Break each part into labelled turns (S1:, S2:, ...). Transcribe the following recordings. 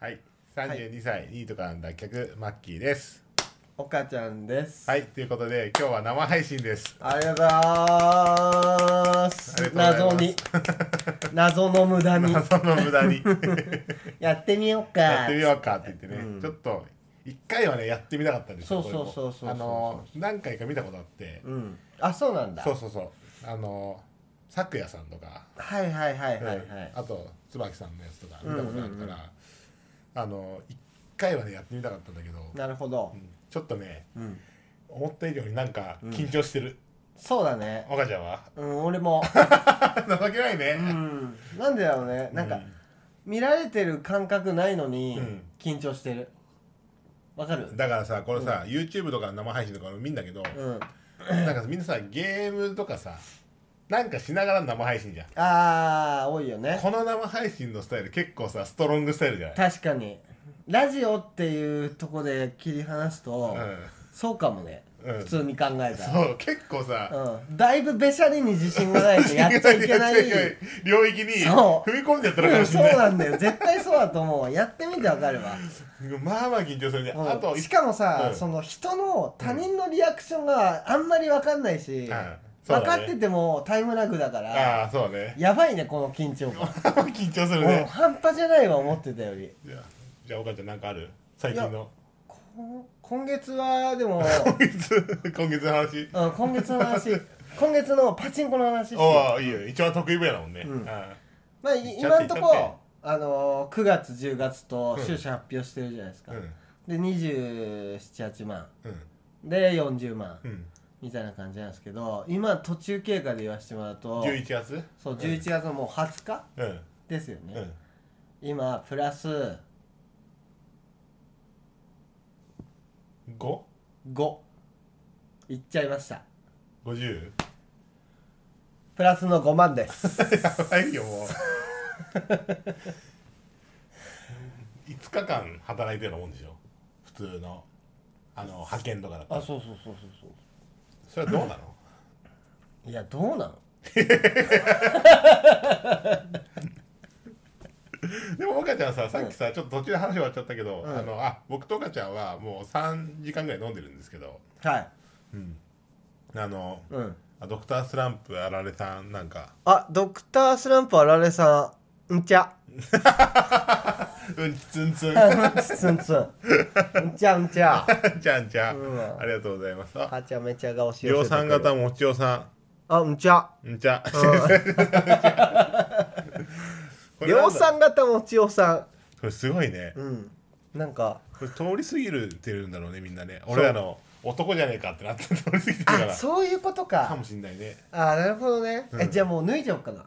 S1: はい、三十二歳、ニートからの脱却、マッキーです。
S2: 岡ちゃんです。
S1: はい、ということで、今日は生配信です。
S2: ありがとうございます。
S1: ありがとう
S2: 謎
S1: ござい
S2: に、 謎の無駄に。
S1: 謎の無駄 に
S2: やってみようか。
S1: やってみようかって言ってね、
S2: うん
S1: ちょっと一回はねやってみたかったんですよ。
S2: そうそうそう
S1: こ
S2: そうそうそう
S1: れもあの何回か見たことあって、
S2: うん。あ、そうなんだ。
S1: そうそうそう、あのさくやさんとか、
S2: はいはいはいはいは
S1: うん
S2: い。
S1: あと椿さんのやつとか見たことある
S2: うん
S1: か
S2: うんうん
S1: ら、あの一回はねやってみたかったんだけど、
S2: なるほど
S1: う。んちょっとね
S2: うん。
S1: 思った以上になんか緊張してる。
S2: そうだね。
S1: 若ちゃんは
S2: うん、俺も。
S1: 情けないね
S2: う。 ん。なんでだろうね。なんか、見られてる感覚ないのに
S1: うん、
S2: 緊張してる。わかる
S1: だからさこれさ、YouTube とかの生配信とか俺見んだけど、
S2: うん。
S1: なんかみんなさゲームとかさなんかしながらの生配信じゃん
S2: あー、多いよね。
S1: この生配信のスタイル結構さストロングスタイルじゃない、
S2: 確かに。ラジオっていうとこで切り離すと、そうかもね、
S1: うん
S2: 普通に考えた
S1: う
S2: ら
S1: ん、そう結構さ、
S2: う、ん、だいぶべしゃりに自信がないとやっ ちゃいけない
S1: 領域に
S2: そう
S1: 踏み込んじゃったのか
S2: う
S1: も
S2: ん
S1: し
S2: そう
S1: れない、
S2: なんだよ絶対そうだと思うわやってみてわかるわ
S1: まあまあ緊張するね、
S2: うん
S1: あと
S2: しかもさ、
S1: うん
S2: その人の他人のリアクションがあんまりわかんないし、
S1: んそうだね
S2: 分かっててもタイムラグだから
S1: ああそうね
S2: やばいねこの緊張感
S1: 緊張する
S2: うん
S1: ね、
S2: 半端じゃないわ思ってたより
S1: じゃあじゃあお母ちゃんなんかある最近の
S2: こ今月はで も、
S1: 今月今月の話
S2: うん、今月の話今月のパチンコの話して
S1: おおいいよ一番得意分野だもんね、
S2: うん
S1: あ
S2: まあ、
S1: い
S2: い
S1: っちゃっ
S2: 今
S1: て
S2: んと
S1: いっちゃって
S2: こ、あのー、9月10月と
S1: うん
S2: 収支発表してるじゃないですか、
S1: ー
S2: で278万
S1: うんうん
S2: で40万
S1: うん
S2: みたいな感じなんですけど今途中経過で言わせてもらうと
S1: 11月
S2: そう11月のもう20日
S1: うん
S2: ですよ
S1: う
S2: ね、
S1: ん
S2: 今プラス
S1: 5?
S2: 5いっちゃいました
S1: 50?
S2: プラスの5万です
S1: やばいよもう5日間働いてるようなもんでしょ普通のあの派遣とかだったら
S2: そうそうそうそうそう
S1: それはどうなの
S2: いやどうなの
S1: でも岡ちゃんささっきさちょっと途中で話終わっちゃったけど、
S2: うん
S1: あのあ僕と岡ちゃんはもう3時間ぐらい飲んでるんですけど、
S2: はい
S1: うん、あの
S2: うん
S1: あドクタースランプあられさんなんか
S2: あドクタースランプあられさんんちゃ
S1: うんつん つん
S2: つんつんんちゃんちゃ
S1: ちゃんちゃん、
S2: うん
S1: ありがとうございますあ
S2: はちゃめちゃ顔し
S1: 量産型もちおさ
S2: あうんちゃ
S1: んんちゃ これなんだ
S2: 量産型もちおさ
S1: これすごいね
S2: んうんなんか
S1: これ通り過ぎるてるんだろうねみんなね俺らの男じゃねえかってなって通り過ぎてるか
S2: あ
S1: ら
S2: そういうこと
S1: か
S2: か
S1: もしんないね
S2: あなるほどね
S1: う
S2: え
S1: ん
S2: じゃあもう脱いじゃおうかな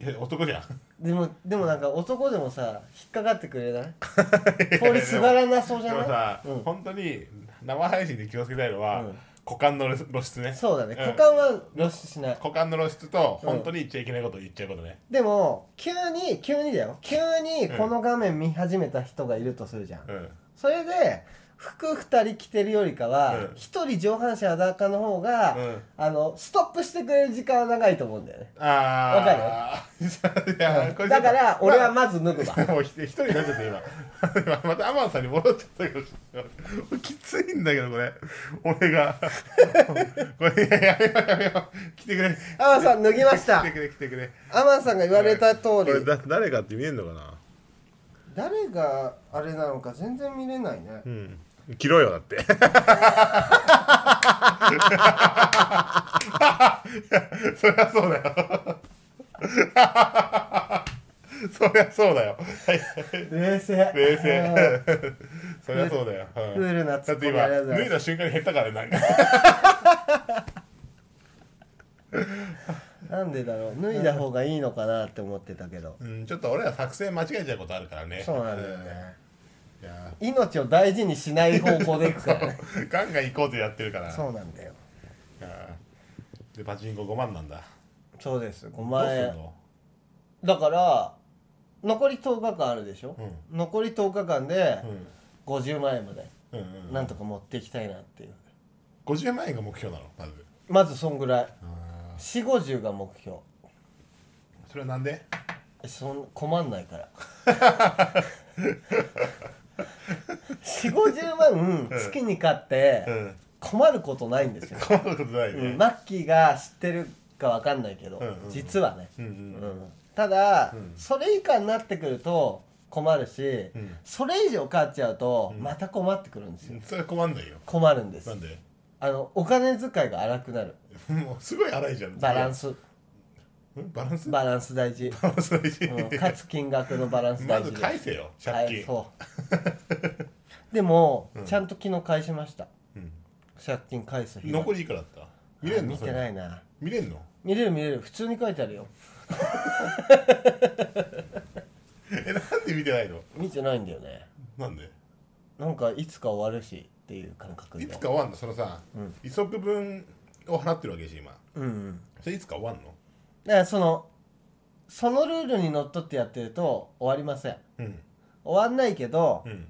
S2: い
S1: や男じゃん
S2: でもでもなんか男でもさ引っかかってくれないこれすばらなそうじ
S1: で
S2: ゃ
S1: も
S2: な
S1: さ、
S2: いうん
S1: 本当に生配信で気をつけたいのは、
S2: うん
S1: 股間の露出ね
S2: そうだね
S1: ん
S2: 股間は露出しない
S1: 股間の露出と
S2: うん
S1: 本当に言っちゃいけないことを言っちゃうことね、
S2: でも急に急にだよ急にこの画面見始めた人がいるとするじゃん
S1: うん、
S2: それで服2人着てるよりかは
S1: うん
S2: 1人上半身裸の方が、
S1: うん
S2: あのストップしてくれる時間は長いと思うんだよね、
S1: ああ分 いやこれちょっ
S2: だ
S1: と
S2: から俺はまず脱ぐわ、
S1: もうひ一人になっちゃった今今 またアマンさんに戻っちゃったけどきついんだけどこれ俺が これいややめようやめよう来てくれ
S2: アマンさん脱ぎました
S1: 来てくれ来てくれ
S2: アマンさんが言われた通
S1: これ
S2: り
S1: だ誰かって見えんのかな
S2: 誰があれなのか全然見れないね
S1: うん切ろうよだって いやそりゃそうだよ そりゃそうだよはい
S2: 冷静
S1: 冷静そりゃそうだよ、うん
S2: クールなツ
S1: だっ
S2: ッコ
S1: て
S2: ミ
S1: 今
S2: ありがとうござ
S1: 脱
S2: い
S1: い
S2: ま
S1: だ瞬間に減ったからねなんか
S2: すなんでだろう脱いだ方がいいのかなって思ってたけど
S1: うんちょっと俺ら作戦間違えちゃうことあるからね
S2: そうなんだよね
S1: うんいや
S2: 命を大事にしない方向でいくからね
S1: ーガンガン行こうとやってるから
S2: そうなんだよ
S1: いやーでパチンコ5万なんだ
S2: そうです5
S1: どう
S2: 万
S1: すん
S2: 円
S1: の
S2: だから残り10日間あるでしょ、
S1: う
S2: 残り10日間で
S1: うん
S2: 50万円まで
S1: うんうん
S2: なんとか持っていきたいなっていう、
S1: 50万円が目標なのまず
S2: まずそんぐらい
S1: あ
S2: 4 5 0が目標
S1: ーそれはなんで
S2: えそん困んないから分月に買って
S1: うん
S2: 困ることないんですよ、
S1: 困ることないね、
S2: うんマッキーが知ってるかわかんないけど、
S1: うんうん
S2: 実はね、
S1: うんう
S2: うんただ、
S1: うん
S2: それ以下になってくると困るし、
S1: ん
S2: それ以上買っちゃうと
S1: うん
S2: また困ってくるんですよ、
S1: それは困んないよ
S2: 困るんです
S1: なんで
S2: あのお金遣いが荒くなる
S1: もうすごい荒いじゃん
S2: バランス
S1: うんバランスバ
S2: バランス大事、
S1: ランス大事、
S2: うん、かつ金額のバランス
S1: ま
S2: 大事
S1: ず
S2: で
S1: 返せよ
S2: は
S1: 借金、
S2: いそうでも、
S1: うん
S2: ちゃんと昨日返しました
S1: うん
S2: 借金返す日が
S1: 残りいくらだった見れんの
S2: あ見てないいな
S1: 見れんの
S2: 見れる見れる普通に書いてあるよ
S1: えなんで見てないの
S2: 見てないんだよね
S1: なんで
S2: なんかいつか終わるしっていう感覚で
S1: いつか終わんのそのさ、
S2: うん
S1: 利息分を払ってるわけでしょ今
S2: うんうん
S1: それいつか終わんの
S2: だからそのそのルールにのっとってやってると終わりません
S1: うん
S2: 終わんないけど、
S1: うん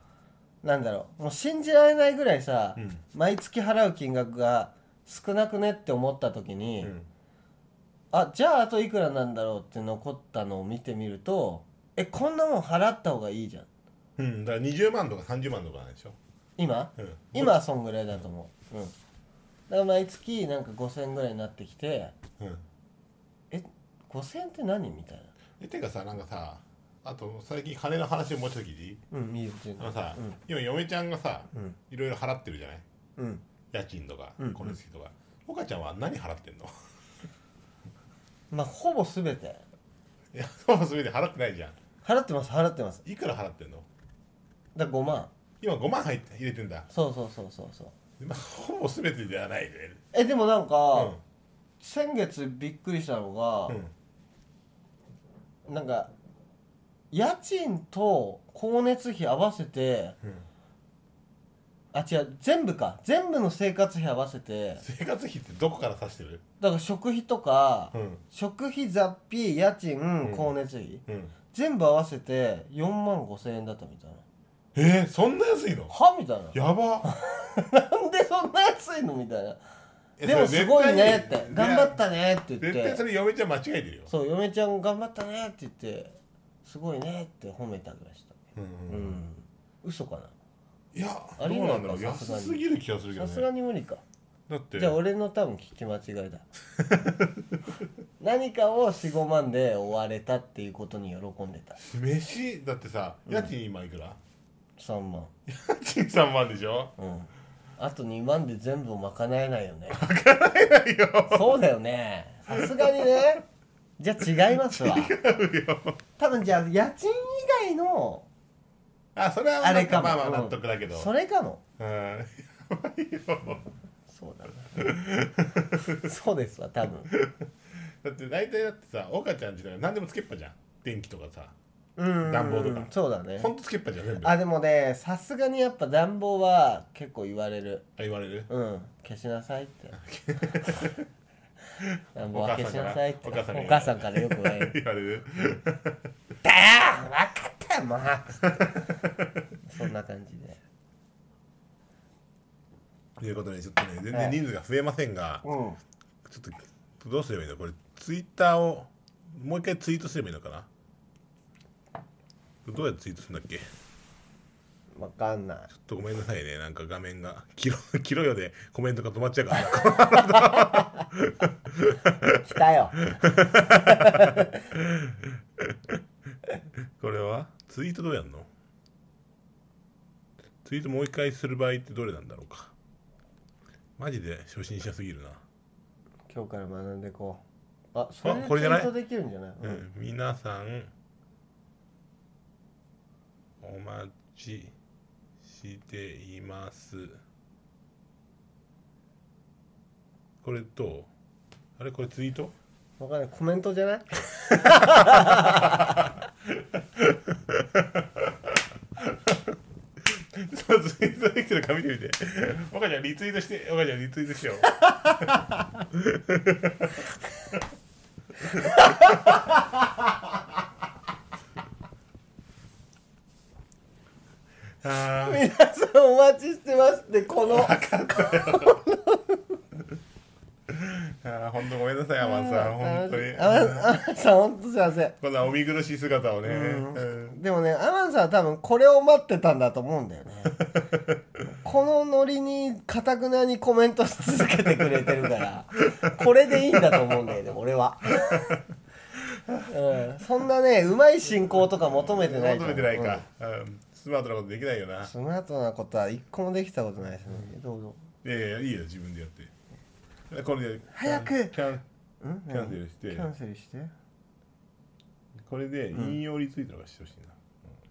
S2: なんだろうもう信じられないぐらいさ、
S1: うん
S2: 毎月払う金額が少なくねって思った時に、
S1: うん
S2: あじゃああといくらなんだろうって残ったのを見てみるとえこんなもん払った方がいいじゃん
S1: うんだから20万とか30万とかなんでしょ、
S2: 今
S1: うん、
S2: 今はそんぐらいだと思ううんだから毎月なんか5000ぐらいになってきて
S1: うん
S2: え5000って何みたい
S1: えてかさなんかさあと最近金の話をもうちょっと聞いていい
S2: なうんいいよ全
S1: あ
S2: 然
S1: のさ、
S2: うん
S1: 今嫁ちゃんがさ
S2: うん
S1: いろいろ払ってるじゃない
S2: うん
S1: 家賃とか
S2: うん
S1: この月とか、岡ちゃんは何払ってんの
S2: まあほぼ全て
S1: いやそうすべて払ってないじゃん
S2: 払ってます払ってます
S1: いくら払ってんの
S2: だから5万
S1: 今5万入って入れてんだ、
S2: そうそうそうそうそう
S1: まあ、ほぼ全てではないね
S2: えでもなん
S1: う
S2: か、
S1: ん
S2: 先月びっくりしたのが、なんか家賃と光熱費合わせて
S1: うん、うん、
S2: あ違う全部か全部の生活費合わせて
S1: 生活費ってどこから指してる
S2: だから食費とか、
S1: うん
S2: 食費雑費家賃
S1: ん
S2: 光熱費、
S1: うん
S2: 全部合わせて4万5千円だったみたいな
S1: えー、そんな安いの
S2: はみたいな
S1: やば
S2: なんでそんな安いのみたいな
S1: え
S2: でも
S1: それ
S2: すごいねっ
S1: 絶対
S2: て
S1: に
S2: 頑張ったねって言っ
S1: 絶対そ
S2: て
S1: れ嫁ちゃん間違えてるよ
S2: そう嫁ちゃん頑張ったねって言ってすごいねって褒めてあげました
S1: うんう
S2: う
S1: ん
S2: ん嘘か
S1: いやど
S2: あ
S1: う
S2: りえ
S1: な
S2: ないか
S1: んだろう
S2: さすが
S1: 安
S2: に
S1: すぎる気がする
S2: な
S1: けど
S2: さすが
S1: ね
S2: に無理か
S1: だって
S2: じゃあ俺の多分聞き間違いだ 何かを45万で追われたっていうことに喜んでた
S1: 飯だってさ家賃今いくら、
S2: 3万
S1: 家賃3万でしょ
S2: うんあと2万で全部賄えないよね賄えないよそうだよねさすがにねじゃあ違いますわ違うよ多分じゃあ家賃以外の
S1: あそれは
S2: あれかも
S1: まあまあ
S2: うん
S1: 納得だけど
S2: それかも
S1: うん やばいよ
S2: そうだ なそうですわ多分
S1: だって大体だってさ岡ちゃん自体は何でもつけっぱじゃん電気とかさ
S2: うん
S1: 暖房とか
S2: そうだね
S1: ほんとつけっぱじゃん全部あ
S2: あでもねさすがにやっぱ暖房は結構言われる
S1: 言われる
S2: うん消しなさいって 暖房
S1: お
S2: は
S1: 母
S2: 消
S1: さんか
S2: し
S1: ら
S2: なさいって
S1: お母さんから
S2: お母さんからよく 言われる
S1: 言われる
S2: 「だよ分かったよもう」そんな感じで
S1: ということでちょっとね全
S2: は
S1: 然
S2: い
S1: 人数が増えませんが
S2: うん
S1: ちょっとどうすればいいのこれツイッターをもう一回ツイートすればいいのかなどうやってツイートするんだっけ
S2: 分かんない
S1: ちょっとごめんなさいねなんか画面が「キロ キロよ」でコメントが止まっちゃうから
S2: 来たよ
S1: これはツイートどうやんのツイートもう一回する場合ってどれなんだろうかマジで初心者すぎるな
S2: 今日から学んでこうあそれで
S1: これ
S2: ツ
S1: じ
S2: イ
S1: ゃない
S2: ートできるんじゃない、
S1: う
S2: うん
S1: ん皆さんお待ちしていますこれどうあれこれツイート
S2: 分かんないコメントじゃない
S1: そうツイートできてるか見てみて岡ちゃんリツイートして岡ちゃんリツイートしようあ ー
S2: 皆さんお待ちしてますってこの
S1: あーほんとごめんなさいアマンさん本当に
S2: アマンアマンさん本当すいません
S1: こんなお見苦しい姿をね、
S2: うん
S1: うん
S2: でもねアマンさんは多分これを待ってたんだと思うんだよねこのノリにかたくなにコメントし続けてくれてるからこれでいいんだと思うんだよね俺は、うん、そんなねうまい進行とか求めてない
S1: 求
S2: と思
S1: め
S2: う
S1: てないか、うんスマートなことできないよ
S2: うん
S1: な
S2: スマートなことは一個もできたことないですねどうぞ
S1: いやいやいいよ自分でやってこれで
S2: 早く
S1: キャン
S2: うん
S1: キャンセルして
S2: キャンセルして
S1: これで引用リツイートとかしてほしい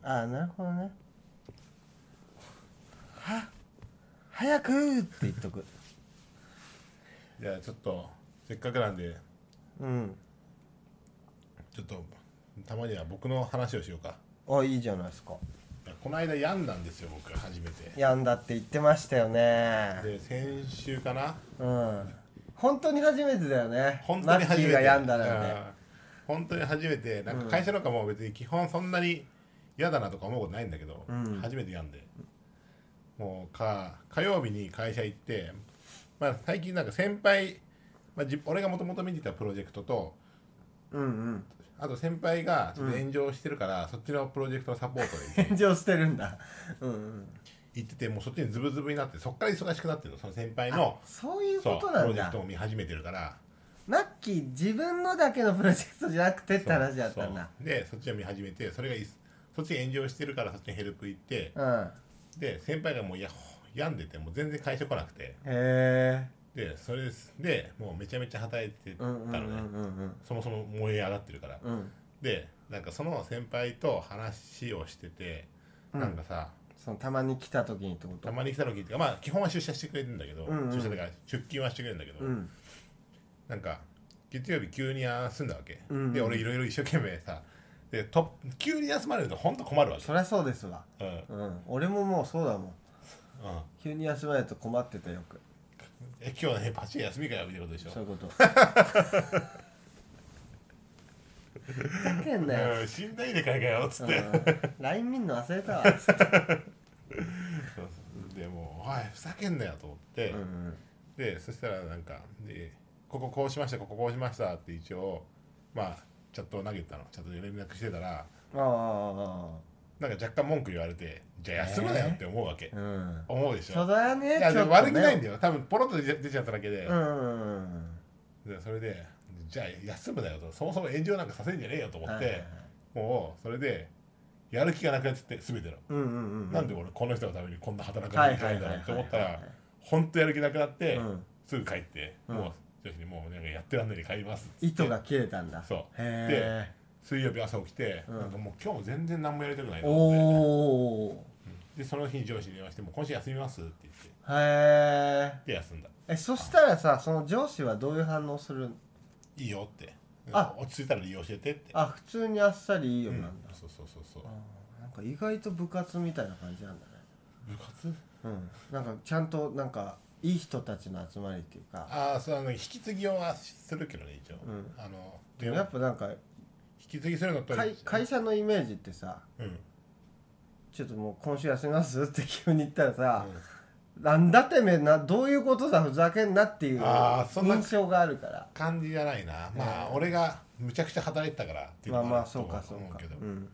S1: な、
S2: ああなるほどねは早くって言っとく
S1: じゃあちょっとせっかくなんで
S2: うん
S1: ちょっとたまには僕の話をしようか
S2: あいいじゃないですか
S1: いやこの間病んだんですよ僕初めて
S2: 病んだって言ってましたよね
S1: で先週かな
S2: うん本当に初めてだよね
S1: 本当に初めて
S2: マッキーが病んだのよね
S1: うん本当に初めてなんか会社とかも別に基本そんなに嫌だなとか思うことないんだけど、
S2: うん
S1: 初めて病んでもうか火曜日に会社行って、まあ、最近なんか先輩、まあ、じ俺がもともと見てたプロジェクトと
S2: うんうん
S1: あと先輩がちょっと炎上してるから、そっちのプロジェクトのサポート に
S2: 炎上してるんだうんうん
S1: 行っててもうそっちにズブズブになってそっから忙しくなってるのその先輩の
S2: そういう
S1: そ
S2: こ
S1: うプ
S2: とな
S1: ロ
S2: ん
S1: ジェク
S2: だ
S1: トを見始めてるから
S2: マッキー自分のだけのプロジェクトじゃなくてって話だったんだ
S1: そうでそっちを見始めてそれがいそっちが炎上してるからそっちにヘルプ行って
S2: うん
S1: で先輩がもういや病んでてもう全然会社来なくて
S2: へえ
S1: でそれですでもうめちゃめちゃ働いてた
S2: う
S1: の
S2: んうんう
S1: ね、
S2: んうん
S1: そもそも燃え上がってるから、
S2: うんうん
S1: でなんかその先輩と話をしてて、
S2: うん
S1: なんかさ
S2: そのたまに来た時にってこと
S1: たまに来た時っていうかまあ基本は出社してくれるんだけど、
S2: うんうん
S1: 出社だから出勤はしてくれるんだけど、
S2: うん
S1: なんか月曜日急に休んだわけ、
S2: うんうん
S1: で俺いろいろ一生懸命さでと急に休まれるとほんと困るわけ
S2: そりゃそうですわ
S1: うんうん
S2: うん俺ももうそうだもん急に休まれると困ってたよく
S1: え今日ねパチン休みかよみたいなことでしょ
S2: そういう ことふざけんなよ
S1: うん死んないでかいかよっつって、
S2: うん LINE 見んの忘れたわつ
S1: そ
S2: って
S1: うそうでもうおいふざけんなよと思って、
S2: うん
S1: でそしたらなんかで「こここうしましたこここうしました」って一応まあチャットを投げたのチャットで連絡してたら
S2: ああ
S1: なんか若干文句言われて「じゃあ休むなよ」って思うわけ、
S2: うん
S1: 思うでし
S2: そ
S1: ょ
S2: れはね
S1: いやでも悪気ないんだ
S2: よ
S1: よ多分ポロッと出出ちゃっただけで、
S2: うん
S1: でそれで「じゃあ休むなよ」とそもそも炎上なんかさせんじゃねえよと思って、もうそれでやる気がなくなっちゃって全ての、
S2: うんうんうん
S1: なんで俺この人のためにこんな働かなきゃいけないんだろうって思った
S2: はいはい
S1: ら
S2: はいはいはい
S1: 本当やる気なくなって、
S2: うん
S1: すぐ帰って、
S2: うん
S1: もう女子にもうなんかやってらんないで帰りますっつって
S2: 糸が切れたんだ
S1: そう
S2: へ
S1: 水曜日朝起きて、
S2: うん
S1: なんかもう今日も全然何もやりたくない
S2: え
S1: と思って
S2: おお
S1: でその日に上司に電話して「もう今週休みます」って言って
S2: へえ
S1: で休んだ
S2: えそしたらさその上司はどういう反応する
S1: 「いいよ」って「
S2: あ
S1: 落ち着いたら利用してて」って
S2: あ普通にあっさりいいよ
S1: うん
S2: なんだ、
S1: そうそうそうそう
S2: あーなんか意外と部活みたいな感じなんだね
S1: 部活
S2: うんなんかちゃんとなんかいい人たちの集まりっていうか
S1: ああそうあの引き継ぎはするけどね一応、
S2: うん
S1: あの
S2: でもやっぱなんか
S1: 引き継ぎするのと
S2: 会会社のイメージってさ
S1: うん
S2: ちょっともう今週休みますって急に言ったらさ、なんだてめえなどういうことだふざけんなっていう
S1: あーそんな
S2: 印象があるから
S1: 感じじゃないなまあ、
S2: うん
S1: 俺がむちゃくちゃ働いてたからっていう
S2: まあ
S1: の
S2: まあ
S1: る
S2: そうかそう
S1: 思
S2: か
S1: けど
S2: う
S1: うん
S2: ん
S1: うん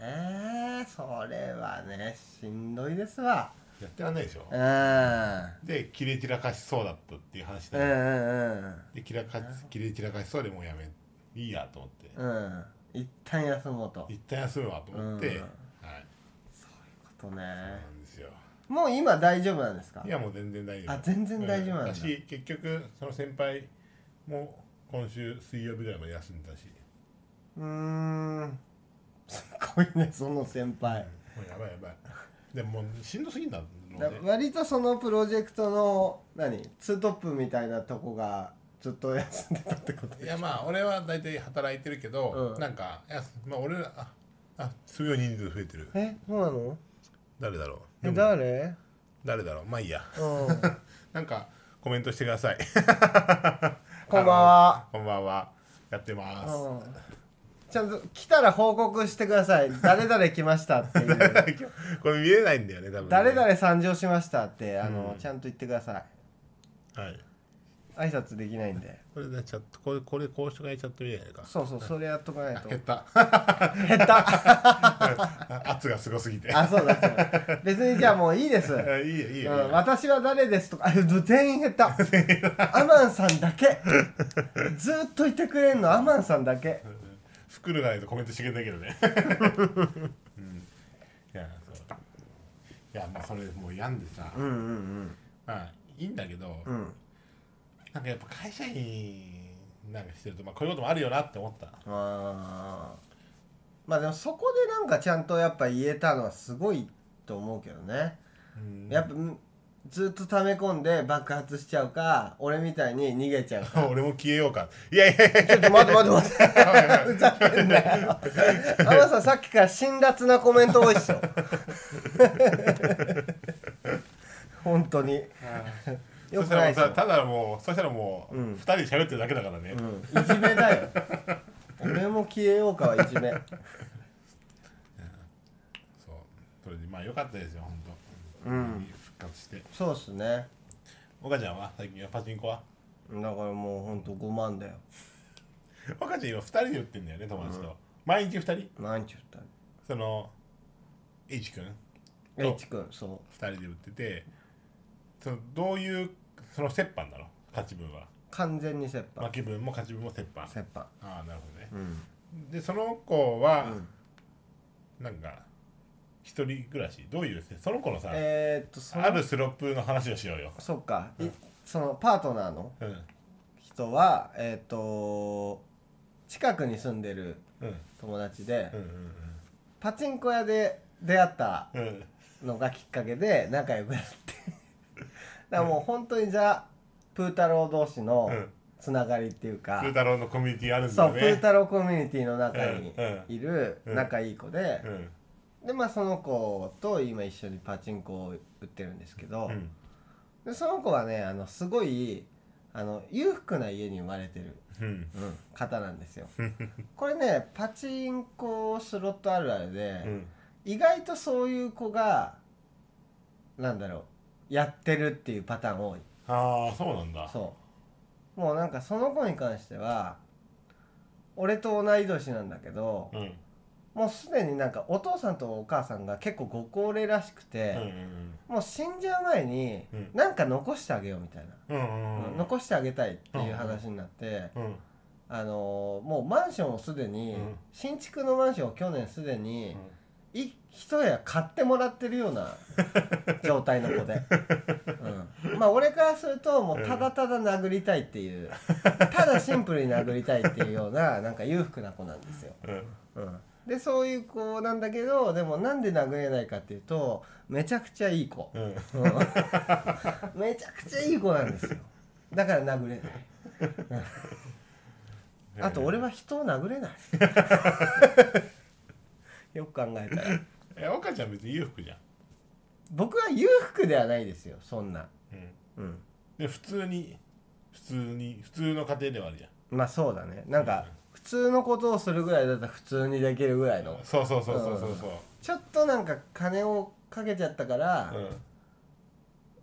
S2: えー、それはねしんどいですわ
S1: やってらんないでしょ
S2: うんう
S1: で切れ散らかしそうだったっていう話
S2: んう
S1: で、
S2: んうん
S1: で切らか切れ散らかしそうでもうやめいいやと思って、
S2: うん一旦休もうと
S1: 一旦休むわと思って、
S2: うん
S1: はい
S2: ことね
S1: なんですよ
S2: もう今大丈夫なんですか
S1: いやもう全然大丈夫
S2: あ全然大丈夫なんだ
S1: うし結局その先輩も今週水曜日ぐらいまで休んでたし、
S2: うーん すごいねその先輩、
S1: もうやばいやばいでももうしんどすぎんだろう
S2: だ
S1: ね
S2: 割とそのプロジェクトの何ツートップみたいなとこがずっと休んでたってこと
S1: いやまあ俺は大体働いてるけど、
S2: うん
S1: なんかいや、まあ、俺らああすごい人数増えてる
S2: えそうなの
S1: 誰だろうで
S2: え
S1: も
S2: 誰
S1: 誰だろうまあいいや
S2: うん
S1: なんかコメントしてください
S2: こんばんは
S1: こんばんはやってます、
S2: うんちゃんと来たら報告してください誰々来ましたっていう
S1: これ見れないんだよね多分ね
S2: 誰々参上しましたってあの、
S1: うん
S2: ちゃんと言ってください
S1: はい
S2: 挨拶できないんで
S1: これねちゃんとこれこれこうしてがいちゃってるじゃないか
S2: そうそうそれやっとかないと
S1: 減った
S2: 減った
S1: 圧がすごすぎて
S2: あそうだそうだ別にじゃあもういいです
S1: あいいよいいよ、
S2: うん私は誰ですとか、あ全員減った。アマンさんだけ。ずっといてくれんの、アマンさんだけ。
S1: 袋がないとコメントしてくれないけどね、 うん、いやそういやまあそれもう病んでさ、
S2: うんうん
S1: まあいいんだけど、
S2: うん。うん。
S1: なんかやっぱ会社員なんかしてると、まあ、こういうこともあるよなって思った
S2: あーまあでもそこでなんかちゃんとやっぱ言えたのはすごいと思うけどね。
S1: うん
S2: やっぱうんずっと溜め込んで爆発しちゃうか、俺みたいに逃げちゃうか。
S1: 俺も消えようかいやいやいや
S2: ちょっと待って待って待って。ふざけんなよ。アマンさんさっきから辛辣なコメント多いっし ょ。本当に。よ
S1: そし
S2: く
S1: たら
S2: な
S1: も
S2: いっ
S1: う
S2: すよ
S1: たただもうそしたらもう
S2: うん
S1: 2人で喋ってるだけだからね、
S2: うん、いじめだよ俺も消えようかはいじめ
S1: そうそれでまあ良かったですよ本当
S2: うん
S1: 復活して
S2: そうっすね
S1: 岡ちゃんは最近はパチンコは
S2: だからもうほんと5万だよ
S1: 岡ちゃん今2人で売ってんだよね友達と、毎日2人
S2: 何ちゅった
S1: その H 君
S2: の H 君そ
S1: 2人で売っててそのどういうその折半なの勝ち分は
S2: う完全に折半
S1: 負け分も勝ち分も折半
S2: 折半
S1: ああなるほどね
S2: うん
S1: でその子は、
S2: うん
S1: なんか一人暮らしどういうその子のさ、
S2: えー、っとその
S1: あるスロップの話をしようよ、
S2: そっか、いそのパートナーの
S1: うん
S2: 人はえー、っと近くに住んでる
S1: うん
S2: 友達で、
S1: うん
S2: パチンコ屋で出会った
S1: うんうん
S2: のがきっかけで仲良くなってだからもう本当にザ・プータロー同士の
S1: うん
S2: つながりっていうか、
S1: プー太郎のコミュニティあるんだ
S2: そう
S1: よ
S2: プ
S1: ね
S2: ータローコミュニティの中にいる
S1: うんうん
S2: 仲いい子で、
S1: うん
S2: でまあその子と今一緒にパチンコを売ってるんですけど、
S1: うん
S2: でその子はねあのすごいあの裕福な家に生まれてる、
S1: うん
S2: うん方なんですよこれねパチンコスロットあるあるで、
S1: うん
S2: 意外とそういう子がなんだろうやってるっていうパターン多い
S1: ああそうなんだ
S2: そうもうなんかその子に関しては俺と同い年なんだけど
S1: うんうん
S2: もうすでになんかお父さんとお母さんが結構ご高齢らしく
S1: うん
S2: て、もう死んじゃう前に
S1: うん
S2: なんか残してあげようみたいな、
S1: うんうんうん
S2: 残してあげたいっていう話になって、
S1: うん
S2: あのーもうマンションをすでに、
S1: うん
S2: 新築のマンションを去年すでに、
S1: うん
S2: い一部屋買ってもらってるよ うな状態の子で、うん、まあ俺からするともうただただ殴りたいっていう、 ただシンプルに殴りたいっていうようななんか裕福な子なんですよ、
S1: うん
S2: うん、でそういう子なんだけどでもなんで殴れないかっていうとめちゃくちゃいい子、
S1: うん
S2: うん、めちゃくちゃいい子なんですよだから殴れないあと俺は人を殴れないよく考えたら
S1: え岡ちゃん別に裕福じゃん
S2: 僕は裕福ではないですよそんな
S1: うん
S2: うん
S1: で普通に普通に普通の家庭ではあるじゃん
S2: まあそうだねなんか普通のことをするぐらいだったら普通にできるぐらいの
S1: そうそうそうそうそうそう
S2: ちょっとなんか金をかけちゃったから、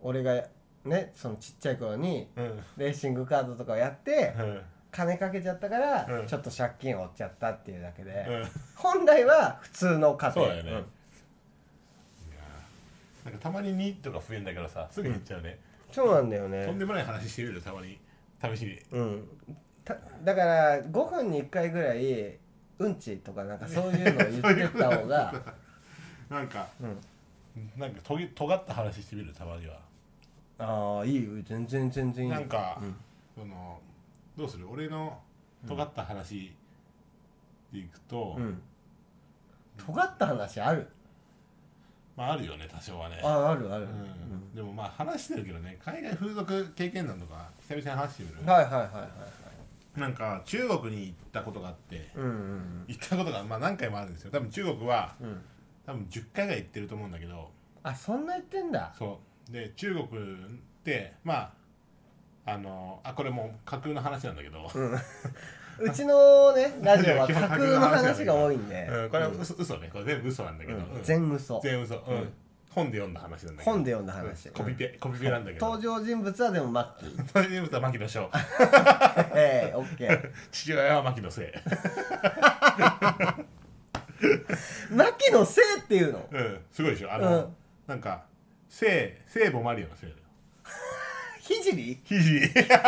S2: 俺がねそのちっちゃい頃に
S1: うんうん
S2: レーシングカードとかをやって
S1: うん
S2: 金かけちゃったから、
S1: うん
S2: ちょっと借金を負っちゃったっていうだけで、
S1: うん
S2: 本来は普通の家
S1: そ
S2: 庭
S1: うだよね、なんかたまに2とか増えんだけどさすぐ減っちゃうね、
S2: そうなんだよ
S1: とん
S2: ね
S1: でもない話してみるよたまに試しに
S2: うんただから5分に1回ぐらいうんちとかなんかそういうのを言ってった方が
S1: なんか
S2: うん
S1: なんかとげ尖った話してみるたまには、
S2: ああいいよ全然全然いいよ
S1: なんか、そのどうする俺の尖った話でいくと、
S2: うん尖った話ある
S1: まああるよね多少はね
S2: ああるあ
S1: う
S2: る、
S1: んでもまあ話してるけどね海外風俗経験談とか久々に話してみる、
S2: はいはいはいはいはい
S1: なんか中国に行ったことがあって
S2: うんうん
S1: 行ったことがまあ何回もあるんですよ多分中国は
S2: うんうん
S1: 多分10回ぐらい行ってると思うんだけど
S2: あそんな言ってんだ
S1: そうで中国ってまああのあこれもう架空の話なんだけど、
S2: うちの ねラジオは
S1: 基
S2: 架
S1: 本
S2: 空の話が多いんで、
S1: うんこれは嘘,、嘘ねこれ全部嘘なんだけど、
S2: うん
S1: うん
S2: 全嘘
S1: 全嘘、うん
S2: うん
S1: 本で読んだ話なんだけど
S2: 本で読んだ話
S1: うんコピペコピペなんだけど
S2: 登場人物はでもマッ キー
S1: 登場人物は牧野 翔
S2: ええオッケー
S1: 父親は牧野聖
S2: マキのせいっていうの
S1: うんすごいでしょあの、
S2: うん
S1: なんか聖聖母マリアのせいだよ
S2: ひじり
S1: ひじ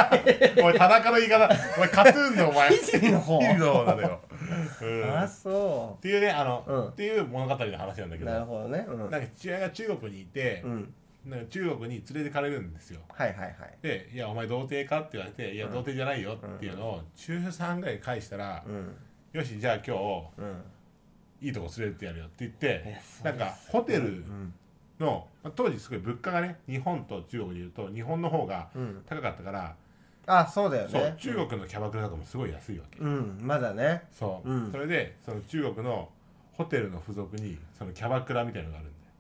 S1: お前田中の言い方お前カトゥーンのお前
S2: ひじりの方
S1: ひじりの方なんだよ、うん、
S2: あ
S1: っ
S2: そ
S1: ていうねあの、
S2: うん
S1: っていう物語の話なんだ
S2: う
S1: けど
S2: なるほどねうん、
S1: なんか父親が中国にいて、
S2: うん、
S1: なんか中国に連れてかれるんですよ
S2: はいはいはい
S1: で「いやお前童貞か?」って言われて「いや
S2: うん
S1: 童貞じゃないよ」っていうのを中3ぐらいで返したら
S2: うん
S1: 「よしじゃあ今日
S2: うん
S1: いいとこ連れてってやるよ」って言っ
S2: いや
S1: て
S2: そ
S1: な
S2: う
S1: んかホテ
S2: う
S1: ル
S2: ん
S1: のまあ当時すごい物価がね日本と中国でいうと日本の方が
S2: うん
S1: 高かったから
S2: あそうだよ
S1: そう
S2: ね
S1: 中国のキャバクラとかもすごい安いわけ
S2: うんまだね
S1: そう
S2: うん
S1: それでその中国のホテルの付属にそのキャバクラみたいのがあるんだよ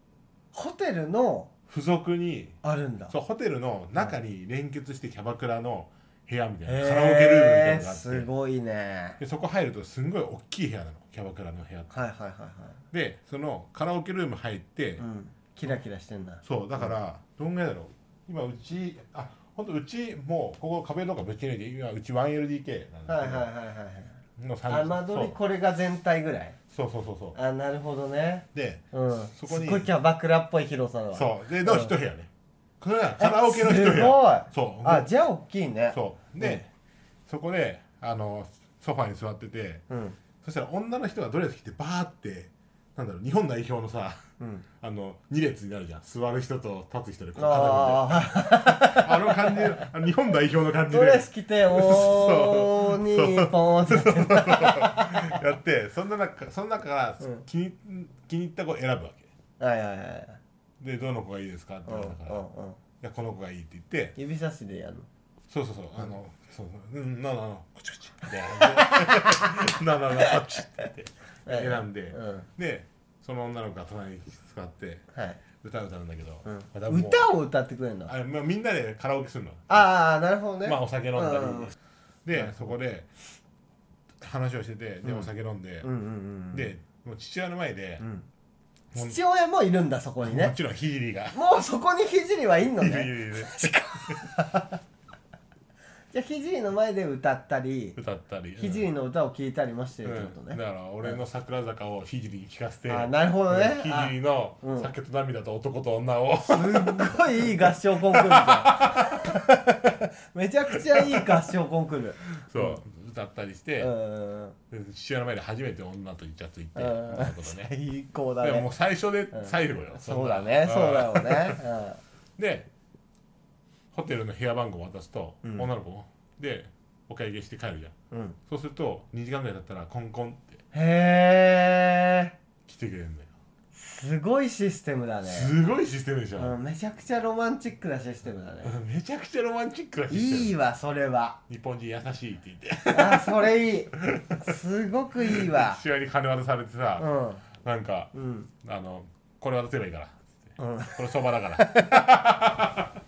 S2: ホテルの
S1: 付属に
S2: あるんだ
S1: そうホテルの中に連結してキャバクラの部屋みたいな、
S2: へ
S1: カラオケルームみたいなのがあって
S2: すごいね
S1: でそこ入るとすんごい大きい部屋なのキャバクラの部屋
S2: はいはいはいは
S1: でそのカラオケルーム入って、
S2: いうんキラキラしてんだ
S1: そうだからどんぐらいだろう今うちあ本当うちもうここ壁とかぶち抜いて今うち 1LDK なん
S2: はいはいはい
S1: だ
S2: はい
S1: けどの
S2: はい
S1: 30
S2: 雨どりこれが全体ぐらい
S1: そうそうそうそうそう
S2: あなるほどね
S1: で
S2: うん
S1: そこに
S2: すごいキャバクラっぽい広さだわ
S1: そうでの
S2: うん
S1: 一部屋ねこれはカラオケの一部
S2: えすごい
S1: 屋そう
S2: あじゃあ大きいね
S1: そうで、そこであのソファに座ってて
S2: うん
S1: そしたら女の人がドレス着てバーってなんだろう日本代表のさ
S2: うん
S1: あの2列になるじゃん座る人と立つ人でこう肩組んで
S2: あ
S1: あの感じあの日本代表の感
S2: あ
S1: じ
S2: ドレ
S1: で
S2: ス着 ておーにーぽーんってなって
S1: やってそんな中その中から
S2: うん
S1: 気に,、気に入った子を選ぶわ
S2: るはいはいはい
S1: けで「どの子がいいですか?」って
S2: うん
S1: 言わ
S2: うん
S1: れたから「い
S2: うん
S1: やこの子がいい」って言って
S2: 指差しでやる
S1: そうそうそうあのそううんなあなあなあこっちこっちみたいな感じでなあなあなあこっちって言って選んで、
S2: うん
S1: でその女の子が隣に使って
S2: はい
S1: 歌を歌うんだけど、
S2: うん
S1: またもう
S2: 歌を歌ってくれるの
S1: あれ、まあ、みんなでカラオケするの
S2: ああなるほどね
S1: まあお酒飲んだり、
S2: うん
S1: でそこで話をしててで
S2: うん
S1: お酒飲んで
S2: う、んうんうん
S1: でもう父親の前で
S2: う、ん
S1: もう
S2: 父親もいるんだそこに
S1: も
S2: ね
S1: ちろんひじりが、
S2: もうそこにひじりはいん の
S1: いるい
S2: ね
S1: るいる
S2: じゃあひじりの前で歌ったり
S1: 歌ったり
S2: ひじりの歌を聴いたりもして
S1: うん
S2: るってこと
S1: うん
S2: ね
S1: だから俺の桜坂をひじりに聴かせて、
S2: あなるほどね
S1: ひじりの
S2: うん
S1: 酒と涙と男と女を、
S2: すっごいいい合唱コンクールじゃんめちゃくちゃいい合唱コンクール
S1: そう歌ったりして
S2: う、んうん
S1: で父親の前で初めて女とイチャついて、
S2: う
S1: みたいなこと ね
S2: ん最高だ
S1: でもも
S2: ね
S1: う最初で
S2: うん
S1: 最後よ、んな
S2: そうだねそうだよね
S1: でホテルの部屋番号渡すと、
S2: うん
S1: 女の子もでお会計して帰るじゃん
S2: うんうん
S1: そうすると2時間ぐらい経ったらコンコンって
S2: へえ
S1: 来てくれるんだよ、
S2: すごいシステムだね
S1: すごいシステムでしょ、
S2: うん、めちゃくちゃロマンチックなシステムだね
S1: うんめちゃくちゃロマンチックなシステム
S2: いいわそれは
S1: 日本人優しいって言って
S2: あそれいいすごくいいわ
S1: 父親に金渡されて
S2: う
S1: さ、
S2: ん
S1: なんか
S2: うん
S1: あのこれ渡せばいいから
S2: うん
S1: これそばだから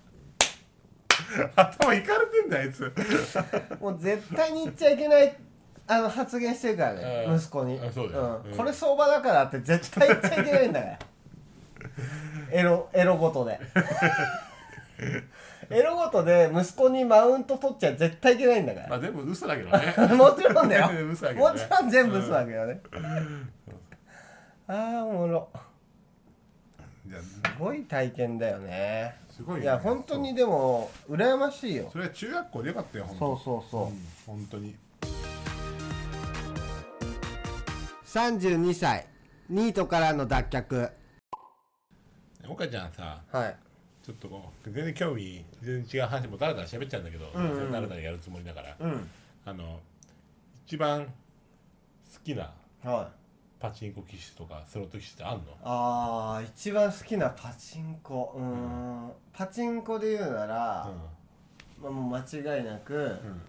S1: 頭いかれてんだあい つ
S2: もう絶対に言っちゃいけないあの発言してるからね
S1: うん
S2: 息子に
S1: あそうだよ
S2: ん
S1: うん
S2: これ相場だからって絶対言っちゃいけないん だからエロエロごとでエロごとで息子にマウント取っちゃ絶対いけないんだか
S1: ま
S2: ら
S1: あ全部嘘だけど ね
S2: もちろんだよ
S1: 全部嘘だけど
S2: も
S1: ね
S2: ちろん全部嘘だけどね、ああおもろ
S1: いや
S2: すごい体験だよね
S1: すごいよね
S2: いや本当にでも羨ましいよ
S1: それは中学校でよかったよ本当
S2: そうそうそう、
S1: うん本当に
S2: 32歳ニートからの脱却
S1: 岡ちゃんさ
S2: はい
S1: ちょっとこう全然興味全然違う話もだらだら喋っちゃうんだけど、
S2: うんうん
S1: 全然だらだらやるつもりだから、
S2: うん
S1: あの一番好きな
S2: はい
S1: パチンコ機種とかスロット機種ってあんの
S2: あー一番好きなパチンコうーん、パチンコで言うなら、まあ、もう間違いなく、
S1: うん、うん、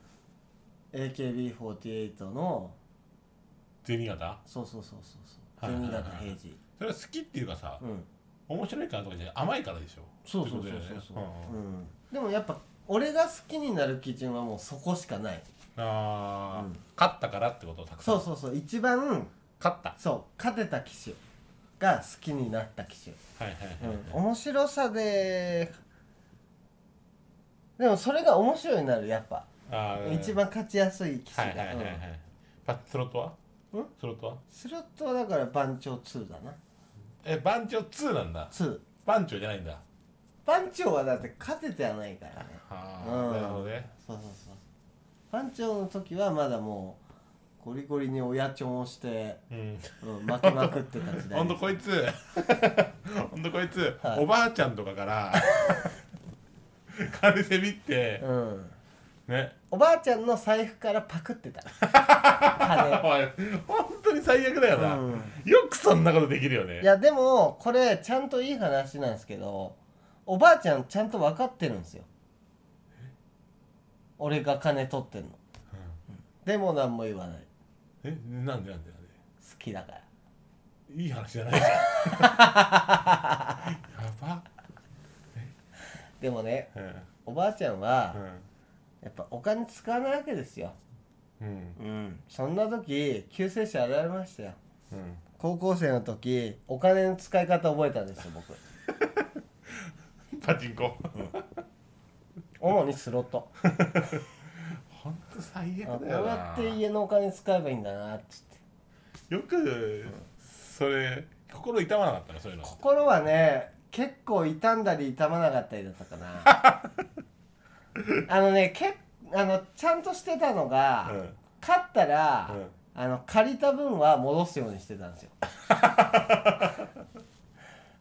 S2: AKB48 の
S1: 銭形
S2: そうそうそうそうそ
S1: は
S2: う
S1: いはいはい
S2: 12月平時
S1: それは好きっていうかさ、
S2: うん
S1: 面白いからとかじゃなくて甘いからでしょ
S2: そうそうそう
S1: って
S2: そう
S1: こと
S2: そう、
S1: だよねん
S2: うん、でもやっぱ俺が好きになる基準はもうそこしかない
S1: あー、
S2: うん
S1: 勝ったからってことたくさん
S2: そうそうそう一番
S1: 勝った
S2: そう勝てた機種が好きになった機種、
S1: はいはいはい、
S2: うん、面白さででもそれが面白いになるやっぱ、
S1: あー
S2: 一番勝ちやすい機
S1: はい
S2: 種
S1: はい
S2: が、
S1: はいはい、
S2: うん
S1: パッスロットは
S2: うん
S1: スロットは
S2: スロットはだから番長2だな
S1: え番長2なんだ
S2: 2
S1: 番長じゃないんだは
S2: 番長はだって勝ててはないからね
S1: あ
S2: うん
S1: なるほどね
S2: そうそうそう番長の時はまだもうゴリゴリに親ちょんをして、
S1: うん
S2: うん、負けまくってた時代です
S1: ほんとこいつほんとこいつ、
S2: はい
S1: おばあちゃんとかから金せびって
S2: うん
S1: ね
S2: おばあちゃんの財布からパクっ てた
S1: あ
S2: 金
S1: おい本当に最悪だよな、
S2: うん
S1: よくそんなことできるよね
S2: いやでもこれちゃんといい話なんですけどおばあちゃんちゃんと分かってるんですよ俺が金取ってんの、でも何も言わない
S1: えなんでなんでなんで
S2: 好きだから
S1: いい話じゃ ないじゃんやば
S2: でもね
S1: うん
S2: おばあちゃんはやっぱお金使わないわけですよ
S1: うんうん
S2: うんそんな時救世主現れましたよ
S1: うん
S2: 高校生の時お金の使い方覚えたんですよ僕
S1: パチンコ
S2: 主にスロッ ト
S1: ほんと最
S2: あ
S1: 悪
S2: こう
S1: だよな
S2: やって家のお金使えばいいんだなっつって
S1: よくそれ心痛まなかったのそういうの
S2: 心はね結構痛んだり痛まなかったりだったかな あのねけあのちゃんとしてたのが、
S1: うん
S2: 勝ったら、
S1: うん
S2: あの借りた分は戻すようにしてた んですよ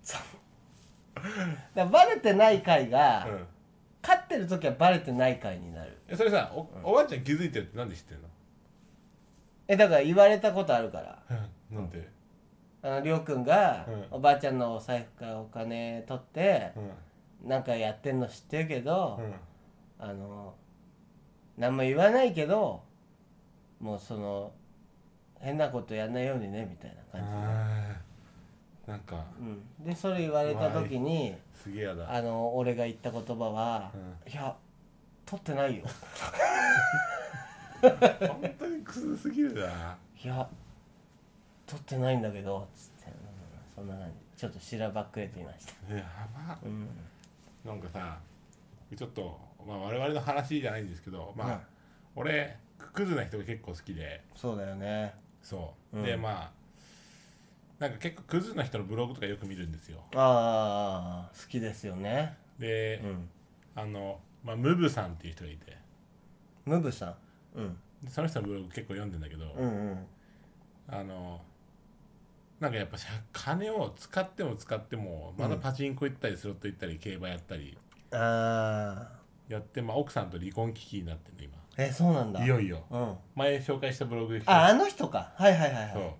S2: そうだからバレてない回が、
S1: うん
S2: 勝ってる時はバレてない回になる
S1: えそれさおおばあちゃん気づいてるってなんで知ってんの
S2: えだから言われたことあるから
S1: うんなんで
S2: あのりょうくんが、
S1: うん
S2: おばあちゃんのお財布からお金取って
S1: う、ん
S2: なんかやってんの知ってるけど、
S1: うん
S2: あの何も言わないけどもうその変なことやんないようにねみたいな感
S1: あーなんか
S2: じ、うん、でそれ言われた時に
S1: すげえやだ
S2: あの俺が言った言葉は「いや取ってないよ」
S1: 本当にクズすぎるない
S2: や取ってないんだけど」つって、うんそんな感じちょっとしらばっくれていました、
S1: やば
S2: うん
S1: なんかさちょっと、まあ、我々の話じゃないんですけどまあ、
S2: はい
S1: 俺クズな人が結構好きで
S2: そうだよね
S1: そう、
S2: うん
S1: でまあなんか結構クズな人のブログとかよく見るんですよ
S2: ああ好きですよね
S1: で、
S2: うん
S1: あの、まあ、ムブさんっていう人がいて
S2: ムブさん、うん、
S1: でその人のブログ結構読んでんだけど、
S2: うんうん
S1: あのなんかやっぱしゃ金を使っても使ってもまたパチンコ行ったりスロット行ったり競馬やったり
S2: ああ
S1: やって、まあ、奥さんと離婚危機になってんの今
S2: えそうなんだ
S1: いよいよ
S2: うん
S1: 前紹介したブログで来た
S2: ああの人かはいはいはい
S1: そ
S2: は
S1: う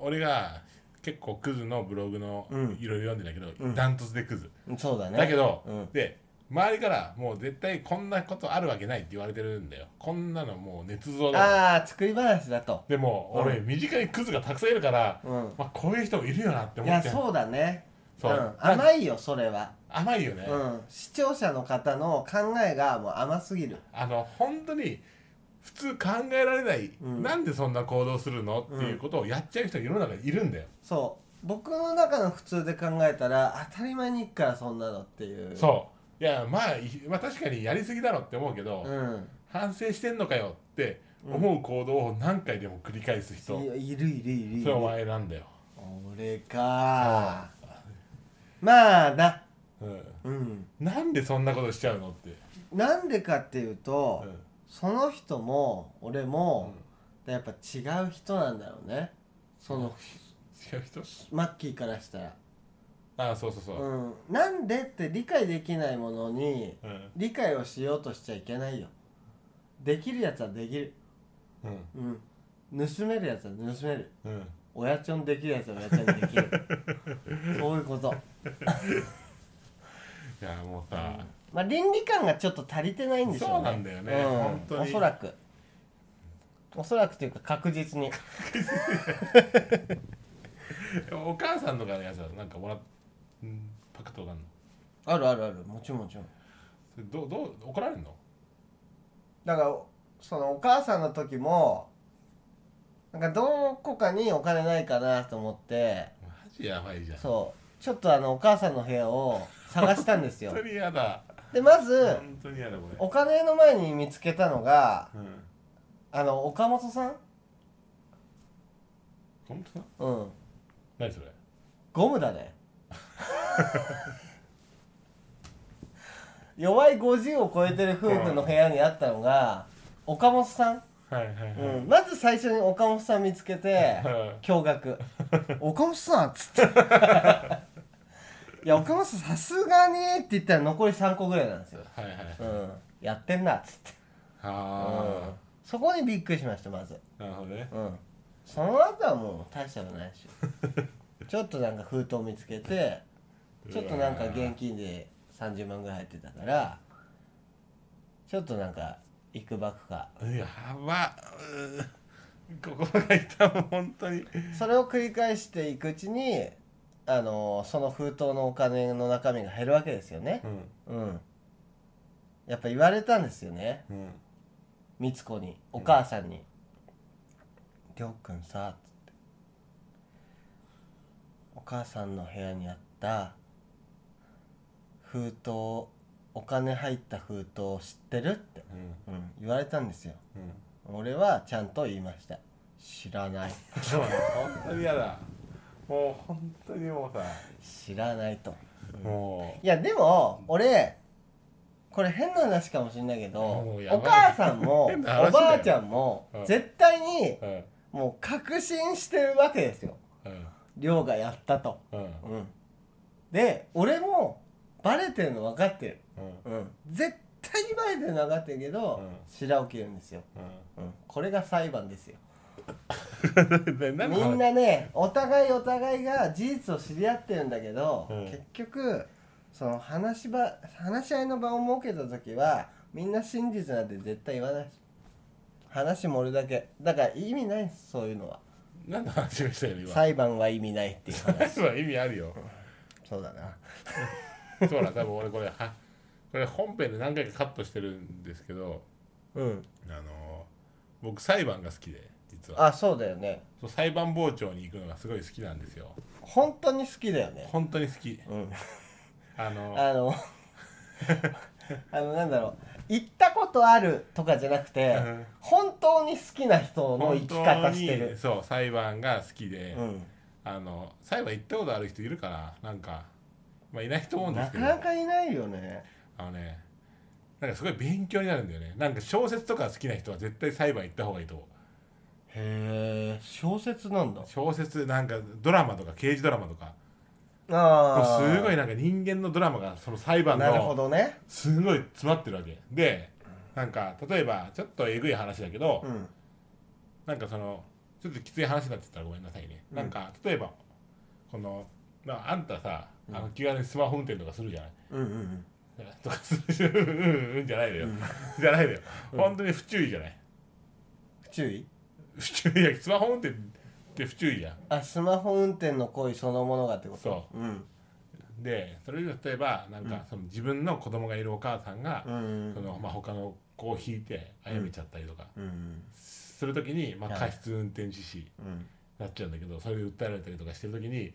S1: 俺が結構クズのブログのい
S2: うん
S1: ろいろ読んでんだけ
S2: う
S1: ど
S2: ん
S1: ダントツでクズ、
S2: いそうだね
S1: だけど、
S2: うん
S1: で周りからもう絶対こんなことあるわけないって言われてるんだよこんなのもう捏造だ
S2: ああ作り話だと
S1: でも
S2: うん
S1: 俺身近にクズがたくさんいるから、
S2: うん
S1: まあ、こういう人もいるよなって
S2: い
S1: 思
S2: や
S1: って
S2: そうだね、
S1: そうん
S2: 甘いよそれは、
S1: 甘いよね、
S2: うん、視聴者の方の考えがもう甘すぎる
S1: あの本当に普通考えられない、
S2: うん
S1: なんでそんな行動するのっていうことをやっちゃう人が世の中にいるんだよ、
S2: そう僕の中の普通で考えたら当たり前にいっからそんなのっていう
S1: そういやまあ、いまあ確かにやりすぎだろって思うけど、
S2: うん
S1: 反省してんのかよって思う行動を何回でも繰り返す人、
S2: いいるいるいるい
S1: それ
S2: る
S1: お前なんだよ、
S2: 俺かまあな
S1: うん、
S2: うん
S1: なんでそんなことしちゃうのって、
S2: なんでかっていうと、
S1: うん
S2: その人も俺も、やっぱ違う人なんだろうねその、
S1: 違う人
S2: マッキーからしたら、
S1: ああそうそうそう、
S2: うん、なんでって理解できないものに
S1: うん
S2: 理解をしようとしちゃいけないよできるやつはできる、
S1: うん
S2: うん、盗めるやつは盗める
S1: うん
S2: 親ちょんできるやつは親ちょんできる そういうこと、
S1: いやもうさ、
S2: まあ、倫理観がちょっと足りてないんでしょうね
S1: そうなんだよね
S2: うん
S1: 本当に
S2: おそらくおそらくというか確実に
S1: お母さんのかのやつはなんかもらっうんパクッとかんの
S2: あるあるあるもちろんもちろん
S1: それどうどう怒られるの
S2: だからそのお母さんの時もなんかどこかにお金ないかなと思って
S1: マジやばいじゃん本
S2: そうちょっとあのお母さんの部屋を探した んですよ
S1: 当にやだ
S2: でまず
S1: 本当にやだこれ
S2: お金の前に見つけたのが
S1: うん
S2: あの岡本さん
S1: 本当だ
S2: うん
S1: 何それ
S2: ゴムだね弱い50を超えてる夫婦の部屋にあったのが岡本さん、
S1: はいはいはい、
S2: うん、まず最初に岡本さん見つ けて
S1: は
S2: 驚愕岡本さんっつっていや岡本さんさすがにって言ったら残り3個ぐらいなんですよ、
S1: いはいはい
S2: うん、やってんなっつって、うん
S1: あ、
S2: そこにびっくりしましたまず
S1: あ、なるほどね
S2: うんその後はもう大したことないでしょちょっとなんか封筒見つけてちょっとなんか現金で30万ぐらい入ってたからちょっとなんか行くばくか
S1: やばうー心が痛む本当に
S2: それを繰り返していくうちにあのーその封筒のお金の中身が減るわけですよね
S1: うん
S2: うんやっぱ言われたんですよね
S1: うん
S2: みつこにお母さんに「りょうくんさ」つってお母さんの部屋にあった封筒お金入った封筒を知ってるって、
S1: うん
S2: うん、言われたんですよ
S1: うん
S2: 俺はちゃんと言いました知らない
S1: そう本当にやだもう本当にもうさ
S2: 知らないと
S1: も
S2: いやでも俺これ変な話かもしれないけど
S1: もうやばい
S2: お母さんも
S1: 変な話だよ
S2: おばあちゃんも
S1: うん
S2: 絶対に
S1: ううん
S2: もう確信してるわけですよ
S1: うん
S2: 亮がやったと、
S1: うん
S2: うん、で俺もバレてるの分かってる、
S1: うん
S2: うん、絶対にバレてるの分かってるけど、
S1: うん
S2: 白起きるんですよ、うん、これが裁判ですよ
S1: うん何
S2: みんなねお互いお互いが事実を知り合ってるんだけど、
S1: うん
S2: 結局その話し場話し合いの場を設けた時はみんな真実なんて絶対言わないし話盛るだけだから意味ないんですそういうのは
S1: 何の話をしたよ今
S2: 裁判は意味ないっていう話
S1: 最後は意味あるよ
S2: そうだな
S1: そうだ多分俺これはこれ本編で何回かカットしてるんですけど
S2: うん
S1: あの僕裁判が好きで実は
S2: あそうだよね
S1: そう裁判傍聴に行くのがすごい好きなんですよ
S2: 本当に好きだよね
S1: 本当に好き
S2: うん
S1: あの
S2: あの あのなんだろう行ったことあるとかじゃなくて
S1: うん
S2: 本当に好きな人の生
S1: 本
S2: き
S1: 当
S2: 方して
S1: に
S2: る
S1: そう裁判が好きで、
S2: うん
S1: あの裁判行ったことある人いるかななんかまあいないと思うんで
S2: な
S1: すけ
S2: か
S1: ど
S2: なかいないよね
S1: あのねなんかすごい勉強になるんだよねなんか小説とか好きな人は絶対裁判行った方がいいと思う
S2: へえ小説なんだ
S1: 小説なんかドラマとか刑事ドラマとか
S2: ああ
S1: すごいなんか人間のドラマがその裁判
S2: なるほ
S1: の
S2: どね
S1: すごい詰まってるわけでなんか例えばちょっとえぐい話だけど、
S2: うん
S1: なんかそのちょっときつい話になってたらごめんなさいね、
S2: うん
S1: なんか例えばこの、まあ、あんたさ、
S2: うん
S1: あの気軽にスマホ運転とかするじゃない
S2: うんうん
S1: とかするうんうんじゃないのよ、
S2: うん
S1: じゃないのよ、
S2: うん
S1: 本当に不注意じゃない
S2: 不注意
S1: 不注意やスマホ運転って不注意じゃん
S2: あスマホ運転の行為そのものがってこと
S1: そう
S2: うん
S1: でそれで例えばなんかその自分の子供がいるお母さんが、
S2: うんうん
S1: そのまあ、他の子を引いてあやめちゃったりとか
S2: うん
S1: する時に、まあ、
S2: はい
S1: 過失運転致死に
S2: うん
S1: なっちゃうんだけどそれで訴えられたりとかしてる時に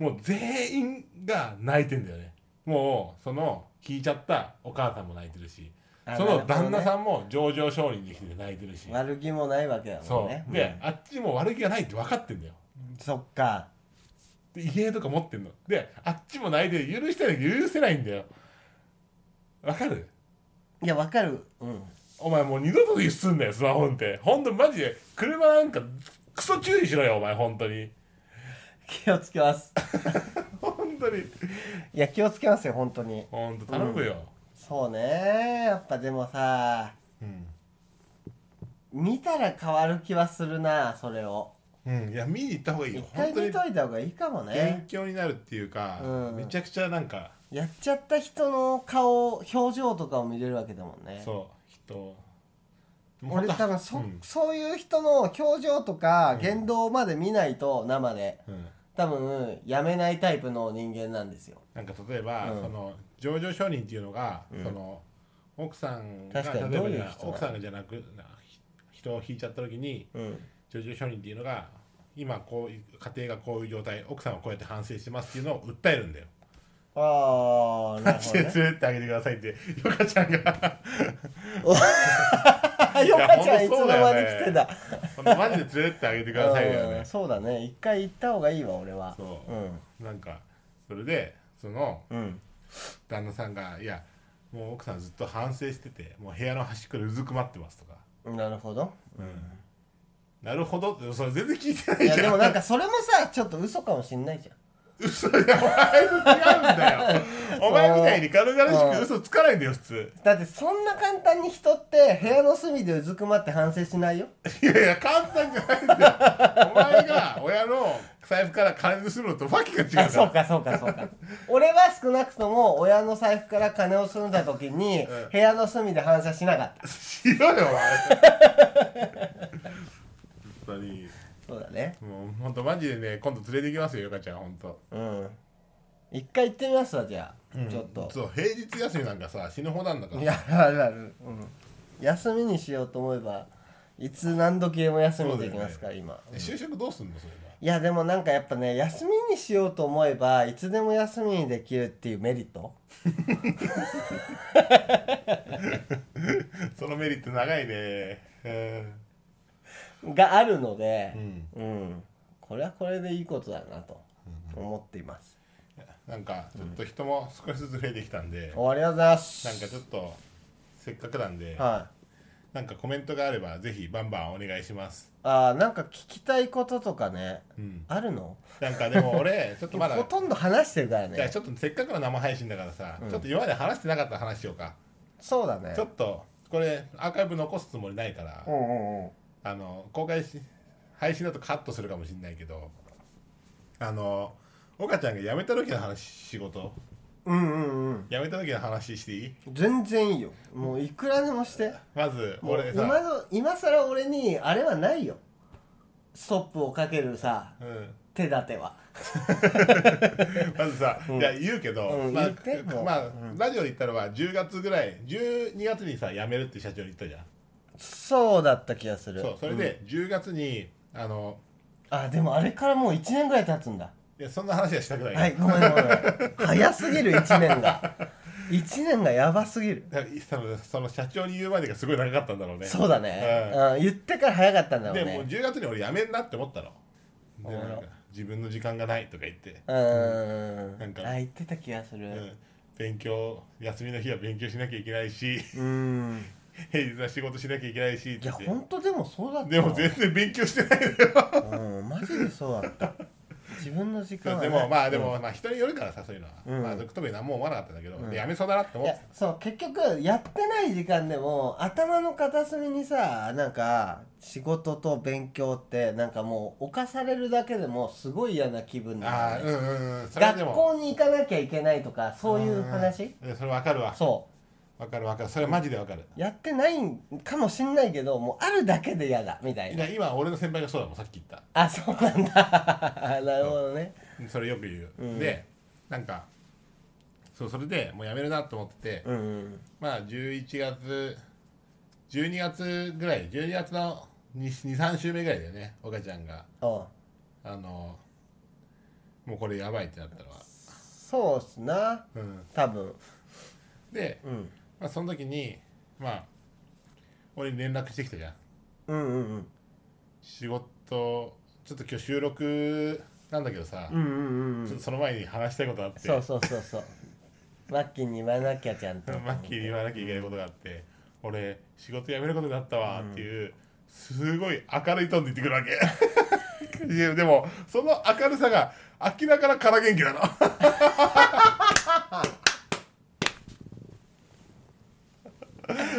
S1: もう全員が泣いてんだよねもうその引いちゃったお母さんも泣いてるし
S2: あ
S1: そ
S2: なる
S1: の
S2: ほどね
S1: 旦那さんも情状証人できてて泣いてるし
S2: 悪気もないわけだも
S1: そ
S2: ん
S1: う
S2: ね
S1: で、あっちも悪気がないって分かってんだよ
S2: うんそっか
S1: で遺影とか持ってんのであっちも泣いてる許したいんだけど許せないんだよ分かる
S2: いやわかるうん
S1: お前もう二度とすんだよスマホ運転ほんとマジで車なんかクソ注意しろよお前本当に
S2: 気をつけます
S1: 本当に
S2: いや気をつけますよ本当に
S1: 本当頼むよ、
S2: そうねやっぱでもさ
S1: うん
S2: 見たら変わる気はするなそれを
S1: うん、いや見に行った方がいい
S2: 一
S1: よ
S2: 回
S1: 本当
S2: 見
S1: に
S2: といた方がいいかも
S1: 勉
S2: ね
S1: 強になるっていうか、
S2: うん
S1: めちゃくちゃなんか
S2: やっちゃった人の顔表情とかを見れるわけだもんね
S1: そう人
S2: 俺多分そ,、
S1: うん
S2: そういう人の表情とか言動まで見ないと生で
S1: うん、
S2: 多分やめないタイプの人間なんですよ
S1: なんか例えば、
S2: うん
S1: その情状証人っていうのが、
S2: うん
S1: その奥さんが
S2: 確かに
S1: 例えば
S2: どうい
S1: じ
S2: う
S1: ゃあ
S2: 人なの
S1: 奥さんがじゃなくなひ人を引いちゃった時に
S2: うん
S1: 情状証人っていうのが今こういう家庭がこういう状態奥さんはこうやって反省してますっていうのを訴えるんだよ
S2: ああな るほど、
S1: 連れ
S2: ね、
S1: てってあげてくださいってヨカちゃんが
S2: ヨカちゃんいつ
S1: ほんとそ
S2: の
S1: うだよ
S2: 間
S1: ね
S2: に来てた
S1: マジで連れてってあげてくださいだよ
S2: うん
S1: ね
S2: そうだね一回行った方がいいわ俺は
S1: そう
S2: うん
S1: なんかそれでその
S2: うん
S1: 旦那さんが「いやもう奥さんずっと反省しててもう部屋の端っこでうずくまってます」とか
S2: なるほど
S1: 「うんなるほど」ってそれ全然聞いて ないい
S2: や
S1: じ
S2: で
S1: ゃん
S2: もなんかそれもさちょっと嘘かもしんないじゃん
S1: 嘘いやお前と違うんだよお前みたいに軽々しく嘘つかないんだよ普通
S2: だってそんな簡単に人って部屋の隅でうずくまって反省しないよ
S1: いやいや簡単じゃないんだよお前が親の財布から金盗むのとわけが違うから
S2: あそうかそうかそうか 俺は少なくとも親の財布から金を盗んだ時に
S1: うん
S2: 部屋の隅で反射しなかった
S1: しろよお前本当に
S2: そうだね
S1: もう本当マジでね今度連れてきますよゆかちゃん本当
S2: うん一回行ってみますわじゃあ、ちょっと
S1: そう平日休みなんかさ死ぬほどなんだから
S2: いやあるある、うん、休みにしようと思えばいつ何時でも休みできますから、今
S1: え就職どうすんのそれ
S2: いやでもなんかやっぱね休みにしようと思えばいつでも休みにできるっていうメリット
S1: がそのメリット長いねうん
S2: があるので
S1: う、ん
S2: うん、これはこれでいいことだなと思っています。
S1: なんかちょっと人も少しずつ増えてきたんで、
S2: おありがとうございます。
S1: なんかちょっとせっかくなんで、
S2: はい。
S1: なんかコメントがあればぜひバンバンお願いします
S2: あーなんか聞きたいこととかね、
S1: うん
S2: あるの？
S1: なんかでも 俺ちょっとまだ
S2: ほとんど話してるから
S1: じゃあ
S2: ね
S1: ち。ょっとせっかくの生配信だからさ、ちょっと今まで話してなかった話しようか
S2: そうだね
S1: ちょ。っとこれアーカイブ残すつもりないから、
S2: うんうんうん。
S1: あの公開し配信だとカットするかもしれないけどあの岡ちゃんが辞めた時の話仕事
S2: うんうんうん。
S1: 辞めた時の話していい
S2: 全然いいよ。もういくらでもして。
S1: まず
S2: もう
S1: 俺
S2: 今
S1: さ、
S2: の今更俺にあれはないよ。ストップをかけるさ
S1: うん、
S2: 手立ては。
S1: まずさ、いや言うけど、
S2: うん
S1: まあ
S2: 言ってもう
S1: まあラジオで言ったのは10月ぐらい12月にさ辞めるって社長に言ったじゃん
S2: そうだった気がする。
S1: そうそれ
S2: うん
S1: で10月にあの
S2: あでもあれからもう1年ぐらい経つんだ。
S1: いやそんな話はしたくないよ、
S2: はい、ごめんごめん。早すぎる1年が。1年がやばすぎる。
S1: だから多分その社長に言うまでがすごい長かったんだろうね
S2: そうだね、うん言ってから早かったんだろう
S1: でもう
S2: ね。
S1: 10月に俺辞めんなって思ったので
S2: うん
S1: なんか自分の時間がないとか言って、
S2: うーん
S1: なんか
S2: あ、言ってた気がする。
S1: うん勉強休みの日は勉強しなきゃいけないし
S2: うーん。
S1: 平日は仕事しなきゃいけないしっ
S2: い
S1: て
S2: や、ほんとでもそうだった。
S1: でも全然勉強してないのよ
S2: うん、マジでそうだった。自分の時間は、
S1: で
S2: ね。
S1: もまあでも、まあ人によるからさそういうのは、
S2: うん
S1: まあ特に何も思わなかったんだけど、でやめそうだなって
S2: い
S1: 思って
S2: やそう結局やってない時間でも頭の片隅にさなんか仕事と勉強ってなんかもう犯されるだけでもすごい嫌な気分
S1: たあ
S2: な
S1: あ
S2: の
S1: う
S2: ね、
S1: んうんうんそれはで
S2: 学
S1: も
S2: 校に行かなきゃいけないとかそういう話、
S1: うんそれわかるわ
S2: そ
S1: わかるわかるそれマジでわかる
S2: うやってないんかもしんないけどもうあるだけで嫌だみたい
S1: い
S2: な
S1: や今俺の先輩がそうだもんさっき言った
S2: あそうなんだ なるほどね
S1: それよく言う、でなんかそうそれでもうやめるなと思ってて、
S2: うんうん
S1: まあ11月12月ぐらい12月の23週目ぐらいだよね岡ちゃんが
S2: おう
S1: あのもうこれやばいってなったのは、
S2: そうっすな
S1: うん、
S2: 多分
S1: で、
S2: うん
S1: まあ、その時にまあ俺に連絡してきたじゃん
S2: うんうんうん
S1: 仕事ちょっと今日収録なんだけどさ、
S2: うんうんうんうん
S1: ちょっとその前に話したいことあって
S2: そうそうそうそう。マッキーに言わなきゃちゃん と。
S1: マッキーに言わなきゃいけないことがあって、俺仕事辞めることになったわっていう、すごい明るいトーンで言ってくるわけ いやでもその明るさが明らかなから元気なの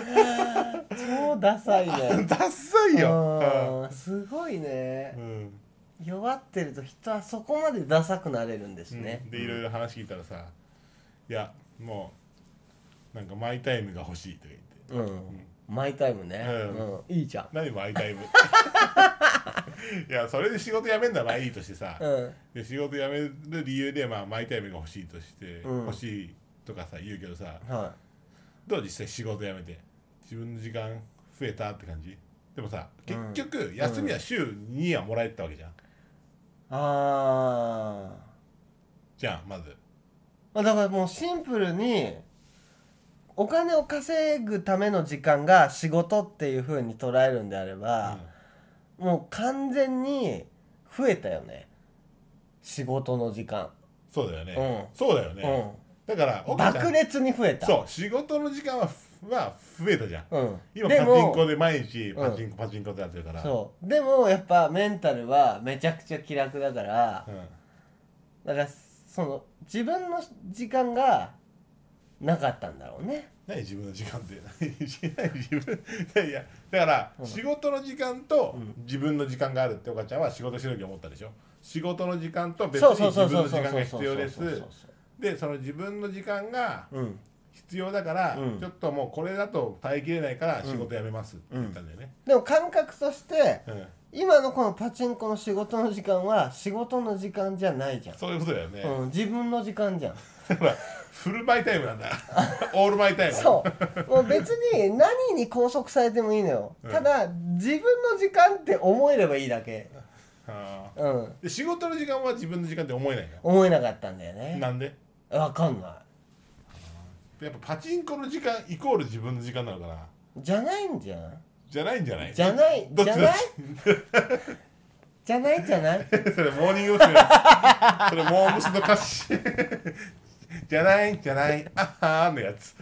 S2: 超ダサいね。
S1: ダッサいよ、
S2: うんすごいね
S1: う。ん
S2: 弱ってると人はそこまでダサくなれるんです
S1: うん
S2: ね。
S1: でいろいろ話聞いたらさ「いやもうなんかマイタイムが欲しい」とか言って
S2: うん。マイタイムね。
S1: うん
S2: うんいいじゃん
S1: 「何マイタイム」 いやそれで仕事辞めんならいいとしてさ、。
S2: うん。
S1: で仕事辞める理由で、まあ、マイタイムが欲しいとして、
S2: うん
S1: 欲しいとかさ言うけどさ
S2: は
S1: どう実際仕事辞めて自分の時間増えたって感じでもさ結局休みは週にはもらえてたわけじゃん、
S2: い。ああ
S1: じゃんまず
S2: まあだからもうシンプルにお金を稼ぐための時間が仕事っていう風に捉えるんであれば、もう完全に増えたよね仕事の時間、
S1: そうだよね、そうだよね、だから
S2: うん
S1: 奥ちゃん
S2: 爆裂に増えた
S1: そう仕事の時間はは増えたじゃん
S2: う、ん、
S1: 今
S2: で
S1: パチン
S2: も
S1: コで毎日
S2: うん
S1: パチンコパチンコってやってるから
S2: そうでもやっぱメンタルはめちゃくちゃ気楽だから
S1: うん
S2: だからその自分の時間がなかったんだろうね
S1: 何自分の時間って何しない自分いやいやだから仕事の時間と自分の時間があるってお母ちゃんは仕事してる時思ったでしょ仕事の時間と別に
S2: そうそう
S1: 自
S2: そう
S1: 分
S2: そ
S1: の
S2: う
S1: 時
S2: そ
S1: 間が
S2: うそうそう
S1: 必要です
S2: そう
S1: でその自分の時間が
S2: うん
S1: 必要だから、
S2: うん
S1: ちょっともうこれだと耐えきれないから仕事辞めますって
S2: うん
S1: 言ったんだよね、
S2: でも感覚として
S1: うん
S2: 今のこのパチンコの仕事の時間は仕事の時間じゃないじゃん、
S1: そういうことだよね、
S2: うん、自分の時間じゃん
S1: だからフルマイタイム なんだオールマイタイム
S2: そうもう別に何に拘束されてもいいのよ、
S1: うん
S2: ただ自分の時間って思えればいいだけ
S1: あー
S2: うん
S1: で仕事の時間は自分の時間って思えないの
S2: 思えなかったんだよね
S1: なんで
S2: わかんな
S1: やっぱパチンコの時間イコール自分の時間なのかない
S2: じゃないんじゃん
S1: じゃないんじゃない
S2: じゃない
S1: どっち
S2: じゃ
S1: どっ
S2: ない
S1: ち
S2: じゃないじゃない
S1: それモーニング 娘。それモームスの歌詞 じゃないじゃないあはーのやつ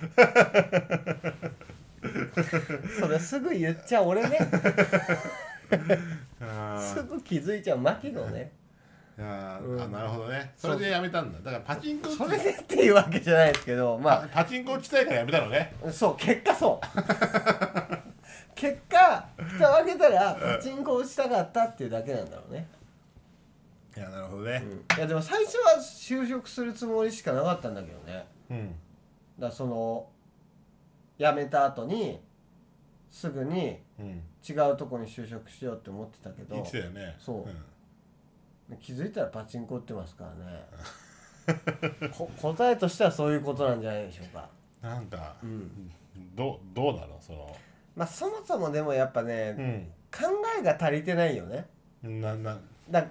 S2: それすぐ言っちゃう俺ね
S1: あ
S2: すぐ気づいちゃう牧野ね
S1: ーあー、
S2: うん
S1: あなるほどねそ
S2: そう
S1: れでやめたんだだからパチンコ
S2: それでっていうわけじゃないですけどまあ
S1: あ パチンコ打ちたいからやめたのね
S2: そう結果そう 結果蓋を開けたらパチンコをしたかったっていうだけなんだろうね、
S1: いやなるほどね
S2: いやでも最初は就職するつもりしかなかったんだけどね
S1: うん、
S2: だからその辞めた後にすぐに
S1: うん
S2: 違うとこに就職しようって思ってたけ
S1: 言
S2: ど
S1: ってたよね
S2: そうん気づいたらパチンコ打ってますからねこ答えとしてはそういうことなんじゃないでしょうか
S1: なんか、
S2: ん
S1: どうどうなのその
S2: まあそもそもでもやっぱね、
S1: う
S2: 考えが足りてないよね
S1: んなな
S2: だ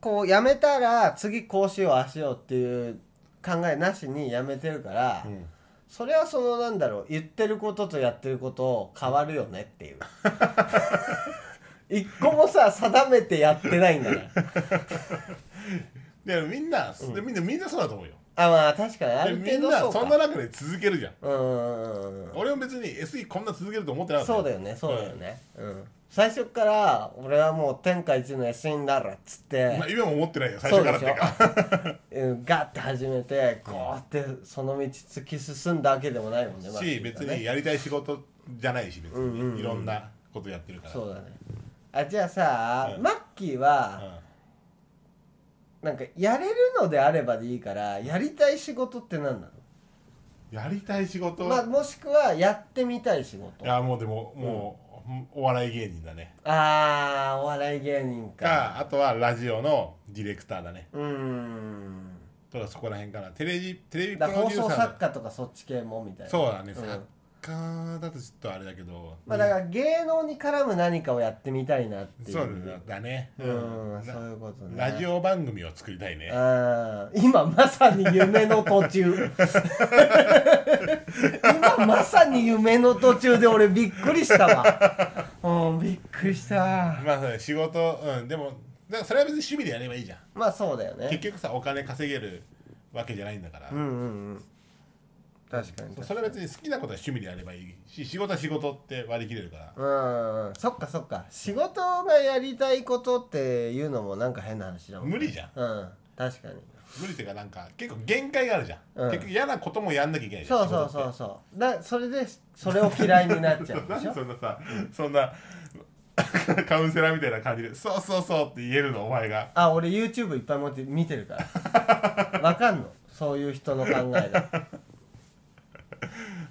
S2: こうやめたら次こうしようああしようっていう考えなしにやめてるから、
S1: うん
S2: それはそのなんだろう言ってることとやってること変わるよねっていう 一個もさ定めてやってないんだから
S1: でみんな、でみんなみんなそうだと思うよ
S2: あまあ確かにあ
S1: で
S2: る
S1: み
S2: 程
S1: ん
S2: 度そ
S1: な
S2: う
S1: そ
S2: か
S1: んな中で続けるじゃん
S2: うんうんうんうん
S1: 俺も別に SE こんな続けると思ってなかった
S2: そうだよねそうだよね、うん、最初から俺はもう天下一の野心だろっつって、
S1: まあ、今も思ってないよ最初からっていうか
S2: うん、ガッて始めてこうやってその道突き進んだわけ でもないもんねまあ
S1: し別にやりたい仕事じゃないし別に、
S2: うんうんうん
S1: いろんなことやってるから
S2: そうだねあじゃあさ、
S1: うん
S2: マッキーは、なんかやれるのであればでいいからやりたい仕事って何なの、
S1: うんやりたい仕事、
S2: まあ、もしくはやってみたい仕事
S1: いやもうでももう、お笑い芸人だね
S2: あーお笑い芸人か
S1: かあとはラジオのディレクターだね
S2: うーん
S1: とかそこら辺かなテレビテレビプロ
S2: だ
S1: デ
S2: から放
S1: ューサ
S2: 送
S1: ー
S2: 作家とかそっち系もみたいな
S1: そうだね、
S2: ん
S1: サッカーだとちょっとあれだけど、
S2: まあ、だから芸能に絡む何かをやってみたいなっていう
S1: そうだね、
S2: うん、
S1: ラ
S2: そういうことね
S1: ラジオ番組を作りたいね
S2: あー今まさに夢の途 中今まさに夢の途中で俺びっくりしたわうんびっくりした
S1: まあそうね仕事うんでもだからそれは別に趣味でやればいいじゃん
S2: まあそうだよね
S1: 結局さお金稼げるわけじゃないんだから、
S2: うんうんうん確かに
S1: それは別に好きなことは趣味でやればいいし仕事は仕事って割り切れるから、
S2: うんうんそっかそっか仕事がやりたいことっていうのもなんか変な話だもん
S1: 無理じゃん
S2: うん確かに
S1: 無理っていうかなんか結構限界があるじゃん、
S2: うん
S1: 結局嫌なこともやんなきゃいけないじゃん
S2: そうそうそうそうだそれでそれを嫌いになっちゃうでし
S1: 何
S2: ょ
S1: そんなさ、そんな カウンセラーみたいな感じで「そうそうそう」って言えるのお前が
S2: あ俺 YouTube いっぱい持って見て るからわかんのそういう人の考えだ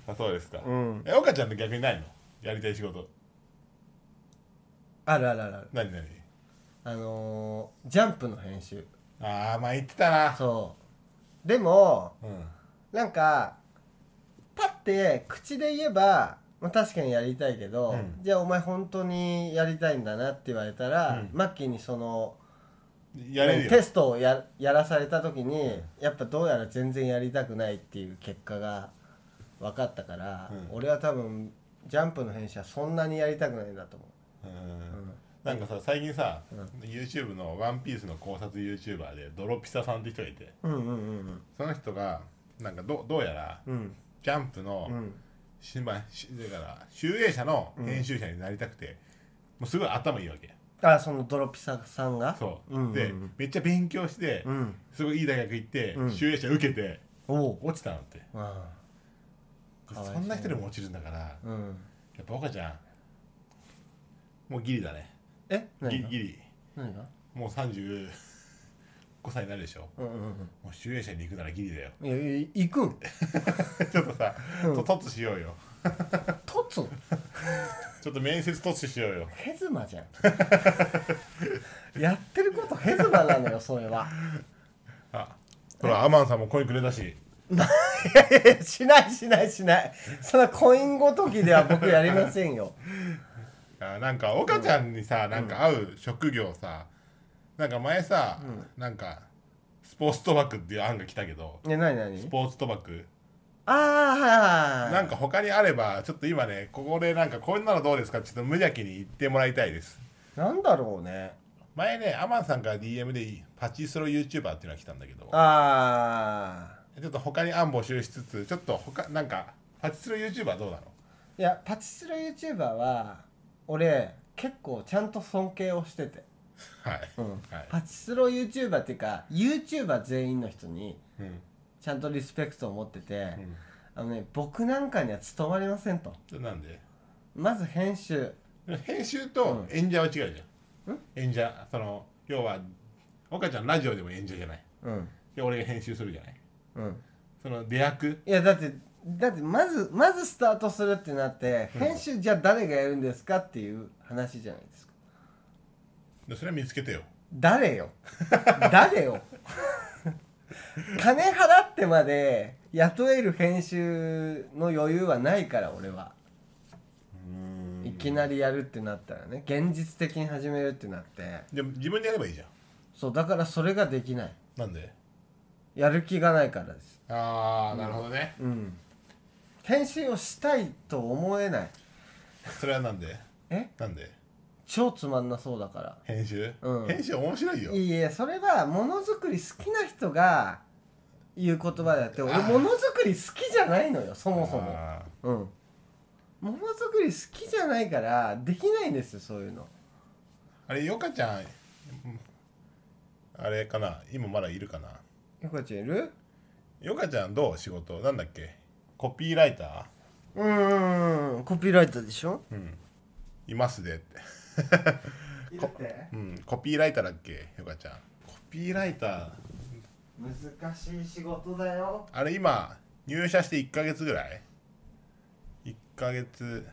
S1: あそうですか、
S2: ん
S1: え岡ちゃんって逆にないのやりたい仕事
S2: あるあるあるある
S1: 何何
S2: あのー、ジャンプの編集
S1: ああまあ言ってたな
S2: そうでも
S1: うん
S2: なんかパッて口で言えば、まあ、確かにやりたいけど、
S1: うん
S2: じゃあお前本当にやりたいんだなって言われたら、
S1: うん
S2: マッキーにその
S1: やれるよ
S2: テストをややらされた時にやっぱどうやら全然やりたくないっていう結果が分かったから、俺は多分ジャンプの編集はそんなにやりたくないんだと思う
S1: うんなんかさ最近さ、YouTube の「ワンピースの考察 YouTuber でドロピサさんって人がいて
S2: うんうんうん
S1: その人がなんかどどうやら
S2: うんうん
S1: ジャンプの、
S2: ん
S1: しましだから集英社の編集者になりたくて、もうすごい頭いいわけ
S2: あそのドロピサさんが
S1: そう,、
S2: うんうんうん
S1: でめっちゃ勉強して、
S2: うん
S1: すごいいい大学行って、
S2: うん
S1: 集英社受けて
S2: おう
S1: 落ちたのって
S2: あかわいそう
S1: そんな人でも落ちるんだからや
S2: あうん
S1: っぱ岡ちゃんもうギリだね
S2: え
S1: ギ
S2: 何
S1: リ
S2: が
S1: ギリ
S2: 何が
S1: もう35歳になるでしょ
S2: うんうん
S1: もう集英社に行くならギリだよ
S2: うんいやいや行くん
S1: ちょっとさ、
S2: うん
S1: と突しようよ
S2: 凸
S1: ちょっと面接突しようよ
S2: ヘズマ じゃんやってることヘズマなのよそれは
S1: あほらアマンさんも声くれたし
S2: いやいやいやしないしないしないそんなコインごときでは僕やりませんよ
S1: あなんか岡ちゃんにさ、なんか合う職業さなんか前さ、なんかスポーツ賭博っていう案が来たけど
S2: ねなになに
S1: スポーツ賭博
S2: ああはいはいはい
S1: なんか他にあればちょっと今ねここでなんかこんなのどうですかちょっと無邪気に言ってもらいたいです
S2: なんだろうね
S1: 前ねアマンさんから DM でパチスロ YouTuber っていうのが来たんだけど
S2: ああ
S1: ちょっと他に案募集しつつちょっと他なんかパチスロ YouTuber どうなの
S2: いやパチスロ YouTuber は俺結構ちゃんと尊敬をしてて、
S1: はい、はい
S2: パチスロ YouTuber っていうか YouTuber 全員の人に
S1: うん
S2: ちゃんとリスペクトを持ってて、
S1: うん
S2: あのね僕なんかには務まりませんと
S1: それなんで
S2: まず編集
S1: 編集と演者は違うじゃん、演者その要は岡ちゃんラジオでも演者じゃない
S2: うん
S1: で俺が編集するじゃない
S2: うん
S1: その出役
S2: いやだってだってまずまずスタートするってなって編集じゃあ誰がやるんですかっていう話じゃないですか
S1: でそれは見つけてよ
S2: 誰よ 誰よ 金払ってまで雇える編集の余裕はないから俺は
S1: うん
S2: いきなりやるってなったらね現実的に始めるってなって
S1: でも自分でやればいいじゃん
S2: そうだからそれができない
S1: なんで
S2: やる気がないからです
S1: ああなるほどね、
S2: うん編集をしたいと思えない
S1: それはなんで
S2: え
S1: なんで
S2: 超つまんなそうだから
S1: 編集、
S2: うん
S1: 編集面白いよ
S2: いやいやそれはものづくり好きな人が言う言葉であって俺
S1: あー
S2: ものづくり好きじゃないのよそもそも
S1: あ
S2: うんものづくり好きじゃないからできないんですよそういうの
S1: ーあれよかちゃんうんあれかな今まだいるかな
S2: ゆかちゃんいる
S1: よかちゃんどう仕事なんだっけコピーライター
S2: うーんコピーライターでしょ
S1: いますでって
S2: いるって
S1: うん、コピーライターだっけよかちゃんコピーライター
S2: 難しい仕事だよ
S1: あれ今入社して1ヶ月ぐらい1ヶ月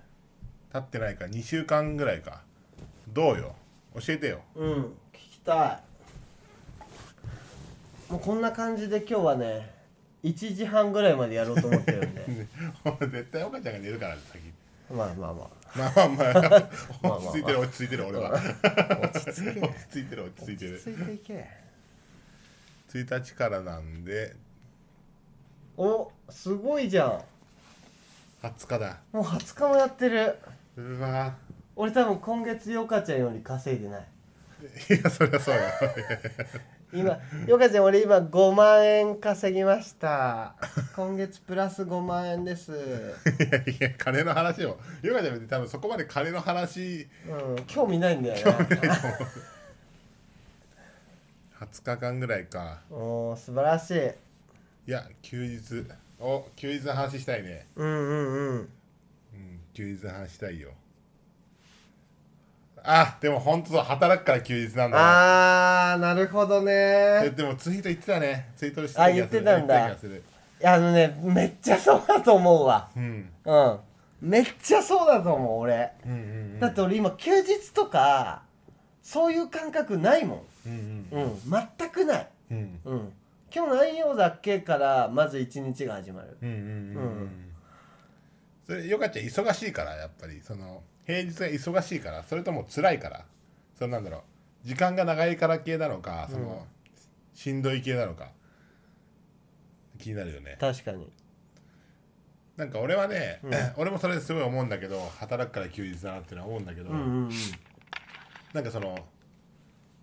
S1: 経ってないか2週間ぐらいかどうよ教えてよ
S2: うん聞きたいもうこんな感じで今日はね1時半ぐらいまでやろうと思ってる んで
S1: ね絶対岡ちゃんが寝るから先
S2: まあまあまあ
S1: まあまあま
S2: まあ
S1: あ落ち着いてる落ち着いてる俺は
S2: 落ち着け
S1: 落ち着いてる落ち着いてる
S2: 落ち着いていけ
S1: 1日からなんで
S2: おすごいじゃん
S1: 20日だ
S2: もう20日もやってる
S1: うわ
S2: 俺多分今月ヨカちゃんより稼いでない
S1: いやそりゃそうだ
S2: 今ヨカちゃん俺今5万円稼ぎました今月プラス5万円です
S1: いやいや金の話をよかちゃん別に多分そこまで金の話
S2: うん興味ないんだよね
S1: 20日間ぐらいか
S2: おー素晴らしい
S1: いや休日お休日の話したいね
S2: うんうんうん
S1: うん休日の話したいよあでも本当そう働くから休日なんだ
S2: あーなるほど
S1: なで
S2: ね
S1: でもツイート言ってたねツイートして
S2: あ
S1: た気がする
S2: 言ってたん
S1: 言
S2: だ
S1: ってた気がする
S2: いやあのねめっちゃそうだと思うわ
S1: うん
S2: うんめっちゃそうだと思う俺
S1: うんうん
S2: だって俺今休日とかそういう感覚ないも
S1: うんうん
S2: ん、うん、全くない、
S1: うんうん
S2: うん、今日何曜だっけからまず一日が始まる
S1: うんうんうんう
S2: うん
S1: それよかちゃん忙しいからやっぱりその平日が忙しいからそれとも辛いからそのなんだろう時間が長いから系なのかその、
S2: うん
S1: しんどい系なのか気になるよね
S2: 確かに
S1: なんか俺はね、
S2: うん
S1: 俺もそれすごい思うんだけど働くから休日だなっていうのは思うんだけど、
S2: うんうんうん
S1: なんかその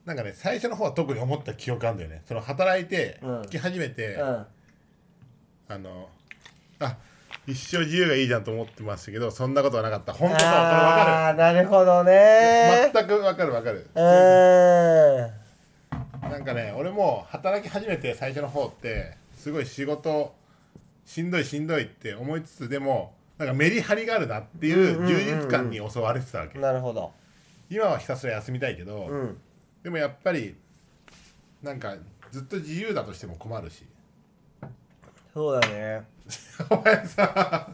S1: なんかね最初の方は特に思った記憶あるんだよねその働いて
S2: うん
S1: 聞き始めて、
S2: うん
S1: あのあ一生自由がいいじゃんと思ってましたけどそんなことはなかった本当そうこれ分か
S2: あーなるほど
S1: る
S2: ね
S1: 全く分かる分かる
S2: うーん
S1: なんかね俺も働き始めて最初の方ってすごい仕事しんどいしんどいって思いつつでもなんかメリハリがあるなっていう
S2: うんうんうんうん
S1: 充実感に襲われてたわけ、
S2: なるほど
S1: 今はひたすら休みたいけど、
S2: うん
S1: でもやっぱりなんかずっと自由だとしても困るし
S2: そうだね
S1: お前さ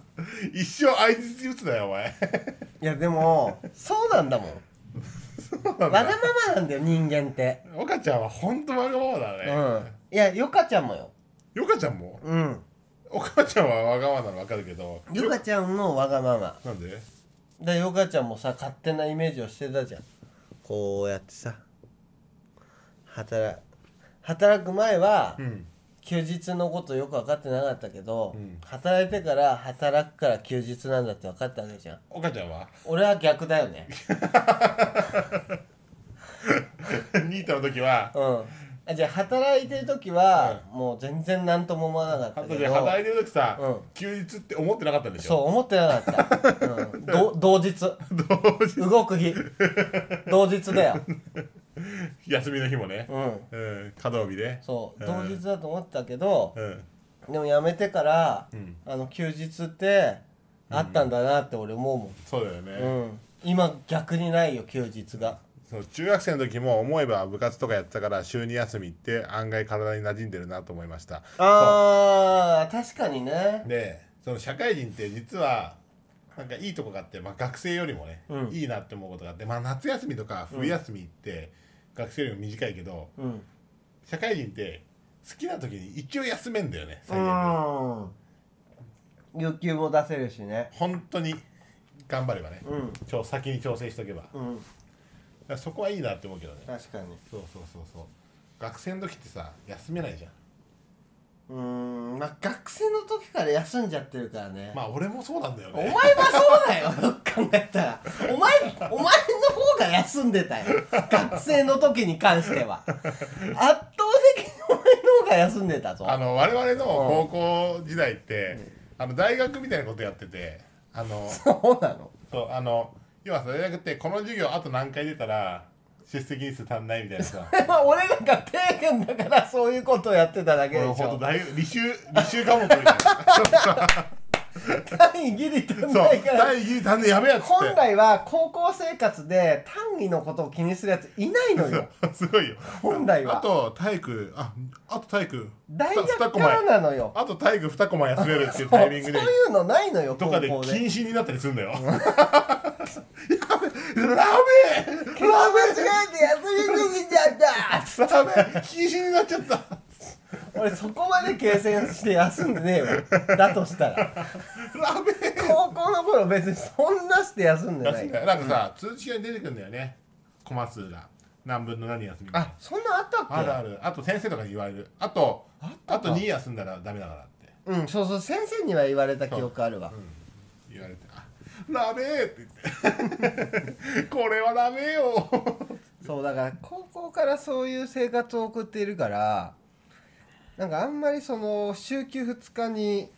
S1: 一生相槌打つなよお前
S2: いやでもそうなんだもん わがままなんだよ人間って
S1: 岡ちゃんは本当わがままだ
S2: う
S1: ね、
S2: んいやよかちゃんもよ
S1: よかちゃんも
S2: うん
S1: 岡ちゃんはわがままなの分かるけど
S2: よかちゃんのわがまま
S1: なんで
S2: だよかちゃんもさ勝手なイメージをしてたじゃんこうやってさ働働く前は、
S1: うん
S2: 休日のことよく分かってなかったけど、
S1: うん
S2: 働いてから働くから休日なんだって分かったわけじゃん
S1: 岡ちゃんは
S2: 俺は逆だよね
S1: ニートの時は
S2: うんあじゃあ働いてる時は、もう全然何とも思わなかったけど
S1: 働いてる時さ、
S2: うん
S1: 休日って思ってなかったんでし
S2: そう
S1: ょ
S2: 思ってなかった、うん、 ど同日
S1: どうし
S2: 動く日同日だ よ、
S1: 休みの日もね、
S2: うん、
S1: うん、稼働日で
S2: そ
S1: う
S2: う
S1: ん
S2: 同日だと思ってたけど、
S1: うん
S2: でも辞めてから、
S1: うん
S2: あの休日ってあったんだなって俺思うもん
S1: そうだよね、
S2: うん、今逆にないよ休日が
S1: そう中学生の時も思えば部活とかやってたから週に休みって案外体に馴染んでるなと思いました
S2: あー確かにね
S1: でその社会人って実はなんかいいとこがあって、まあ、学生よりもね、
S2: うん
S1: いいなって思うことがあって、まあ、夏休みとか冬休みって学生よりも短いけど、
S2: うんうん
S1: 社会人って好きな時に一応休めんだよね最悪
S2: 有給も出せるしね
S1: 本当に頑張ればね、
S2: うん
S1: ちょ先に調整しとけばだか
S2: うん
S1: らそこはいいなって思うけどね
S2: 確かに
S1: そうそうそうそう学生の時ってさ休めないじゃん
S2: うーんまあ学生の時から休んじゃってるからね、
S1: まあ俺もそうなんだよ
S2: お前
S1: ね
S2: はそうだよよく考えたらお前お前の方が休んでたよ学生の時に関しては圧倒的にお前の方が休んでたぞ
S1: あの我々の高校時代って、あの大学みたいなことやっててあの
S2: そうなの
S1: そうあの要はさ大学ってこの授業あと何回出たら出席日数足んないみたいなさ
S2: これは俺らが提言だからそう いうことをやってただけで
S1: 俺
S2: しょ
S1: ほんと大学履修履修科目みたいな
S2: 単位ギリ足ん
S1: そ
S2: ないか
S1: う
S2: ら
S1: 第1位足んねえやべえやつって
S2: 本来は高校生活で単位のことを気にするやついないのよ
S1: すごいよ
S2: 本来は
S1: あと体育ああと体育
S2: 大
S1: ふた
S2: 学
S1: コ
S2: か
S1: マ
S2: らなのよ
S1: あと体育2コマ休めるっていう
S2: そう
S1: タ
S2: そ
S1: イ
S2: う
S1: ミン
S2: い
S1: グで
S2: うのないのよ
S1: と
S2: 高
S1: かで
S2: 校
S1: 禁
S2: で
S1: 止になったりするんだよ やべえ
S2: 結構間違えて休みすぎちゃった
S1: ラーメン禁止になっちゃった
S2: 俺そこまで計算して休んでねえわだとしたら
S1: ラーメン
S2: 高校の頃別にそんなして休んでな
S1: 確
S2: い
S1: かになんかさ、通知表に出てくるんだよねコマ数が何分の何休み
S2: あ
S1: あ
S2: そんなあったっけ
S1: あるあるあと先生とかに言われるあとあと2休んだらダメだからって
S2: うんそうそう先生には言われた記憶あるわ
S1: 言われて「あダメ!」って言 って「これはダメよ
S2: そうだから高校からそういう生活を送っているからなんかあんまりその週休2日に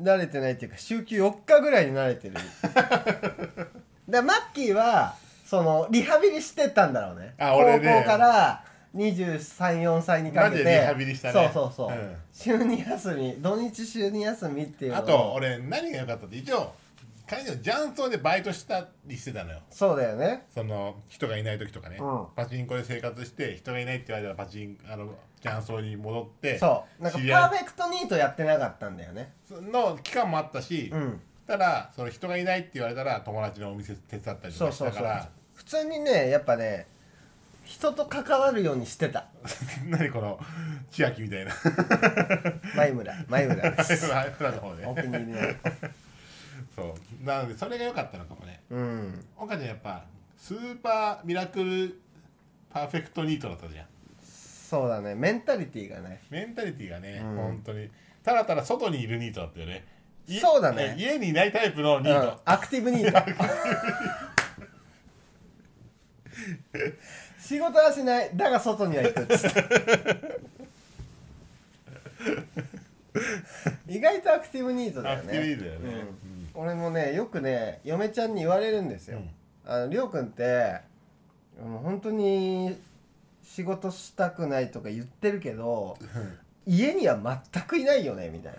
S2: 慣れてないっていうか週休4日ぐらいに慣れて るだからマッキーはそのリハビリしてたんだろうね
S1: あ俺ね
S2: 高校から234歳にかけ
S1: マジ
S2: て
S1: でリハビリしたね
S2: そうそうそう、
S1: うん
S2: 週2休み土日週2休みっていう」のを
S1: あと俺何が良かったって一応彼女ジャンソーでバイトしたりしてたのよ
S2: そうだよね
S1: その人がいない時とかね、
S2: うん
S1: パチンコで生活して人がいないって言われたらパチンあのジャンソーに戻って
S2: そうなんか
S1: 知
S2: パ
S1: り合い
S2: ーフェクトニートやってなかったんだよね
S1: の期間もあったし、
S2: うん
S1: ただその人がいないって言われたら友達のお店手伝ったりと
S2: そう
S1: かし
S2: そう
S1: た
S2: そ
S1: か
S2: う
S1: ら
S2: 普通にねやっぱね人と関わるようにしてた
S1: 何この千秋みたい な
S2: 前村前村で
S1: あ
S2: す
S1: れプラの方
S2: お気
S1: ね
S2: に入りの
S1: そうなのでそれが良かったのかもね
S2: うん
S1: 岡ちゃんやっぱスーパーミラクルパーフェクトニートだったじゃん
S2: そうだねメンタリティーがね
S1: メンタリティがね、
S2: うん
S1: 本当にただただ外にいるニートだったよねい
S2: そうだね
S1: え家にいないタイプのニー
S2: うん
S1: ト、
S2: アクティブニート 仕事はしないだが外には行 くっつって意外とアクティブニートだ
S1: ア
S2: よ
S1: ク
S2: ね
S1: ティブニートだよね、
S2: 俺もねよくね嫁ちゃんに言われるんですよ、あのりょうくんってもう本当に仕事したくないとか言ってるけど家には全くいないよねみたい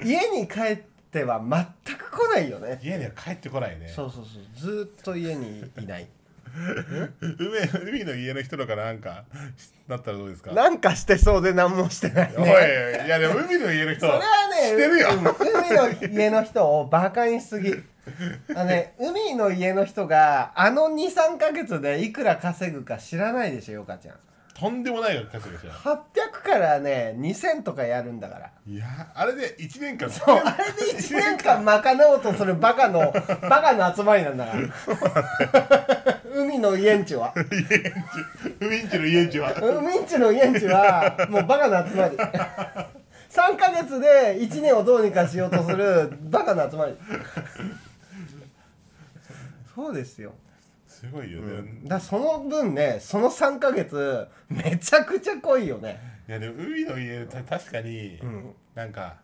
S2: な 家に帰っては全く来ないよね
S1: 家には帰ってこないね
S2: そうそうそうずーっと家にいない
S1: 海海の家の人とかなんかだったらどうですか
S2: なんかしてそうで何もしてない、ね、
S1: おいおいいやでも海の家の人
S2: それはね
S1: してるよ
S2: うん海の家の人をバカにし すぎあのね海の家の人があの23か月でいくら稼ぐか知らないでしょよかちゃん
S1: とんでもない額稼ぎでしょ
S2: 800からね2000とかやるんだから
S1: いやあれで1年間
S2: そうあれで1年間賄おうとするバカ のバカの集まりなんだから海の家んちは
S1: 海んちの家んちは
S2: 海んちの家んちはもうバカの集まり3か月で1年をどうにかしようとするバカの集まりそうですよ
S1: すごいよね、い
S2: だその分ねその3か月めちゃくちゃ濃いよね
S1: やでも海の家た確かに、なんか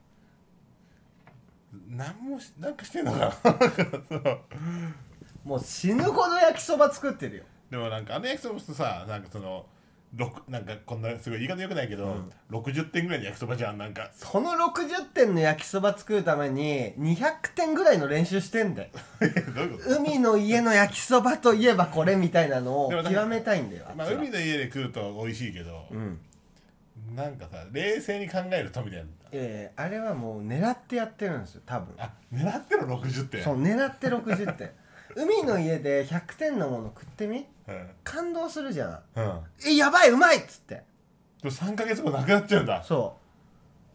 S1: なんもしなんかしてんのかな
S2: もう死ぬほど焼きそば作ってるよ
S1: でもなんかあの焼きそばとさなんかそのろくなんかこんなすごい言い方よくないけど、60点ぐらいの焼きそばじゃんなんか
S2: その60点の焼きそば作るために200点ぐらいの練習してんだよ
S1: どういうこと
S2: 海の家の焼きそばといえばこれみたいなのを
S1: でもなんか
S2: 極めたいんだよ
S1: まあ、
S2: あいつら
S1: 海の家で食うと美味しいけど、
S2: うん
S1: なんかさ冷静に考えるとみたいな
S2: えーあれはもう狙ってやってるんですよ多分
S1: あ狙ってるの60点
S2: そう狙って60点海の家で100点のもの食ってみ
S1: うん、
S2: 感動するじゃん
S1: うん、
S2: えやばいうまいっつって
S1: でも3か月後なくなっちゃうんだ
S2: そ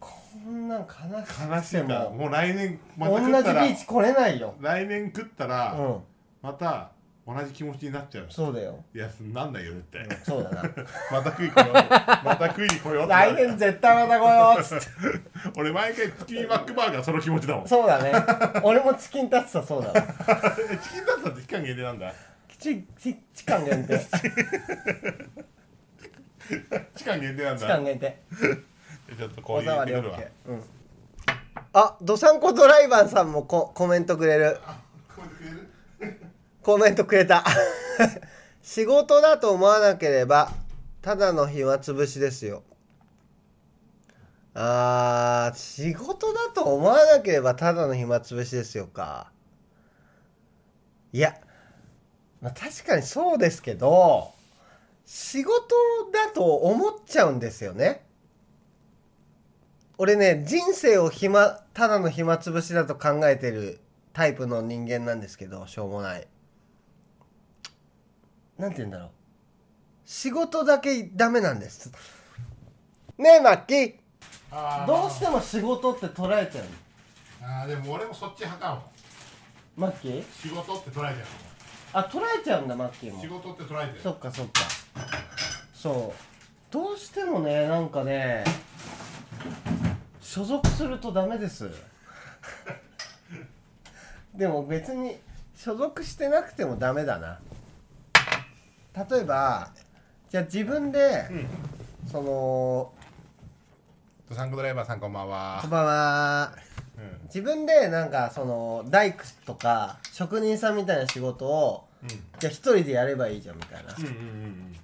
S2: うこんなん悲し
S1: 悲
S2: く
S1: していな
S2: も
S1: もう来年ま
S2: 同
S1: た
S2: じビ
S1: 食ったら
S2: ーチ来れないよ
S1: 来年食った
S2: う
S1: ら、
S2: ん
S1: また同じ気持ちになっちゃう
S2: そうだよ
S1: いやなんないよ絶対、
S2: そうだな
S1: また食いに来ようまた食いに来ようって
S2: 来年絶対また来ようっつって
S1: 俺毎回月見マックバーガーその気持ちだ もんチ
S2: そうだね俺もチキンタツタそうだわ
S1: キンタツタって期間限定なんだ
S2: チチ期間限定
S1: 期間限定なん
S2: 期間
S1: だ
S2: 限定
S1: ちょっとこ
S2: 小
S1: う入
S2: 沢
S1: れて
S2: 亮
S1: くるわ
S2: 介うんあどさんこドライバーさんもココメントくれる
S1: これくれる
S2: コメントくれた 仕事だと思わなければただの暇つぶしですよあー仕事だと思わなければただの暇つぶしですよかいや、まあ、確かにそうですけど仕事だと思っちゃうんですよね俺ね人生を暇ただの暇つぶしだと考えてるタイプの人間なんですけどしょうもないなんて言うんだろう仕事だけダメなんですねえマッキー
S1: あー
S2: どうしても仕事って捉えちゃうの
S1: あーでも俺もそっち派かも
S2: マッキー
S1: 仕事って捉えてる
S2: あ捉えちゃうんだマッキーも
S1: 仕事って捉えてる
S2: そっかそっかそうどうしてもねなんかね所属するとダメです でも別に所属してなくてもダメだな例えばじゃあ自分で、その
S1: サンコドライバーさんこんばんは
S2: こんばんは
S1: うん
S2: 自分でなんかその大工とか職人さんみたいな仕事をじゃあ一人でやればいいじゃんみたいな
S1: うんうんうん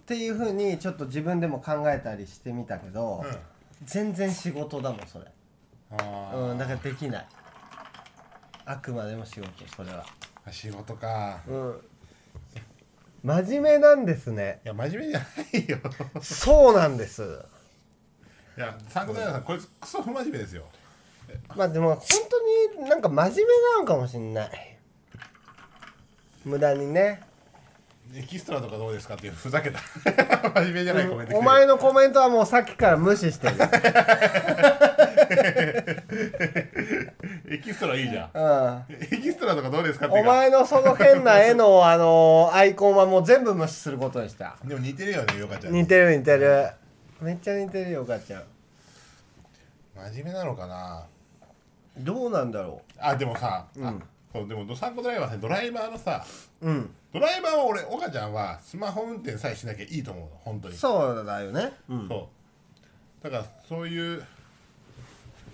S2: っていうふうにちょっと自分でも考えたりしてみたけど、
S1: うん
S2: 全然仕事だもんそれ
S1: あー
S2: うんだからできないあくまでも仕事それは
S1: あ仕事か
S2: うん真面目なんですね
S1: いや真面目じゃないよ
S2: そうなんです
S1: いやサンコドライバーさんこいつクソ不真面目ですよ
S2: まあでも本当になんか真面目なのかもしんない無駄にね
S1: エキストラとかどうですかっていうふざけた 真面目じゃないコメント来てる
S2: お前のコメントはもう さっきから無視してる
S1: エエキストラいいじゃん
S2: うん
S1: エキストラとかどうですかってい
S2: お
S1: うか
S2: 前のその変な絵のあのアイコンはもう全部無視することにした
S1: でも似てるよねよかちゃん
S2: 似てる似てるめっちゃ似てるよお母ちゃん
S1: 真面目なのかな
S2: どうなんだろ
S1: あでもさ、
S2: うん
S1: あそうでもドサンコドライバーさドライバーのさ
S2: ううん
S1: ドライバーは俺岡ちゃんはスマホ運転さえしなきゃいいと思うの本当に
S2: そうだよねうん
S1: そうだからそういう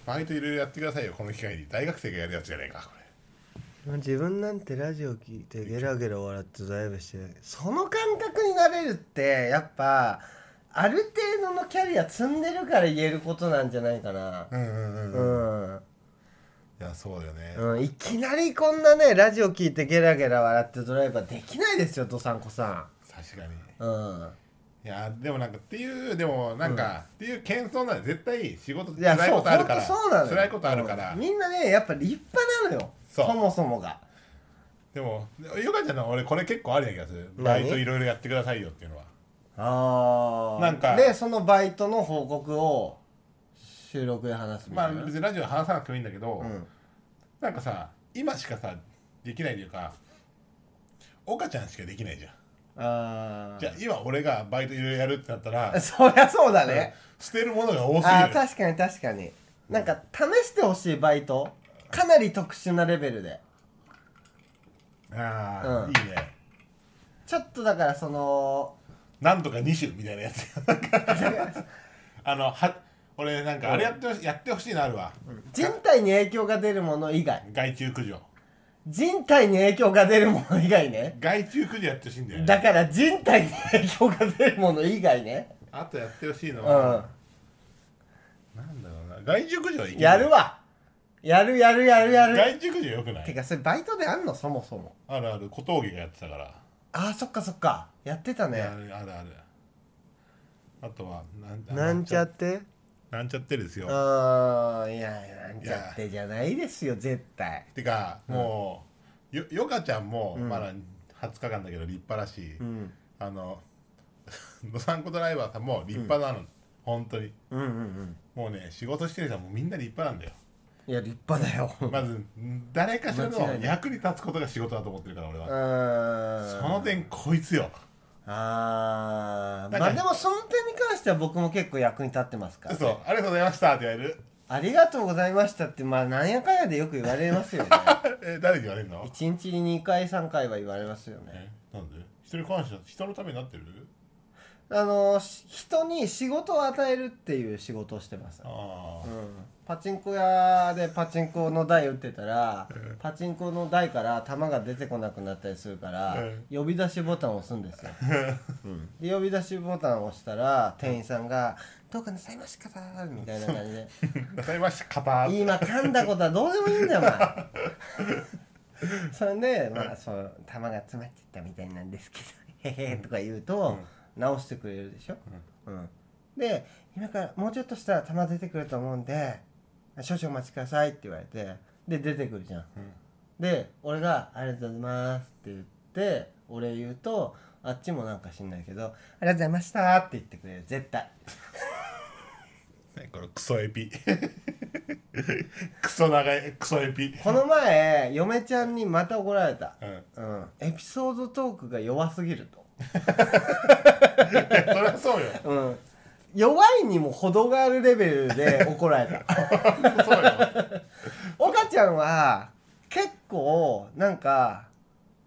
S1: バイトいろいろやってくださいよこの機会に大学生がやるやつじゃねえかこ
S2: 自分なんてラジオ聞いてゲラゲラ笑ってドライブしてその感覚になれるってやっぱある程度のキャリア積んでるから言えることなんじゃないかな
S1: れうんうんうん、
S2: う
S1: い
S2: ん、
S1: やそうだよね、
S2: うん、いきなりこんなねラジオ聞いてゲラゲラ笑ってドライバーできないですよどさんこさ
S1: 確かに
S2: んうん
S1: いやでもなんかっていうでもなんか、っていう謙遜なの絶対仕事
S2: いや
S1: 辛い
S2: そう
S1: ことあるから
S2: 本当そうなのよ
S1: 辛いことあるから、
S2: うんみんなねやっぱ立派なのよ
S1: そ
S2: そうもそもが
S1: でもよかちゃんの俺これ結構あるや気がする
S2: 何
S1: バイトいろいろやってくださいよっていうのは
S2: あ
S1: ーなんか
S2: でそのバイトの報告を収録で話すみ
S1: ま
S2: た
S1: あ
S2: いな、
S1: 別にラジオで話さなくてもいいんだけど、
S2: うん
S1: なんかさ今しかさできないというか岡ちゃんしかできないじゃん
S2: あ
S1: じゃあ今俺がバイトいろいろやるってなったら
S2: あそりゃそうだね、
S1: 捨てるものが多すぎ
S2: ああ
S1: る
S2: 確かに確かになんか試してほしいバイトかなり特殊なレベルで
S1: ああ、
S2: う
S1: い
S2: ん
S1: いね
S2: ちょっとだからその
S1: なんとか2種みたいなや つあのは俺なんかあれやってほし,、やってほしいのあるわ、
S2: 人体に影響が出るもの以外
S1: 害虫駆除
S2: 人体に影響が出るもの以外ね
S1: 害虫駆除やってほしいんだよね
S2: だから人体に影響が出るもの以外ね
S1: あとやってほしいの
S2: うん
S1: は、なんだろうな害虫駆除はいける
S2: やるわやるやるやるやる
S1: 害虫駆除よくな
S2: て
S1: い
S2: かそれバイトであんのそもそも
S1: あるある小峠がやってたから
S2: あーそっかそっかやってたね
S1: あるあるあるあとはなん
S2: なんちゃって
S1: なんちゃってですよ
S2: あーいやなんちゃってじゃないですよ絶対
S1: てかもう、よよかちゃんも
S2: ん
S1: まだ20日間だけど立派だし、
S2: うん
S1: あの ドサンコドライバーさんも立派なの、本当に
S2: うんうんうん
S1: もうね仕事してる人はもうみんな立派なんだよ
S2: いや立派だ よ
S1: まず誰かしら
S2: 間違
S1: の
S2: いない
S1: 役に立つことが仕事だと思ってるから俺
S2: う
S1: は
S2: ーん
S1: その点こいつよ
S2: あ
S1: だ
S2: ーま
S1: から
S2: あでもその点に関しては僕も結構役に立ってますから
S1: そうありがとうございましたって言われる
S2: ありがとうございましたってまあなんやかんやでよく言われますよね
S1: え誰に言われるの
S2: 一日に2回3回は言われますよね
S1: えなんで人に感謝人のためになってる
S2: あのし人に仕事を与えるっていう仕事をしてます、
S1: あ
S2: う
S1: あ、
S2: ん、パチンコ屋でパチンコの台打ってたらパチンコの台から玉が出てこなくなったりするから呼び出しボタンを押すんですよ、で呼び出しボタンを押したら店員さんが「どうかなさいましたか?」みたいな感じで
S1: なさいました方
S2: 「今噛んだことはどうでもいいんだよお前」それでまあそう玉が詰まっちゃったみたいなんですけど「へへ」とか言うと直してくれるでしょ、うん、で今からもうちょっとしたら玉出てくると思うんで少々お待ちくださいって言われてで出てくるじゃん、で俺が「ありがとうございます」って言って俺言うとあっちもなんか知んないけど「ありがとうございました」って言ってくれる絶対
S1: ねこのクソエピ クソ長いクソエピ
S2: この前嫁ちゃんにまた怒られた
S1: うん
S2: うん、エピソードトークが弱すぎると、
S1: そりゃそうよ
S2: うん、弱いにも程があるレベルで怒られた
S1: そうよ
S2: 岡ちゃんは結構なんか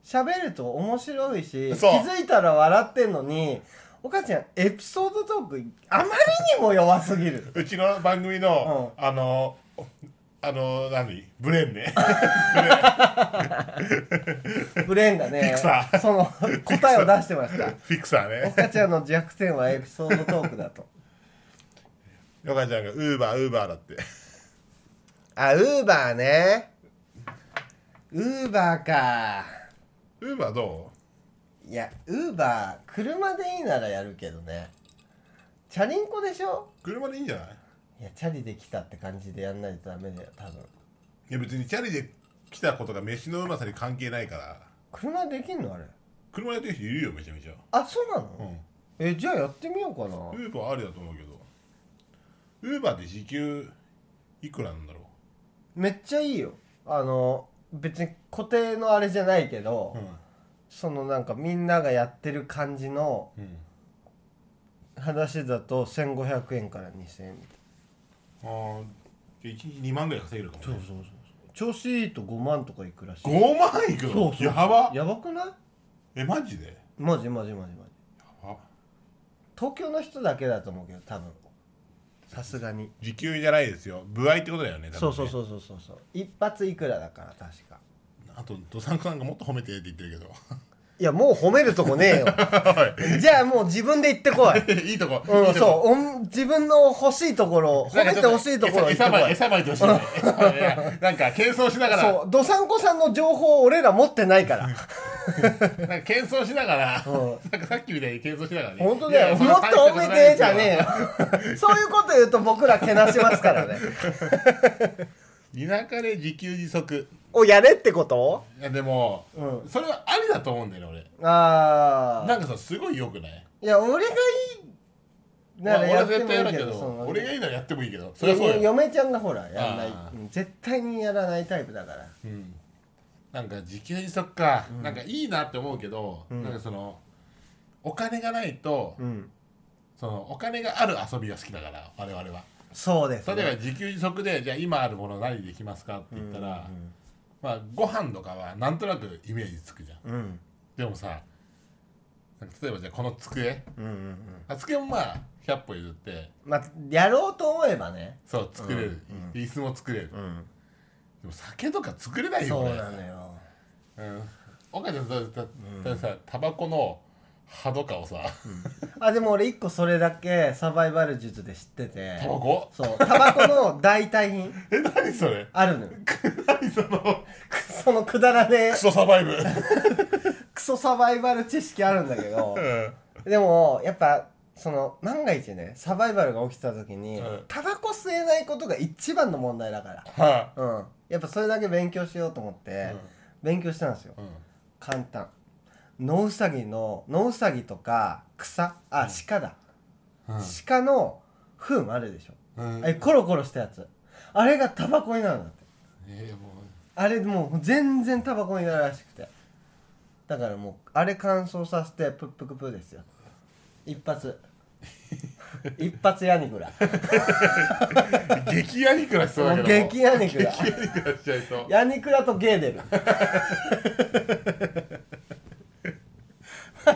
S2: 喋ると面白いし気
S1: そう
S2: づいたら笑ってんのに岡ちゃんエピソードトークあまりにも弱すぎる
S1: うちの番組の、あのあの何ブレーンね
S2: ブレーンがね
S1: ピクサー
S2: その答えを出してました
S1: フィクサーね
S2: 岡ちゃんの弱点はエピソードトークだと
S1: ヨカちゃんがウーバーウーバーだって
S2: あウーバーねウーバーか
S1: ウーバーど
S2: いやウーバー車でいいならやるけどねチャリンコでしょ
S1: う車でいいんじゃない
S2: いやチャリで来たって感じでやんないとダメだよ多分
S1: いや別にチャリで来たことが飯のうまさに関係ないから
S2: 車できんのあれ
S1: 車やってる人いるよめちゃめちゃ
S2: あそうな
S1: う
S2: の、
S1: ん
S2: えじゃあやってみようか
S1: ウ
S2: な
S1: ーバーありだと思うけどウーバーで時給いくらなんだろ
S2: めっちゃいいよ
S1: う
S2: あの別に固定のあれじゃないけど、そのなんかみんながやってる感じの
S1: うんうん
S2: 話だと1500円から2000円みたい
S1: あー1日2万ぐらい稼げるかも、ね、
S2: そうそう調子いいと5万とかいくらしい
S1: 5万いくの
S2: そうそう
S1: やば
S2: やばくない
S1: えマジで
S2: マジマジマジマジ
S1: あ
S2: 東京の人だけだと思うけど多分さすがに
S1: 時給じゃないですよ歩合ってことだよね
S2: そうそう
S1: う
S2: そうそうそうそう一発いくらだから確か
S1: あとどさんこさんがもっと褒めてって言ってるけど
S2: いやもう褒めるとこ ねえよじゃあもう自分で言ってこい
S1: いいとこ。
S2: うん、
S1: う。
S2: そうおん自分の欲しいところ褒めて欲しいところ言って
S1: 餌
S2: こ
S1: ば
S2: い
S1: い、餌ばいてほしいね。いやなんか、謙遜しながら、
S2: そうどさんこさんの情報を俺ら持ってないから
S1: なんか謙遜しながら、
S2: うん
S1: なんかさっきみたいに謙遜しながらね。
S2: 本当だよ
S1: いや
S2: もっと褒めてじゃね。
S1: い
S2: え よそういうこと言うと僕らけなしますからね
S1: や田舎で自給自足。
S2: をやれってこと
S1: いや、でも、
S2: うん
S1: それはありだと思うんだよね、
S2: あ
S1: 俺。
S2: あ
S1: なんかさ、すごい良くない
S2: いや俺がいいな
S1: まあ
S2: ら
S1: 俺
S2: や
S1: は
S2: って
S1: 絶
S2: も
S1: 対
S2: い
S1: やる
S2: いけ
S1: け
S2: どそ
S1: ど、
S2: の
S1: 俺がいいならやってもいいけど、そ
S2: い
S1: れ
S2: や
S1: はそうよ。
S2: 嫁ちゃんがほらやんない
S1: あ
S2: うん絶対にやらないタイプだから
S1: うんなんか自給自足か、なんかいいなって思うけど、
S2: うん
S1: なんかその、お金がないと、
S2: うん
S1: そのお金がある遊びが好きだから我々は
S2: そうです
S1: 例えば
S2: ね
S1: 自給自足でじゃあ今あるもの何できますかって言ったら、まあご飯とかはなんとなくイメージつくじゃん
S2: うんうん
S1: でもさなんか例えばじゃあこの机
S2: うんうんうん
S1: あ机もまあ100歩譲って
S2: まあやろうと思えばね
S1: そう作れる、
S2: うんうん
S1: 椅子も作れる、
S2: うん
S1: でも酒とか作れないよ
S2: そう
S1: 俺
S2: なのよ
S1: うん岡ちゃんだだだってさタバコの葉とかをさ、
S2: あでも俺一個それだけサバイバル術で知ってて
S1: タバコ
S2: そうタバコの代替品
S1: え何それ
S2: あるのよ
S1: 何その
S2: そのくだらねえ
S1: クソサバイブ、うん
S2: クソサバイバル知識あるんだけどでもやっぱその万が一ねサバイバルが起きた時に、
S1: うん
S2: タバコ吸えないことが一番の問題だか
S1: は
S2: ら、うん、やっぱそれだけ勉強しようと思って、
S1: うん
S2: 勉強したんですよ
S1: あ、うん
S2: 簡単ノウサギのノウサギとか草あ、鹿だ、鹿の糞あるでしょ、
S1: うん
S2: あれコロコロしたやつあれがタバコになるんだって
S1: えー、も
S2: あれもう全然タバコになるらしくてだからもうあれ乾燥させてプップクプですよ一 発一発ヤニクラ
S1: う激ヤニクラしそうだ
S2: も
S1: け
S2: う
S1: ど
S2: 激ヤニクラ
S1: 激ヤニクラしちゃいそう
S2: ヤニクラとゲーデル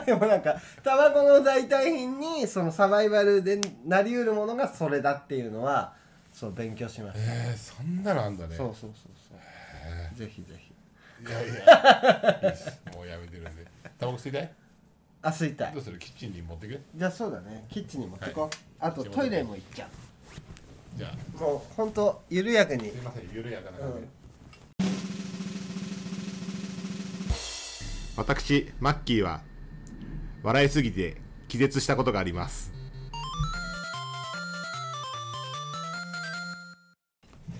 S2: でもなんかタバコの代替品にそのサバイバルでなりうるものがそれだっていうのはそう勉強しました、
S1: えー、そんなのあんだね
S2: そうそうそうそうぜひぜひ
S1: い やいやいいっすもうやめてるんでタバコ吸いたい
S2: あ吸いたい
S1: どうするキッチンに持ってく
S2: じゃあそうだねキッチンに持ってこ、
S1: は
S2: あとトイレも行っちゃ
S1: じゃあ
S2: うもうほんと緩やかに
S1: すいません緩やかな感じで、
S2: うん
S3: 私マッキーは笑いすぎて気絶したことがあります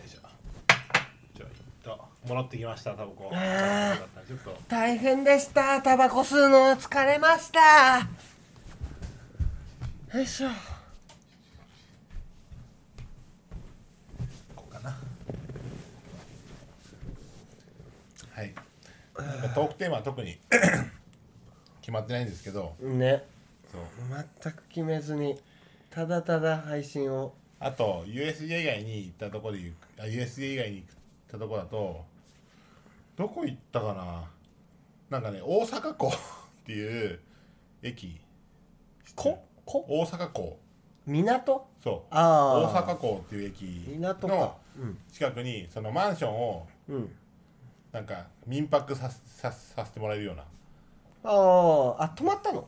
S1: じゃあともらってきましたタバコち
S2: ー
S1: ょっと
S2: 大変でしたタバコ吸うの疲れましたよいしょ
S1: こうかなはいなんかトークテーマは特に 決まってないんですけど
S2: ね
S1: そう
S2: 全く決めずにただただ配信を
S1: あと USJ 以外に行ったとこで行くあ USJ 以外に行ったとこだとどこ行ったかななんかね大阪港 っていう駅
S2: ここ
S1: 大阪港
S2: 港
S1: そう大
S2: ああ
S1: 阪港っていう駅
S2: 港
S1: の
S2: かうん
S1: 近くにそのマンションを
S2: うん
S1: なんか民泊さささせてもらえるような
S2: あーあ止まったの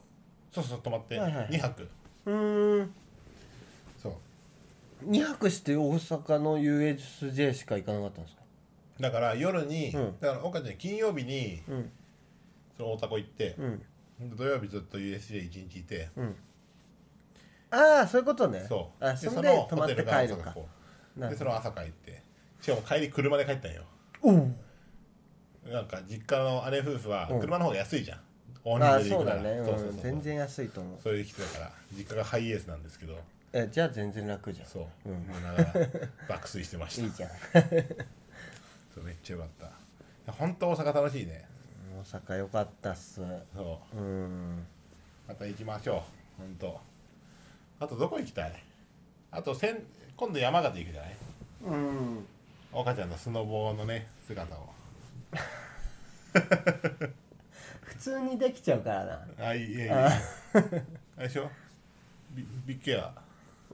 S1: そうそう泊まって
S2: はいはい
S1: 2泊
S2: うーん
S1: そう
S2: 2泊して大阪の USJ しか行かなかったんですか
S1: だから夜に、
S2: うん
S1: だから岡ちゃん金曜日に
S2: うん
S1: その大阪行って
S2: う、ん
S1: 土曜日ずっと USJ 一日いて、
S2: うんああそういうことね
S1: そう
S2: あ
S1: で
S2: それで泊まって帰る
S1: ホテルが
S2: か
S1: こう
S2: なる
S1: で
S2: ほ
S1: そ
S2: ど
S1: の朝帰ってしかも帰り車で帰ったんよ
S2: おう
S1: なんか実家の姉夫婦は
S2: うん
S1: 車の方が安いじゃん、大
S2: あ
S1: 人数で行
S2: あそう
S1: くな
S2: だ
S1: ら
S2: ね
S1: そうそう
S2: う
S1: そ
S2: ん
S1: う
S2: 全然安いと思う
S1: それで来てたから実家がハイエースなんですけど
S2: えじゃあ全然楽じゃん
S1: そう、
S2: うん
S1: もうだから爆睡してまし
S2: いい
S1: た
S2: じゃん
S1: そうめっちゃよかったいや本当大阪楽しいね
S2: 大阪良かったっす
S1: そう
S2: うん
S1: また行きましょう本当あとどこ行きたいあとせん今度山形行くじゃない
S2: うん
S1: 岡ちゃんのスノボーのね姿を
S2: 普通にできちゃうからな
S1: あいいえいえいえ
S2: あ
S1: あれでしょビビッグエア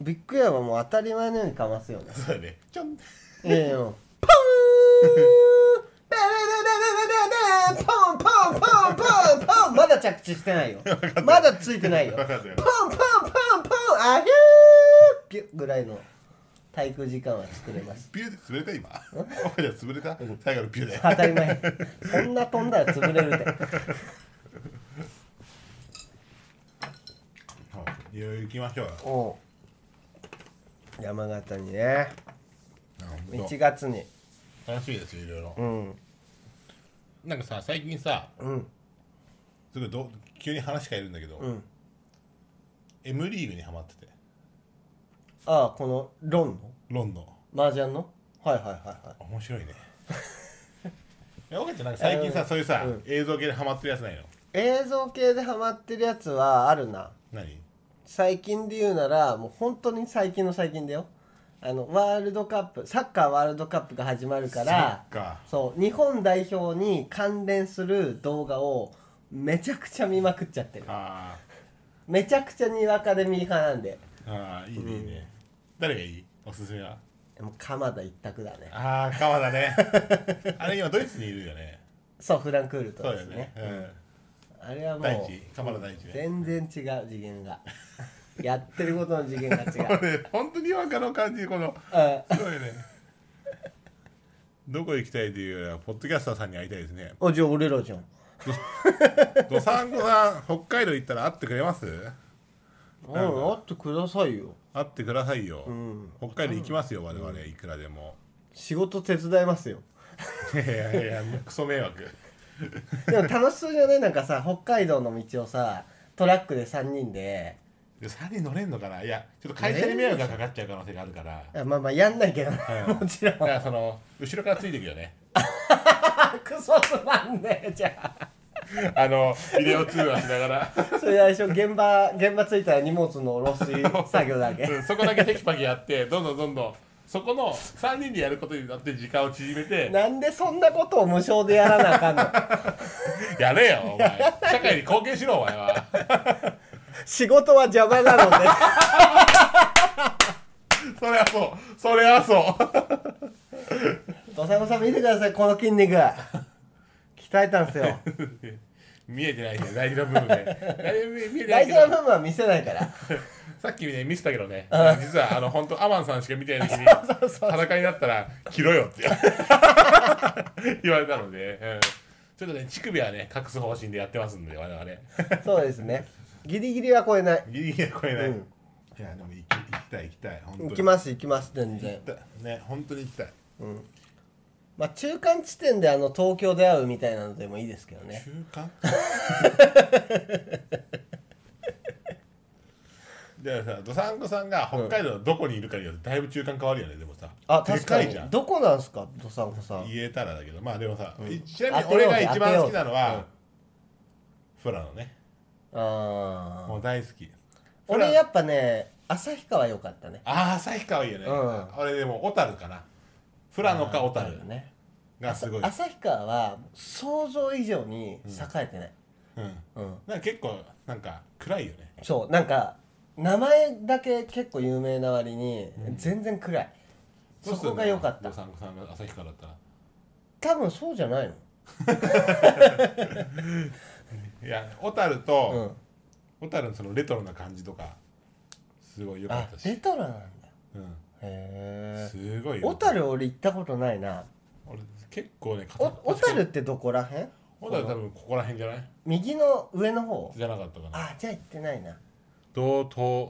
S2: ビッグエアはもう当たり前のようにかますよね
S1: そうやねちょん
S2: いやいやもうポーンベレレレレレレポンポンポンポンポンまだ着地してないよまだついてないよポ
S1: 分
S2: ン
S1: かったよ
S2: ポンポンポンあひゅーピュッぐらいの滞空時間は作れました
S1: ビューで潰れた今岡ちゃん潰れた最後のビューで
S2: 当たり前そんな飛んだら潰れるって
S1: そういろいろ行きましょうよ
S2: おう山形にね
S1: 本
S2: 1月に
S1: 当楽しいですよいろいろ
S2: うん
S1: なんかさ最近さ
S2: うん
S1: すごいど急に話変えるんだけど、
S2: うん
S1: M リーグにハマってて
S2: ああこのロンの
S1: ロンドン
S2: 麻雀のはいはいはいはい
S1: 面 白いねいや岡ちゃんなんか最近さそういうさ、
S2: うん
S1: 映像系でハマってるやつないの
S2: 映像系でハマってるやつはあるな
S1: 何
S2: 最近で言うならもう本当に最近の最近だよあのワールドカップサッカーワールドカップが始まるから
S1: サッカ
S2: そう日本代表に関連する動画をめちゃくちゃ見まくっちゃってる
S1: あ
S2: めちゃくちゃにわかでミーハーなんで
S1: ーあーいいねいいね、誰がいいおすすめは
S2: もう鎌田一択だね
S1: ああ川だ ねあれ今ドイツにいるよね
S2: そうフランクールと
S1: そう
S2: で
S1: だ
S2: す
S1: よ
S2: ね
S1: ね
S2: あれは
S1: うん
S2: も
S1: 大
S2: う
S1: 地鎌田大地ね
S2: 全然違う次元 がやってることの次元が違う
S1: これ本当に和歌の感じこの
S2: うん
S1: すごいねどこ行きたいというよりはポッドキャスターさんに会いたいですね
S2: あじゃあ俺らじゃん
S1: どさんこさん北海道行ったら会ってくれます
S2: うん会ってくださいよ
S1: 会ってくださいよ、
S2: ん
S1: 北海道行きますよ我々いくらでも、
S2: 仕事手伝いますよ
S1: いやいやいやクソ迷惑
S2: でも楽しそうじゃないなんかさ北海道の道をさトラックで3人で
S1: で3人乗れんのかないやちょっと会社に迷惑がかかっちゃう可能性があるから
S2: あまあまあやんないけど、ね
S1: うん
S2: もちろ
S1: だ
S2: ん
S1: からその後ろからついていくよね
S2: あクソつまんねえじゃ
S1: あのビデオ通話しながら
S2: あそれ最初現場現場着いたら荷物の卸す作業だけ
S1: うんそこだけテキパキやってどんどんどんどんそこの3人でやることになって時間を縮めて
S2: なんでそんなことを無償でやらなあかんの
S1: やれよお前社会に貢献しろお前は
S2: 仕事は邪魔な ので
S1: それはそうそれはそう
S2: 土佐山さん見てくださいこの筋 肉鍛えたんですよ
S1: 見えてないね大事な部分ね大事見えてない
S2: 大
S1: け
S2: 事
S1: ど
S2: な部分は見せないから
S1: さっきね見せたけどね実はあの本当アマンさんしか見てない時に裸になったら「着ろよ」って 言われたので、うんちょっとね乳首はね隠す方針でやってますんで我々
S2: そうですねギリギリは超えない
S1: ギリギリは超えない、
S2: うん
S1: いやでも行き行きたい行きたい本当に
S2: 行きます行きます全然
S1: 行きたいね本当に行きたい
S2: まあ中間地点であの東京で会うみたいなのでもいいですけどね
S1: 中 間じゃあさどさんこさんが北海道のどこにいるかによってだいぶ中間変わるよねでもさ
S2: あ確か
S1: でい
S2: に
S1: じゃん
S2: どこなんすかどさんこさん
S1: 言えたらだけどまあでもさ、
S2: ん
S1: ちなみ
S2: 当
S1: に
S2: てようぜ
S1: 俺が一番好きなの
S2: 当てよう
S1: は
S2: ぜ、
S1: 富良野ね
S2: あー
S1: もう大好き富良
S2: 俺
S1: 野
S2: やっぱね旭川良かったね
S1: ああ旭川いいよね、
S2: うん
S1: 俺でも小樽かな富良野か小
S2: あー
S1: 樽
S2: ね
S1: がすごい、
S2: 旭川は想像以上に栄えてない
S1: うん、
S2: うん
S1: なんか結構なんか暗いよね
S2: そうなんか名前だけ結構有名な割に全然暗い、そこが良かっ
S1: ど
S2: た
S1: うすんのどさんこさんが旭川だったら
S2: 多分そうじゃないの
S1: いや小樽
S2: う
S1: と
S2: ん
S1: 小樽、のそのレトロな感じとかすごい良か
S2: あ
S1: った
S2: レ
S1: し、
S2: トロなんだ
S1: うん、
S2: へえ
S1: すごいよ
S2: 小樽俺行ったことないな
S1: 俺結構ね片
S2: お
S1: っ端
S2: 小樽ってどこらへん
S1: 小樽多分ここら辺じゃない
S2: 右の上の方
S1: じゃなかったかな
S2: あじゃあ行ってないな
S1: 道東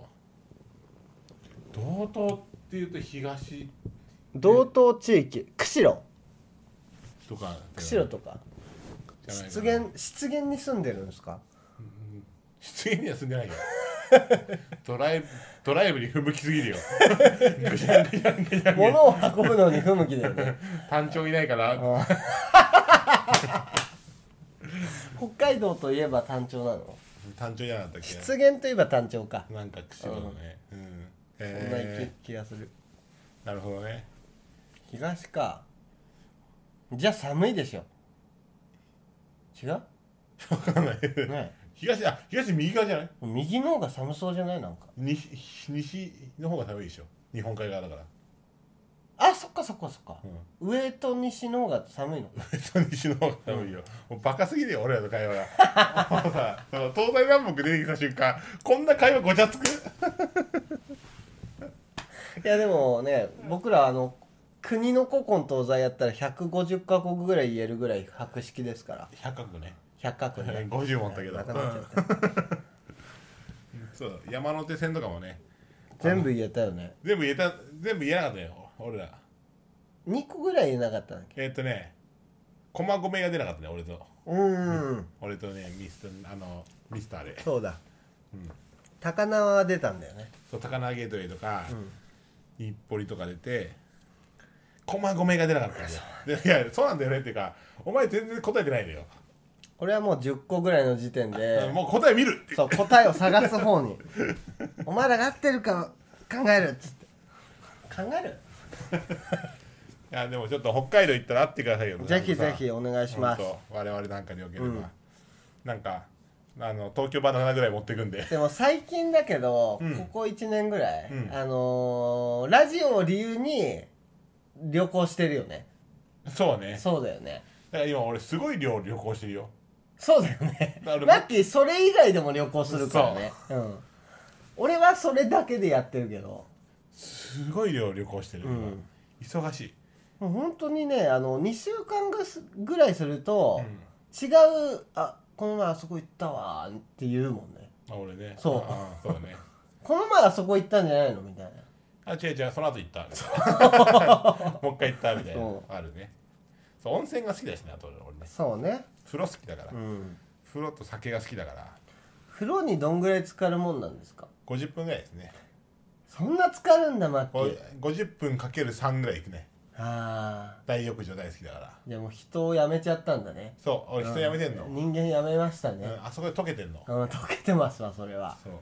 S1: 道東っていうと東
S2: 道東地域釧路
S1: とか
S2: 釧路とか
S1: じゃないか
S2: 湿
S1: な
S2: 原湿原に住んでるんですか
S1: 湿原には住んでないよドライブドライブに不向きすぎるよぐしゃんぐしゃんぐしゃんぐしゃん
S2: 物を運ぶのに不向きだ よね
S1: 単調いないから
S2: 北海道といえば単調なの
S1: 単調じゃなかったっけ
S2: 湿原といえば単調か
S1: なんか口のねうん
S2: そんな
S1: え
S2: 気がする
S1: ーなるほどね
S2: 東かじゃあ寒いでしょ違う
S1: わかんない
S2: ね
S1: 東あ東右側じゃない
S2: 右の方が寒そうじゃないなんか
S1: 西西の方が寒いでしょ日本海側だから
S2: あそっかそっかそっか、上と西の方が 寒いの
S1: 上と西の方が寒いよ、もうバカすぎるよ俺らの会話が もうさその東西南北出てきた瞬間こんな会話ごちゃつく
S2: いやでもね僕らあの国の古今東西やったら150カ国ぐらい言えるぐらい博識ですから
S1: 100角ね
S2: 100カ国ね
S1: 50問だけど、
S2: なくなっちゃった
S1: そう山手線とかもね
S2: 全部言えたよね
S1: 全部言えた全部言えなかったよ俺ら
S2: 2個ぐらい言えなかったんだっけ
S1: えーっとね駒込が出なかったね俺と
S2: うーん
S1: 俺とねミスあのミスターで
S2: そうだ、高輪は出たんだよね
S1: そう高輪ゲートウェイとか、日暮里とか出て駒込が出なかったんだよでいやそうなんだよねっていうかお前全然答えてないのよ、
S2: これはもう10個ぐらいの時点で
S1: もう答え見るって
S2: そう答えを探す方にお前らが合ってるか考えるっつって考える
S1: いやでもちょっと北海道行ったら会ってくださいよ
S2: ぜひぜ
S1: お
S2: ひお願いします
S1: 我々なんかにおければ、
S2: うん
S1: なんかあの東京バナナぐらい持ってくんで
S2: でも最近だけど、
S1: うん
S2: ここ1年ぐらい、
S1: うん
S2: あのーラジオを理由に旅行してるよね
S1: そうね
S2: そうだよね
S1: だから今俺すごい量旅行してるよ
S2: そうだよね
S1: だから
S2: ラッキーそれ以外でも旅行するからねうん俺はそれだけでやってるけど
S1: すごい量旅行してる、
S2: うん
S1: 今忙しい
S2: もう本当にねあの2週間ぐすぐらいすると、違うあこの前あそこ行ったわーって言うもんね
S1: あ俺ね
S2: そう
S1: ああそうだね
S2: この前あそこ行ったんじゃないのみたいな
S1: あ違う違うその後行ったみたい なもう一回行ったみたいな
S2: そう
S1: あるねそう温泉が好きだしねあと俺ね
S2: そうね
S1: 風呂好きだから、
S2: うん
S1: 風呂と酒が好きだから
S2: 風呂にどんぐらい浸かるもんなんですか
S1: 50分ぐらいですね
S2: そんな浸かるんだマッキ
S1: こ
S2: ー
S1: う50分かける3ぐらい行くね
S2: ああ
S1: 大浴場大好きだから
S2: じゃあもう人を辞めちゃったんだね
S1: そう俺人辞めてんの、
S2: 人間辞めました
S1: う
S2: ね
S1: んあそこで溶けてんの、
S2: うん溶けてますわそれは
S1: そう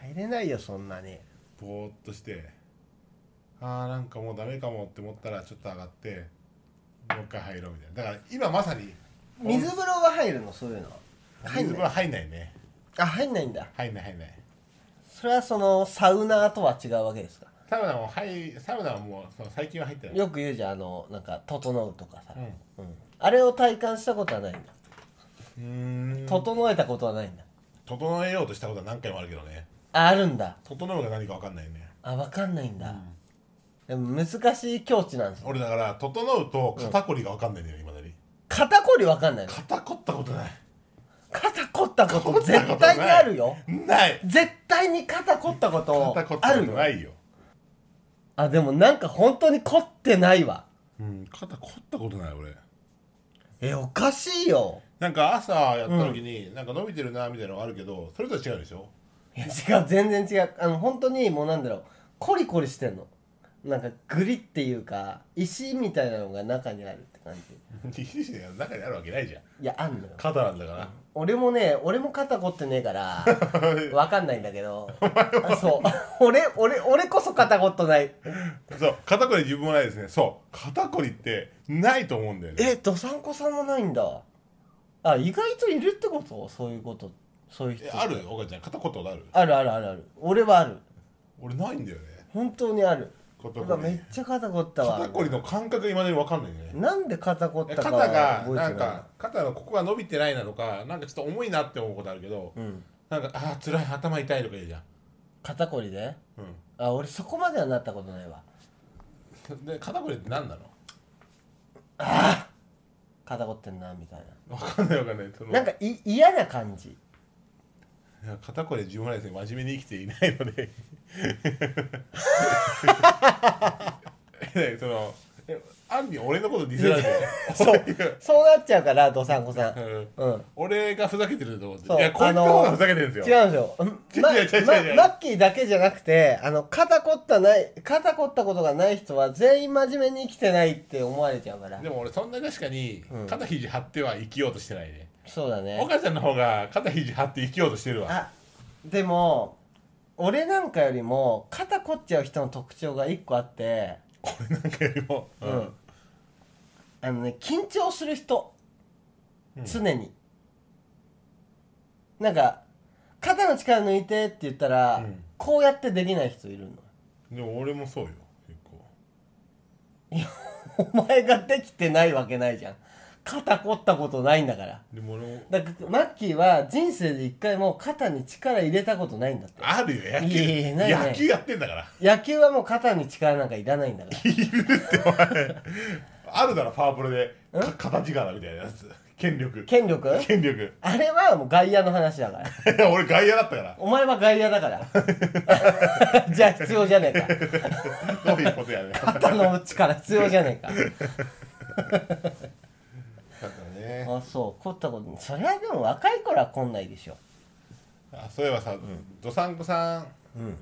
S2: 入れないよそんなに
S1: ぼーっとしてあーなんかもうダメかもって思ったらちょっと上がってもう一回入ろうみたいなだから今まさに
S2: 水風呂は入るのそういうの入
S1: 水
S2: ん
S1: 風
S2: な
S1: 呂
S2: い
S1: 入んないね
S2: あ入んないんだ
S1: 入んない入んない
S2: それはそのサウナーとは違うわけですか
S1: サウナも入サウナはもうその最近は入ってない
S2: よく言うじゃんあのなんか「整う」とかさ、
S1: うん
S2: うんあれを体感したことはないんだ
S1: うーん
S2: 整えたことはないんだ
S1: 整えようとしたことは何回もあるけどね
S2: ああるんだ
S1: 整うが何か分かんないね
S2: あ分かんないんだ、でも難しい境地なんですよ
S1: 俺だから整うと肩こりが分かんないんだよいまだに
S2: 肩こり分かんないの
S1: 肩こったことない
S2: 肩こったこ
S1: 凝
S2: と
S1: ったことない
S2: 絶対にあるよ
S1: ない
S2: 絶対に肩凝ったこと
S1: 肩こった
S2: あ
S1: こと
S2: る
S1: な
S2: の
S1: いよ
S2: あでもなんか本当に凝ってないわ
S1: うん肩こったことない俺
S2: えおかしいよ
S1: なんか朝やった時に、なんか伸びてるなみたいなのがあるけどそれとは違うでしょ
S2: いや違う全然違うあの本当にもうなんだろうコリコリしてんのなんかグリっていうか石みたいなのが中にあるって感じ
S1: 西が中にあるわけないじゃん
S2: いやあんのよ
S1: 肩なんだから
S2: 俺もね俺も肩凝ってねえから わかんないんだけどあそう俺俺俺こそ肩凝っとない
S1: そう肩こり自分もないですねそう肩こりってないと思うんだよね
S2: えどさんこさんもないんだあ意外といるってことそういうことそういう人
S1: えあるお母ちゃん肩こったことある
S2: あるあるあるある俺はある
S1: 俺ないんだよね
S2: 本当にある
S1: 肩
S2: う
S1: こ
S2: わめっ
S1: り
S2: ちゃ肩凝ったわ
S1: 肩こりの感覚がいまだに分かんないね
S2: なんで肩凝った
S1: 肩
S2: か
S1: が
S2: 覚え
S1: な
S2: て
S1: んか肩のここが伸びてないなのかなんかちょっと重いなって思うことあるけど、
S2: いうん
S1: なんかあー辛い頭痛いとか言うじゃん、
S2: 肩こりであ俺そこまではなったことないわ
S1: うん、で肩こりって何なの
S2: 肩凝ってんなみたい
S1: 分かんない分かんないその
S2: ななんかい嫌な感 じ
S1: いや肩こり自分はですね真面目に生きていないの でそのえアンに俺のこと似せるんだよ
S2: そうそうなっちゃうからどさんこさ
S1: うんん
S2: うん
S1: 俺がふざけてると思ってい
S2: そう
S1: やこいつの方がふざけてるんです
S2: 違
S1: よ
S2: うんですよ。ま
S1: 違う違う違う違う
S2: まマッキーだけじゃなくて、あの、肩凝ったない、肩凝ったことがない人は全員真面目に生きてないって思われちゃうから
S1: で。も俺そんな確かに
S2: うん
S1: 肩肘張っては生きようとしてないね
S2: そうだね。
S1: 岡ちゃんの方が肩肘張って生きようとしてるわ
S2: あ、でも、俺なんかよりも、肩凝っちゃう人の特徴が一個あって、
S1: 俺なんかよりも
S2: うん。あのね、緊張する人。
S1: うん
S2: 常に。なんか、肩の力抜いてって言ったら、
S1: うん
S2: こうやってできない人いるの。
S1: でも俺もそうよ結構
S2: お前ができてないわけないじゃん肩凝ったことないんだから
S1: でも俺も
S2: だからマッキーは人生で一回も肩に力入れたことないんだって
S1: あるよ野
S2: いやいや
S1: 球
S2: ないない
S1: 野球やってんだから
S2: 野球はもう肩に力なんかいらない んだから
S1: あるだろパワープロでか肩力みたいなやつ権力
S2: 権力
S1: 権力
S2: あれはもう外野の話だから
S1: 俺外野だったから
S2: お前は外野だから じゃあ必要じゃねえか
S1: どういうことや ねだか
S2: 肩の力必要じゃねえ
S1: らね
S2: かあそう凝ったことそれはでも若い頃は凝んないでしょ
S1: あそういえばさどさんこさ
S2: うん
S1: ん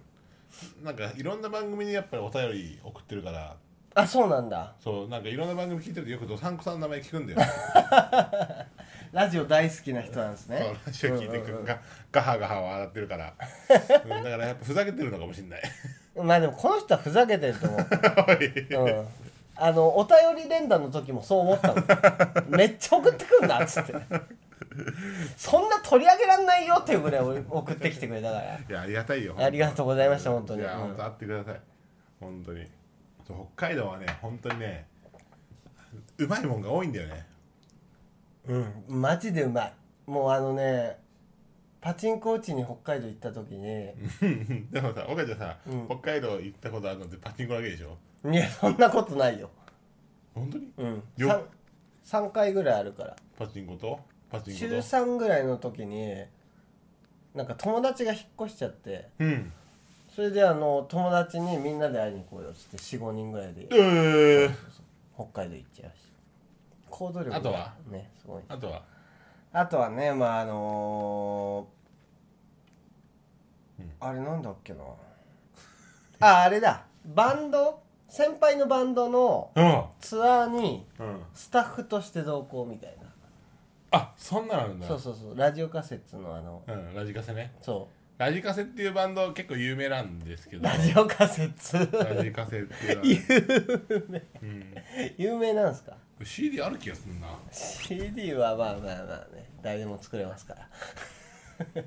S1: なんかいろんな番組にやっぱりお便り送ってるから
S2: あそうなんだ
S1: そうなんかいろんな番組聞いてるとよくどさんこさんの名前聞くんだよ
S2: ラジオ大好きな人なんです
S1: そう
S2: ね
S1: ラジオ聞いてく
S2: うんうんう
S1: る
S2: ん
S1: がガハガハ笑ってるからうんだからやっぱふざけてるのかもしん ない
S2: まあでもこの人はふざけてると思 う
S1: おい
S2: うんあのお便り連打の時もそう思ったのめっちゃ送ってくんなっつってそんな取り上げらんないよっていうぐらい送ってきてくれたから
S1: いやありがたいよ
S2: ありがとうございました本当に
S1: いや
S2: うん
S1: 本当会ってください本当にそう北海道はね本当にねうまいもんが多いんだよね
S2: うんマジでうまいもうあのねパチンコ打ちに北海道行った時に
S1: うんでもさ岡ちゃんさ、
S2: うん
S1: 北海道行ったことあるのってパチンコだけでしょ
S2: いやそんなことないよ
S1: 本当に
S2: うん
S1: よ
S2: 3, 回ぐらいあるから
S1: パチンコとパチン
S2: 中
S1: コと
S2: 3ぐらいの時になんか友達が引っ越しちゃって
S1: うん
S2: それであの友達にみんなで会いに行こうよっつって45人ぐらいで
S1: えー、
S2: 北海道行っちゃうし行動力が
S1: あとは
S2: ねすごい
S1: あとは
S2: あとはねまああのー
S1: うん
S2: あれなんだっけなああれだバンド先輩のバンドの
S1: う
S2: ツアーに
S1: ん、うん、
S2: スタッフとして同行みたいな
S1: あそんなのあるんだ
S2: そうそうそうラジオカセッツのあの
S1: うん、ラジカセね
S2: そ
S1: ラジカセっていうバンド結構有名なんですけ
S2: う
S1: ど
S2: ラジオカセッツ
S1: ラジカセっていう有名、
S2: 有名なんですか
S1: うん、CD ある気がするな
S2: CD はまあまあまあね誰でも作れますから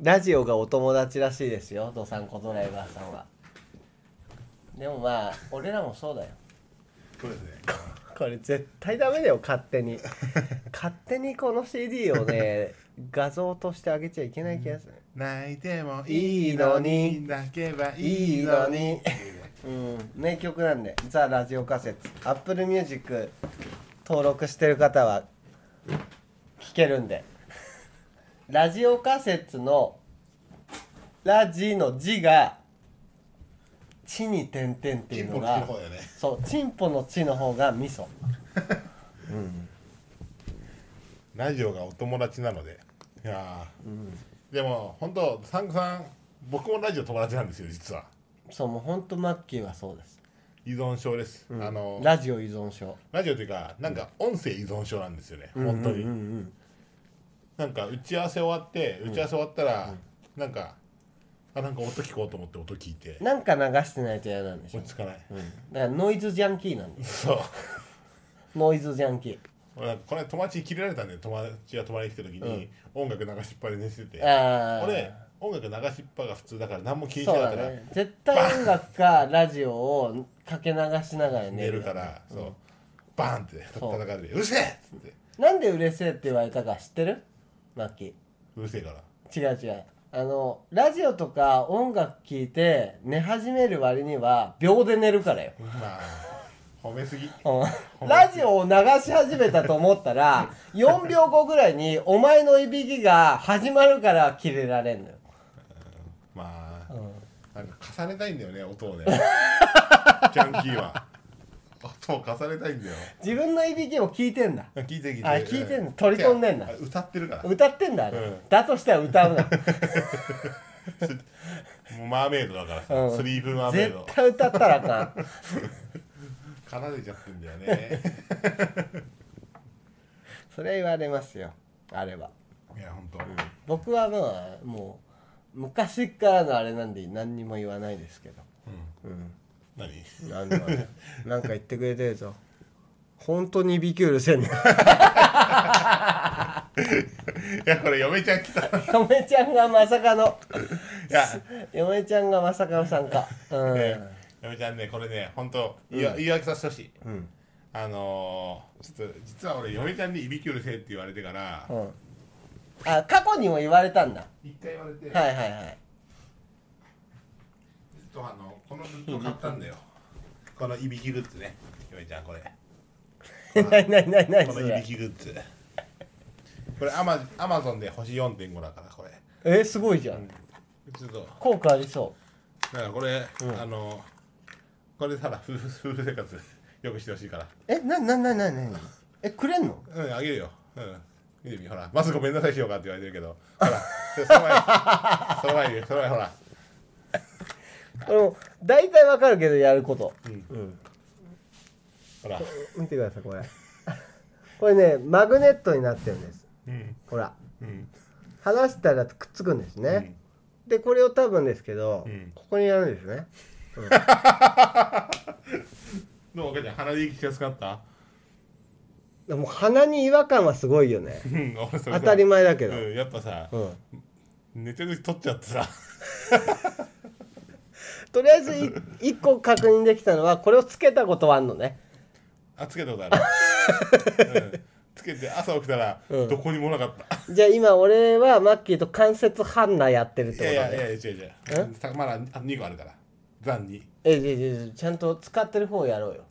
S2: ラジオがお友達らしいですよドサンコドライバーさんはでもまあ俺らもそうだよ
S1: そうですね
S2: これ絶対ダメだよ勝手に勝手にこの CD をね画像としてあげちゃいけない気がする
S1: 泣いても
S2: いいのに
S1: 泣けば
S2: いいのにうん名曲なんで「ザ・ラジオカセッツ」Apple Music 登録してる方は聴けるんでラジオカセッツの「ラジ」の「字が「地」に点々って
S1: チ
S2: い
S1: ン
S2: う
S1: ポ
S2: の
S1: の地
S2: が
S1: の方だよね
S2: そうチンポの「地」の方が「味噌
S1: ラジオがお友達なのでいやー、でも本当サンクさん僕もラジオ友達なんですよ実は
S2: そうもうほんとマッキーはそうです、
S1: 依存症です、あの
S2: ラジオ依存症
S1: ラジオというかなんか音声依存症なんですよね、本当に、
S2: うんうん
S1: なんか打ち合わせ終わって打ち合わせ終わったら、なんかあなんか音聞こうと思って音聞いて
S2: なんか流してないと嫌なんでしょ
S1: 落ち着かない、
S2: うん、だからノイズジャンキーなんです
S1: そう
S2: ノイズジャンキ
S1: 俺なんかこの間友達に切れられたんで友達が泊まりに来た時に、音楽流しっぱで寝てて
S2: ーああ
S1: 俺音楽流しっぱが普通だから何も聞いて
S2: そ
S1: な
S2: う
S1: かっ
S2: だ
S1: たら、
S2: ね絶対音楽かラジオをかけ流しながら寝
S1: 寝
S2: る
S1: るから、そうバーンって叩かれて「うるせえ!」っつって
S2: なんで「うれせえ」って言われたか知ってるマッキ
S1: 「うるせえから
S2: ー違う違うあのラジオとか音楽聴いて寝始める割には秒で寝るから よ、」
S1: ま あ褒めすぎ
S2: うんラジオを流し始めたと思ったら4秒後ぐらいにお前のいびきが始まるからキレられんのよ、
S1: まあ
S2: うん
S1: なんか重ねたいんだよね音をねジャンキーはとを重ねたいんだよ
S2: 自分の EBK も聞いてんだ
S1: 聞いて聞いて
S2: あ聞いてんの取り込んでんだ
S1: いや歌ってるから
S2: 歌ってんだあれ、
S1: うん
S2: だとしたら歌うな
S1: もうマーメイドだからさ、
S2: うん
S1: スリープマーメイ
S2: 絶
S1: ド
S2: 対歌ったらあかん
S1: 奏でちゃってんだよね
S2: それは言われますよあれはい
S1: やほんと、
S2: 僕はまあもう昔っからのあれなんで何にも言わないですけどうん
S1: 何
S2: 何でも ねなんか言ってくれてるぞ本当に B 級うるせえんだ
S1: いやこれ嫁ちゃん来たい
S2: 嫁ちゃんがまさかの
S1: や、
S2: 嫁ちゃんがまさかの参加うん、
S1: ね嫁ちゃんねこれねほんと言い,、言い訳させてほしい
S2: うん
S1: あのー、ちょっと実は俺嫁ちゃんにいびきうるせえって言われてから
S2: うんあ過去にも言われたんだ
S1: 一回言われて、
S2: はいはいはい
S1: ずっとあのこのグッズを買ったんだよこのいびきグッズね嫁ちゃんこれ
S2: なになになになに
S1: こ
S2: そ
S1: のいび
S2: れ
S1: きグッズこれアマアマゾンで星4.5だからこれ
S2: えすごいじゃん
S1: ちょっと
S2: 効果ありそ
S1: だからこれ、
S2: うん
S1: あのこれただ夫婦夫婦生活よくしてほしいから
S2: うえなななななにえくれんの
S1: うんあげるようん見てみほらまずごめんなさいしようかって言われてるけどほらその前にその前にその前にほら
S2: あの大体わかるけどやること、うん
S1: ほら
S2: 見てくださいこれ これねマグネットになってるんです
S1: うん
S2: ほら
S1: うん
S2: 離したらくっつくんですね、でこれを多分ですけど、
S1: うん
S2: ここにやるんですね
S1: どうお母ちゃん鼻で息しやすくなった
S2: でも鼻に違和感はすごいよね
S1: うん俺 それ
S2: 当
S1: さ
S2: たり前だけど、
S1: うん、やっぱさ、
S2: うん
S1: 寝てる時取っちゃってさ
S2: とりあえず い一個確認できたのはこれをつけたことはあんのね
S1: あつけたことあ る、うん、つけて朝起きたら、
S2: うん
S1: どこにもなかった
S2: じゃあ今俺はマッキーと関節ハンナやってるってこ
S1: い
S2: と
S1: や
S2: ね
S1: いやいや違う違うさまだ2個あるから残に
S2: えじゃあじゃあじゃあちゃんと使ってる方やろうよ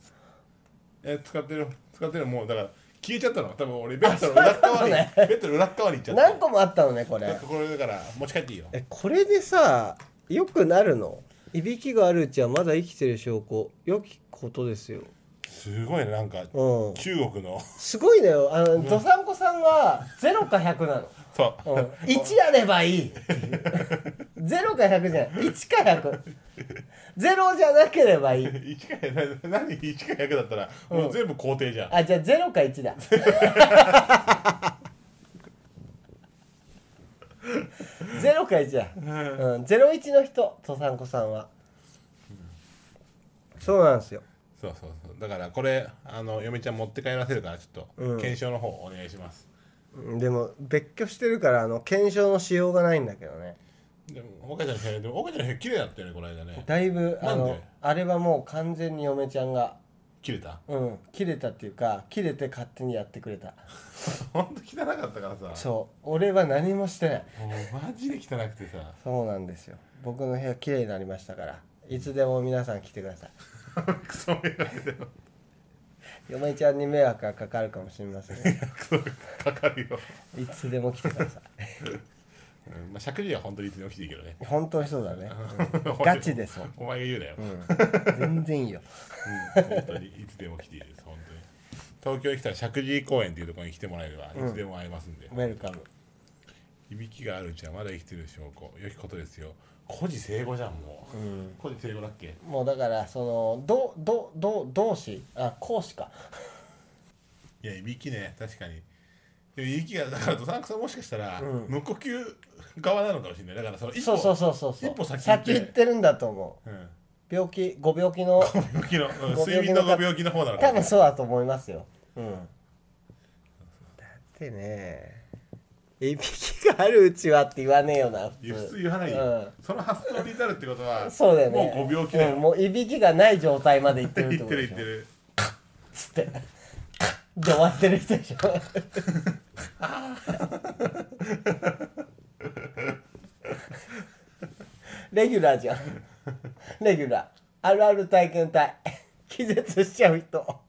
S1: え使ってる使ってるもうだから消えちゃったの多分俺ベッドの裏っ側に、ベッドの裏っ側に行っちゃった
S2: 何個もあったのねこ
S1: だ
S2: れ
S1: からこれだから持ち帰っていいよ
S2: えこれでさよくなるのいびきがあるうちはまだ生きてる証拠良きことですよ
S1: すごいねなんか
S2: うん
S1: 中国の
S2: すごいのよあのどさんこさんが0か100な
S1: そ
S2: の、うん、1あればいいっていう0か100じゃない1か100 0じゃなければいいう
S1: 一回な何一回役だったらもう全部肯定じゃん、
S2: あじゃあ0か1だ 0か1だ、うん、01の人とさんこさんは、そうなんですよ
S1: そうそうそうだからこれあの嫁ちゃん持って帰らせるからちょっと、
S2: うん
S1: 検証の方お願いします
S2: うんでも別居してるからあの検証のしようがないんだけどね
S1: でも岡ちゃんの部屋でも岡ちゃんの部屋綺麗だったよねこの間ね
S2: だいぶあ
S1: なん
S2: の
S1: で
S2: あれはもう完全に嫁ちゃんが
S1: 切れた
S2: うん切れたっていうか切れて勝手にやってくれた
S1: ほんと汚かったからさ
S2: そう俺は何もしてない
S1: もうマジで汚くてさ
S2: そうなんですよ僕の部屋綺麗になりましたからいつでも皆さん来てください
S1: クソ眼鏡で
S2: 嫁ちゃんに迷惑がかかるかもしれません ね
S1: クソかかるよ、
S2: いつでも来てくださ
S1: うんまあ、尺には本当にいつでも来ていいけどね
S2: い本当にそうだね、 うんガチですもん、
S1: お前が言うなよ、うん
S2: うん全然いいよ
S1: 本当にいつでも来ていいです本当に東京に来たら石神井公園っていうところに来てもらえればいつでも会えますんで、
S2: ウェルカム
S1: いびきがあるうちはまだ生きてる証拠良きことですよ孤児生後じゃんもう、孤児生後だっけ
S2: もうだからそのどどど同志あ講師か
S1: いやいびきね確かにでもいびきがだからどさんくさんもしかしたら、
S2: うん
S1: 無呼吸側なのかもしれないだからその一
S2: そ
S1: 歩
S2: うそうそうそうそう
S1: 一歩先行っ
S2: 先
S1: て
S2: 行ってるんだと思う
S1: うん
S2: 病気ご病 気の
S1: 病気の、うん
S2: ご病気の
S1: 睡眠のご病気の方なのか
S2: 多
S1: も
S2: 分そうだと思いますようんだってねいびきがあるうちはって言わねえよな普
S1: いや普通言わないよ、
S2: うん
S1: その発想に至るってことは
S2: そうだよね
S1: もうご病気だよ、
S2: うんもういびきがない状態までいってるって
S1: 言
S2: こ
S1: っ
S2: と
S1: て
S2: で
S1: る
S2: し
S1: 言
S2: ょ
S1: ってる
S2: つってで終わってる人でしょレギュラーじゃんレギュラーあるある体験隊気絶しちゃう人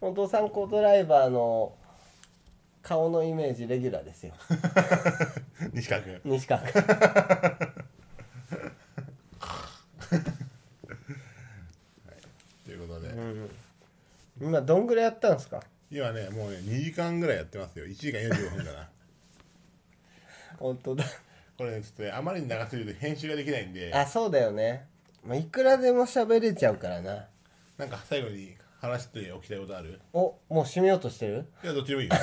S2: お父さんコドライバーの顔のイメージレギュラーですよ
S1: 西川君
S2: 西川君今どんぐらいやったんですか
S1: 今ねもうね2時間ぐらいやってますよ1時間45分か な
S2: 本当だ
S1: これねちょっとねあまりに長すぎると編集ができないんで
S2: あそうだよね、まあ、いくらでも喋れちゃうからな
S1: なんか最後に話しておきたいことある
S2: おもう締めようとしてる
S1: いやどっちでもいい よ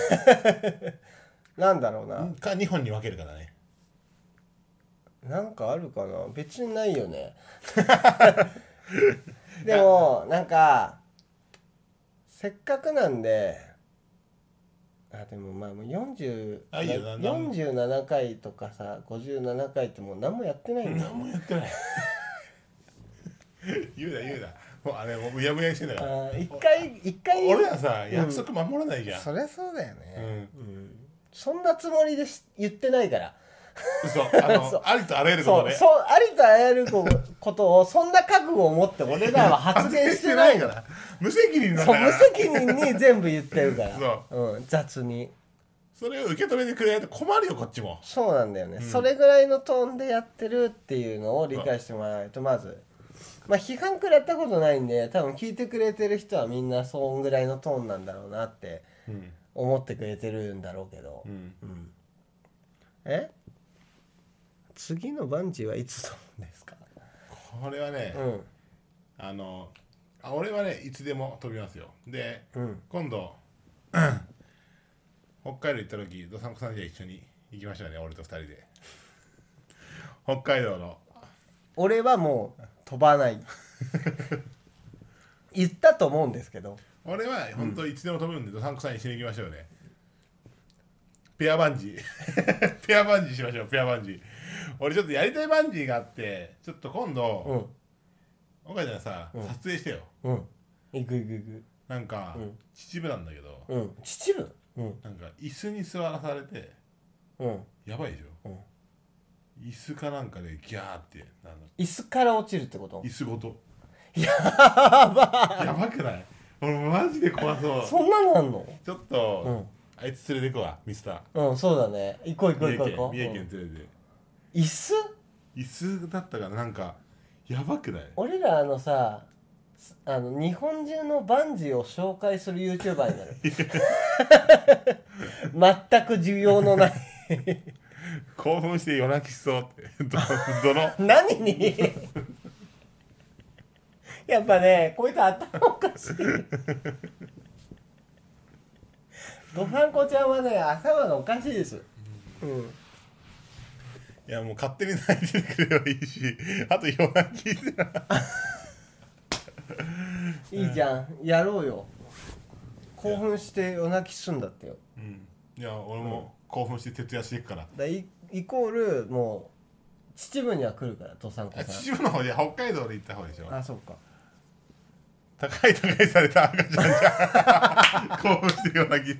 S2: なんだろうな
S1: か2本に分けるからね
S2: なんかあるかな別にないよ ねでもなんかせっかくなんであでもまあもう40
S1: あいいよななん
S2: 47回とかさ57回ってもう何もやってないんだよ
S1: 何もやってない 言うな言うなもうあれもううやむやにしてんだから
S2: あー一回一回
S1: 俺らさ約束守らないじゃん、
S2: そりゃそうだよ
S1: う
S2: ね、
S1: ん、
S2: そんなつもりでし言ってないから
S1: 嘘あのありとあらゆるこ
S2: そ
S1: と
S2: う
S1: ね
S2: そうありとあらゆるこことをそんな覚悟を持って俺ら は発言してないの
S1: ら無責任なんだ
S2: そう
S1: か
S2: 無
S1: ら
S2: 責任に全部言ってるから、
S1: そう
S2: ん、雑に
S1: それを受け止めてくれないと困るよこっちも
S2: そうなんだよね、それぐらいのトーンでやってるっていうのを理解してもらわないとまずまあ批判食らったことないんで多分聞いてくれてる人はみんなそんぐらいのトーンなんだろうなって
S1: うん
S2: 思ってくれてるんだろうけど、
S1: うん
S2: え次のバンジーはいつ飛ぶんですか
S1: これはね、
S2: うん
S1: あのあ俺はねいつでも飛びますよで、
S2: うん
S1: 今度 北海道行った時どさんこさんじゃ一緒に行きましょうね俺と二人で 北海道の
S2: 俺はもう飛ば ない言ったと思うんですけど
S1: 俺は本当いつでも飛ぶんで、どさんこさん一緒に行きましょうねペアバンジー ペアバンジーしましょうペアバンジー俺ちょっとやりたいバンジーがあってちょっと今
S2: う
S1: 度
S2: ん
S1: 岡ちゃんさ、
S2: うん
S1: 撮影してよ
S2: うん行く行く行く
S1: なんか、
S2: うん
S1: 秩父なんだけど、
S2: うん秩父うん
S1: なんか椅子に座らされて
S2: うん
S1: やばいでしょ、
S2: うん
S1: 椅子かなんかでギャーってなの
S2: 椅子から落ちるってこと
S1: 椅子ごとやばやばくない俺マジで怖そう
S2: そんなのあんの
S1: ちょっと、
S2: うん
S1: あいつ連れてくわミスタ
S2: うんそうだね行こう行
S1: ー
S2: こ
S1: 三
S2: う
S1: 重
S2: 行
S1: 県
S2: こう行こう
S1: 三重県連れて、
S2: うん椅子
S1: 椅子だったからなんかやばくない
S2: 俺らあのさすあの日本中のバンジーを紹介する YouTuber になる全く需要のない
S1: 興奮して夜泣きしそうって どどの
S2: 何にやっぱねこいつ頭おかしいドファンコちゃんはね頭がおかしいですうん
S1: いやもう勝手に泣いてくればいいし あと夜泣きして
S2: いいじゃんやろうよ興奮して夜泣きすんだってよ
S1: うんいや俺も興奮して徹夜していくから
S2: だイイコールもう秩父には来るから土産子
S1: あ
S2: さん
S1: 秩父の方で北海道で行った方でしょ
S2: あそうか
S1: 高い高いされた赤ちゃんじゃん興奮してるような気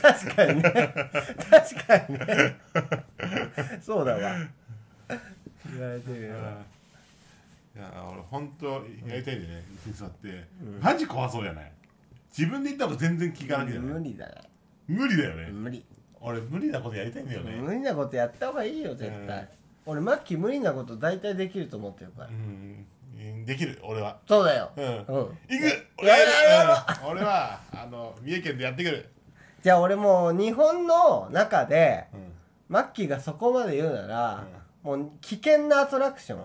S2: 確かにね確かにねそうだわ言われてるよ
S1: いや俺本当やりたいんでね椅子に座って、マジ怖そうじゃない自分で言った方が全然聞かなきゃじゃな
S2: 無
S1: い
S2: 理だな
S1: 無理だよね、
S2: 無理
S1: 俺無理なことやりたいんだよね、
S2: 無理なことやった方がいいよ絶
S1: うん
S2: 対俺マッキー無理なこと大体できると思ってるから
S1: うん、できる俺は
S2: そうだよ
S1: うん、行く
S2: うん
S1: 俺はやる
S2: やろうや
S1: うん俺はあの三重県でやってくる、
S2: じゃあ俺もう日本の中で
S1: うん
S2: マッキーがそこまで言うなら、もう危険なアトラクション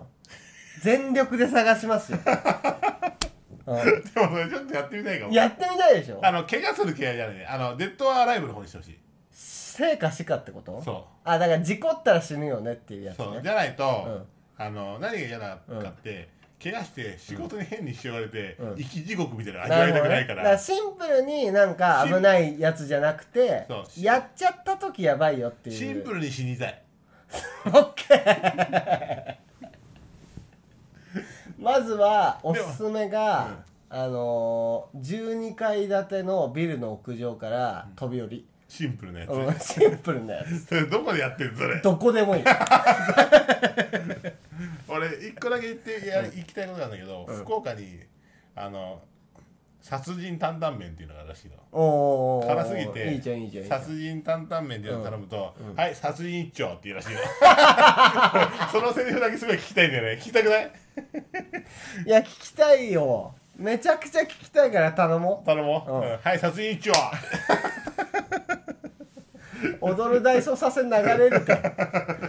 S2: 全力で探 しますよ、う
S1: でもそれちょっとやってみたいか
S2: ん、
S1: も
S2: やってみたいでしょ
S1: あの怪我する気合いじゃないねあのデッドアライブの方にしてほしい
S2: 生か死かってこと
S1: そ
S2: あだから事故ったら死ぬよねっていうやつ
S1: そう
S2: ね
S1: じゃないと、あの何が嫌なのかって、怪我して仕事に変にしよわれて、
S2: うん
S1: 生き地獄みたいなの味
S2: な
S1: わ
S2: る
S1: い
S2: ほ
S1: たく
S2: ど
S1: な
S2: ね
S1: いか
S2: だ
S1: ら,、
S2: からシンプルになんか危ないやつじゃなくて
S1: そうシン
S2: やっちゃった時やばいよっていう
S1: シンプルに死にたい
S2: オッケーまずはおすすめが、あのー、12階建てのビルの屋上から飛び降り、
S1: シンプルなやつ、
S2: うんシンプルなや つ
S1: それどこでやってんのそれ
S2: どこで もいい
S1: 俺一個だけ言ってや、行きたいことなんだけど、福岡にあの殺人担々麺っていうのがあるらしいの
S2: おー
S1: 辛すぎて
S2: いいじゃんいいじゃんいいじゃん
S1: 殺人担々麺っていうのを頼むと、はい殺人一丁って言うら しいよそのセリフだけすごい聞きたいんだよね聞きたくない
S2: いや聞きたいよめちゃくちゃ聞きたいから頼も
S1: 頼もう、
S2: うん
S1: うんはい殺人一丁
S2: う踊る大捜査線流れ るか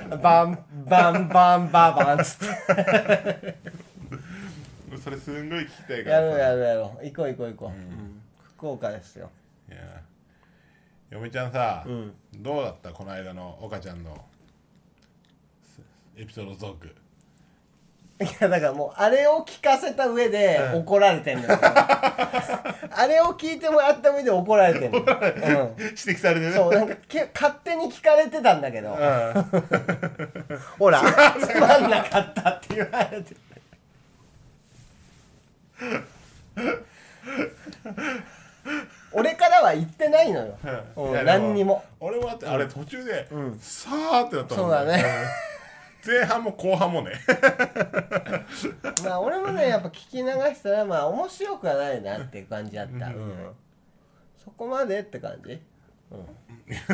S2: らバンバンバンババンっつって
S1: それすんごい聞きたいか
S2: や
S1: ら
S2: ろう
S1: さ
S2: やろうやろう行こう行こう行こう、うん福岡ですよ
S1: いや嫁ちゃんさ、
S2: ん
S1: どうだったこの間の岡ちゃんのすエピソードトーク
S2: いやだからもうあれを聞かせた上で怒られてんの よ、あれを聞いてもらった上で怒られてんのよ、う
S1: 指摘されてね
S2: ん、そうなんかけ勝手に聞かれてたんだけど、 ほらつまんなかったって言われて俺からは言ってないのよ、
S1: うん
S2: うん、
S1: いやで
S2: 何にも
S1: 俺もだってあれ途中で、さーってなったも
S2: そ
S1: ん
S2: うだね
S1: うん前半も後半もね
S2: まあ俺もねやっぱ聞き流したらまあ面白くはないなっていう感じだった、そこまでって感じ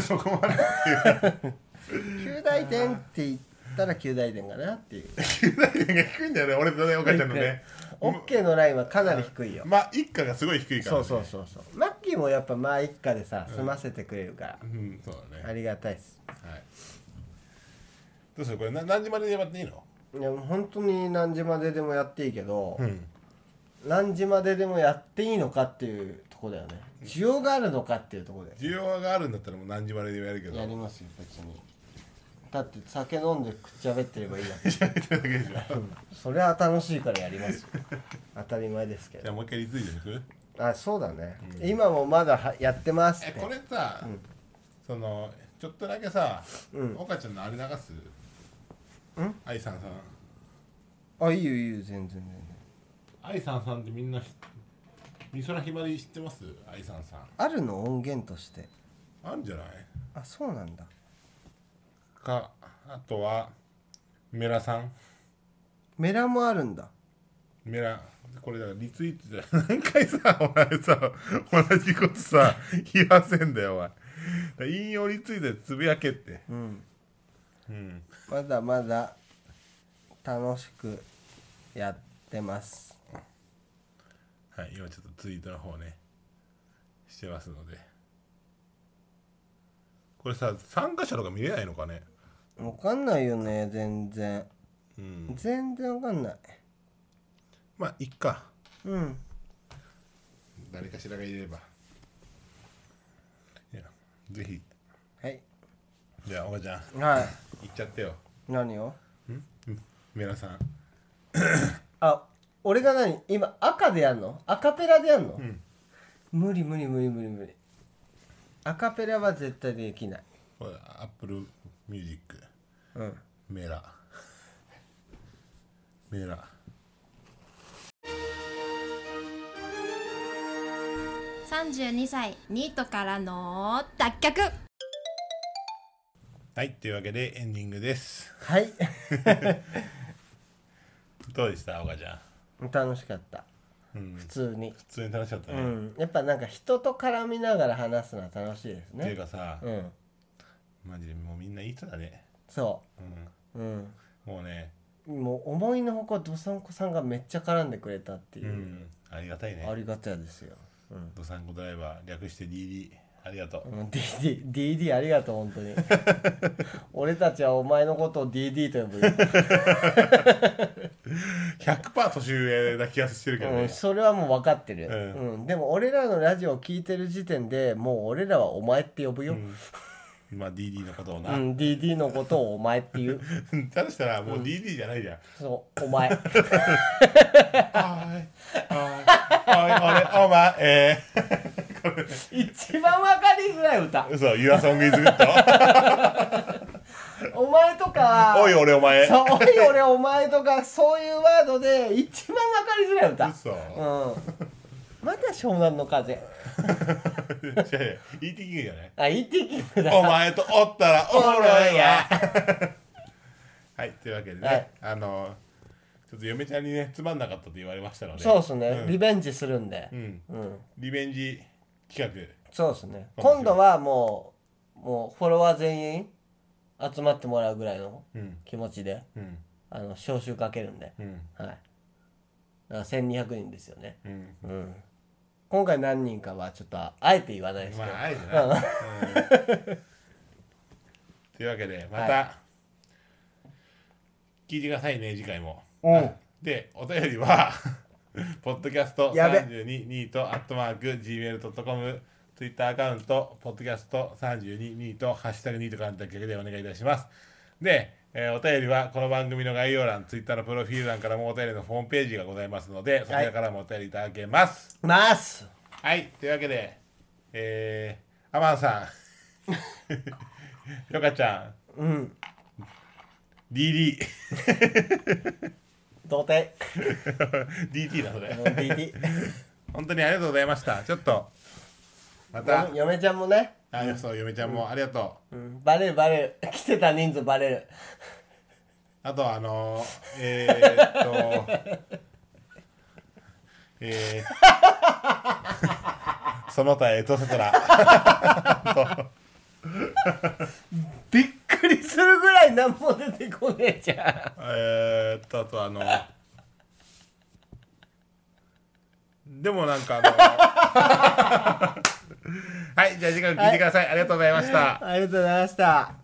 S1: そこまで
S2: 旧大点って言ったら旧大点かなっていう
S1: 9代点が低いんだよね俺とね岡ちゃんのね
S2: オッケーのラインはかなり低いよ、
S1: まあ一家がすごい低いから、
S2: そ
S1: ね、
S2: うそうそうそうマッキーもやっぱまあ一家でさ済ませてくれるから、
S1: うんそうだね、
S2: ありがたいです
S1: はいどうするこれな何時まででやっていいの
S2: いやもう本当に何時まででもやっていいけど、
S1: ん
S2: 何時まででもやっていいのかっていうとこだよね需要があるのかっていうとこだよね
S1: 需要があるんだったらもう何時まででもやるけど
S2: やりますよ別にだって酒飲んでくっちゃべってればいいだ
S1: やってるだけでしょ
S2: け、それは楽しいからやりますよ当たり前ですけ
S1: じゃ
S2: ど
S1: あもう一回リツイートにする
S2: あそうだね、今もまだはやってます
S1: え
S2: って
S1: これさ、そのちょっとだけさ、岡ちゃんのあれ流す
S2: うん
S1: 愛さんさん
S2: あいいよいいよ全然全然
S1: 愛さんさんってみんな知って美空ひばり知ってます愛さんさん
S2: あるの音源として
S1: あんじゃない
S2: あそうなんだ
S1: かあとはメラさん
S2: メラもあるんだ
S1: メラこれだからリツイートじゃ 何回さお前さ同じことさ言わせんだよお前だから引用リツイートでつぶやけって
S2: うん
S1: うん
S2: まだまだ楽しくやってます
S1: はい今ちょっとツイートの方ねしてますのでこれさ参加者とか見れないのかね
S2: わかんないよね全然
S1: うん
S2: 全然わかんない
S1: まあいっか
S2: うん
S1: 誰かしらがいればいやぜひ
S2: はい
S1: じゃあおばちゃん
S2: はい
S1: 行っちゃってよ
S2: 何を
S1: 皆さん
S2: あ俺が何今赤でやんのアカペラでやんの、
S1: ん
S2: 無理無理無理無理無理アカペラは絶対できない
S1: これアップルミュージック
S2: うん
S1: メラメラ
S4: 32歳ニートからの脱却
S1: はいというわけでエンディングです
S2: はい
S1: どうでしたおばちゃん
S2: 楽しかった、
S1: うん
S2: 普通に、
S1: 普通に楽しかった
S2: う
S1: ね、っ
S2: ん、やっぱなんか人と絡みながら話すのは楽しいです
S1: ていう
S2: ね
S1: かさ、
S2: うん
S1: マジでもうみんないい人だね
S2: そ
S1: うん
S2: ううん
S1: もうね、
S2: もう思いのほかどさんこさんがめっちゃ絡んでくれたっていうう、
S1: ん、ありがたいね
S2: あ。りがたいですよ、うん
S1: ドサンコドライバー、略して DD、ありがとう。
S2: うん、DD, DD ありがとう本当 に俺たちはお前のことを DD と呼ぶよ
S1: 100%年上な気がしてるけど
S2: うん、
S1: ね。
S2: それはもう分かってる、
S1: う
S2: うんでも俺らのラジオを聞いてる時点でもう俺らはお前って呼ぶよ、うん
S1: まあ DD のことをな。
S2: DD のことをお前って言う
S1: だとしたらもう DD じゃないじゃん。
S2: そうお前
S1: はーい。はーい。おい、俺、お前、え
S2: 一番分かりづらい歌
S1: ー、嘘、Your Song is Good。
S2: お前とか
S1: おい、俺、お前。
S2: そうおい俺お前とかそういうワードで一番分かりづらい歌
S1: 嘘。
S2: うんまだ湘南の風
S1: 違う違う。ET キングじゃない
S2: あ ET キングだ
S1: お前とおったら、おもろいわ。はい、というわけでね、
S2: はい
S1: あの、ちょっと嫁ちゃんにね、つまんなかったと言われましたので。
S2: そうっすね、
S1: ん
S2: リベンジするんで、
S1: うん、
S2: うん、
S1: リベンジ企画
S2: そうですね今度はもうもうフォロワー全員集まってもらうぐらいの
S1: うん
S2: 気持ちで
S1: うん
S2: あの招集かけるんで、
S1: うん
S2: はいら1200人ですよね、
S1: うん
S2: うん、今回何人かはちょっとあえて言わないですけ
S1: ま
S2: ど、
S1: ああえてな、うん、というわけでまた、
S2: は
S1: 聞いてくださいね次回も、
S2: うん
S1: でお便りは ポッドキャスト
S2: やべ
S1: 32ニートアットマーク Gmail.com ツイッターアカウント、ポッドキャスト32ニート、ハッシュタグニートからの脱却でお願いいたします。で、えーお便りはこの番組の概要欄、ツイッターのプロフィール欄からもお便りのホームページがございますので、そちらからもお便りいただけます。
S2: ます
S1: はい、というわけで、えー、アマンさん、ヨカちゃん、
S2: うん、
S1: DD、
S2: 童貞
S1: DT だそれ。
S2: DT
S1: 本当にありがとうございました。ちょっと、また
S2: 嫁、嫁ちゃんもね、
S1: あ、よそう、嫁ちゃんもありがとう。
S2: うん、バレるバレる来てた人数バレる
S1: あと、あのー、えー、っと、えー、 その他、エトセトラ、
S2: びっくりするぐらい何も出てこねえじゃ
S1: えー、っと、あと、あの、でもなんかあのはい、じゃあ次回も聞いてください。ありがとうございました。
S2: んありがとうございました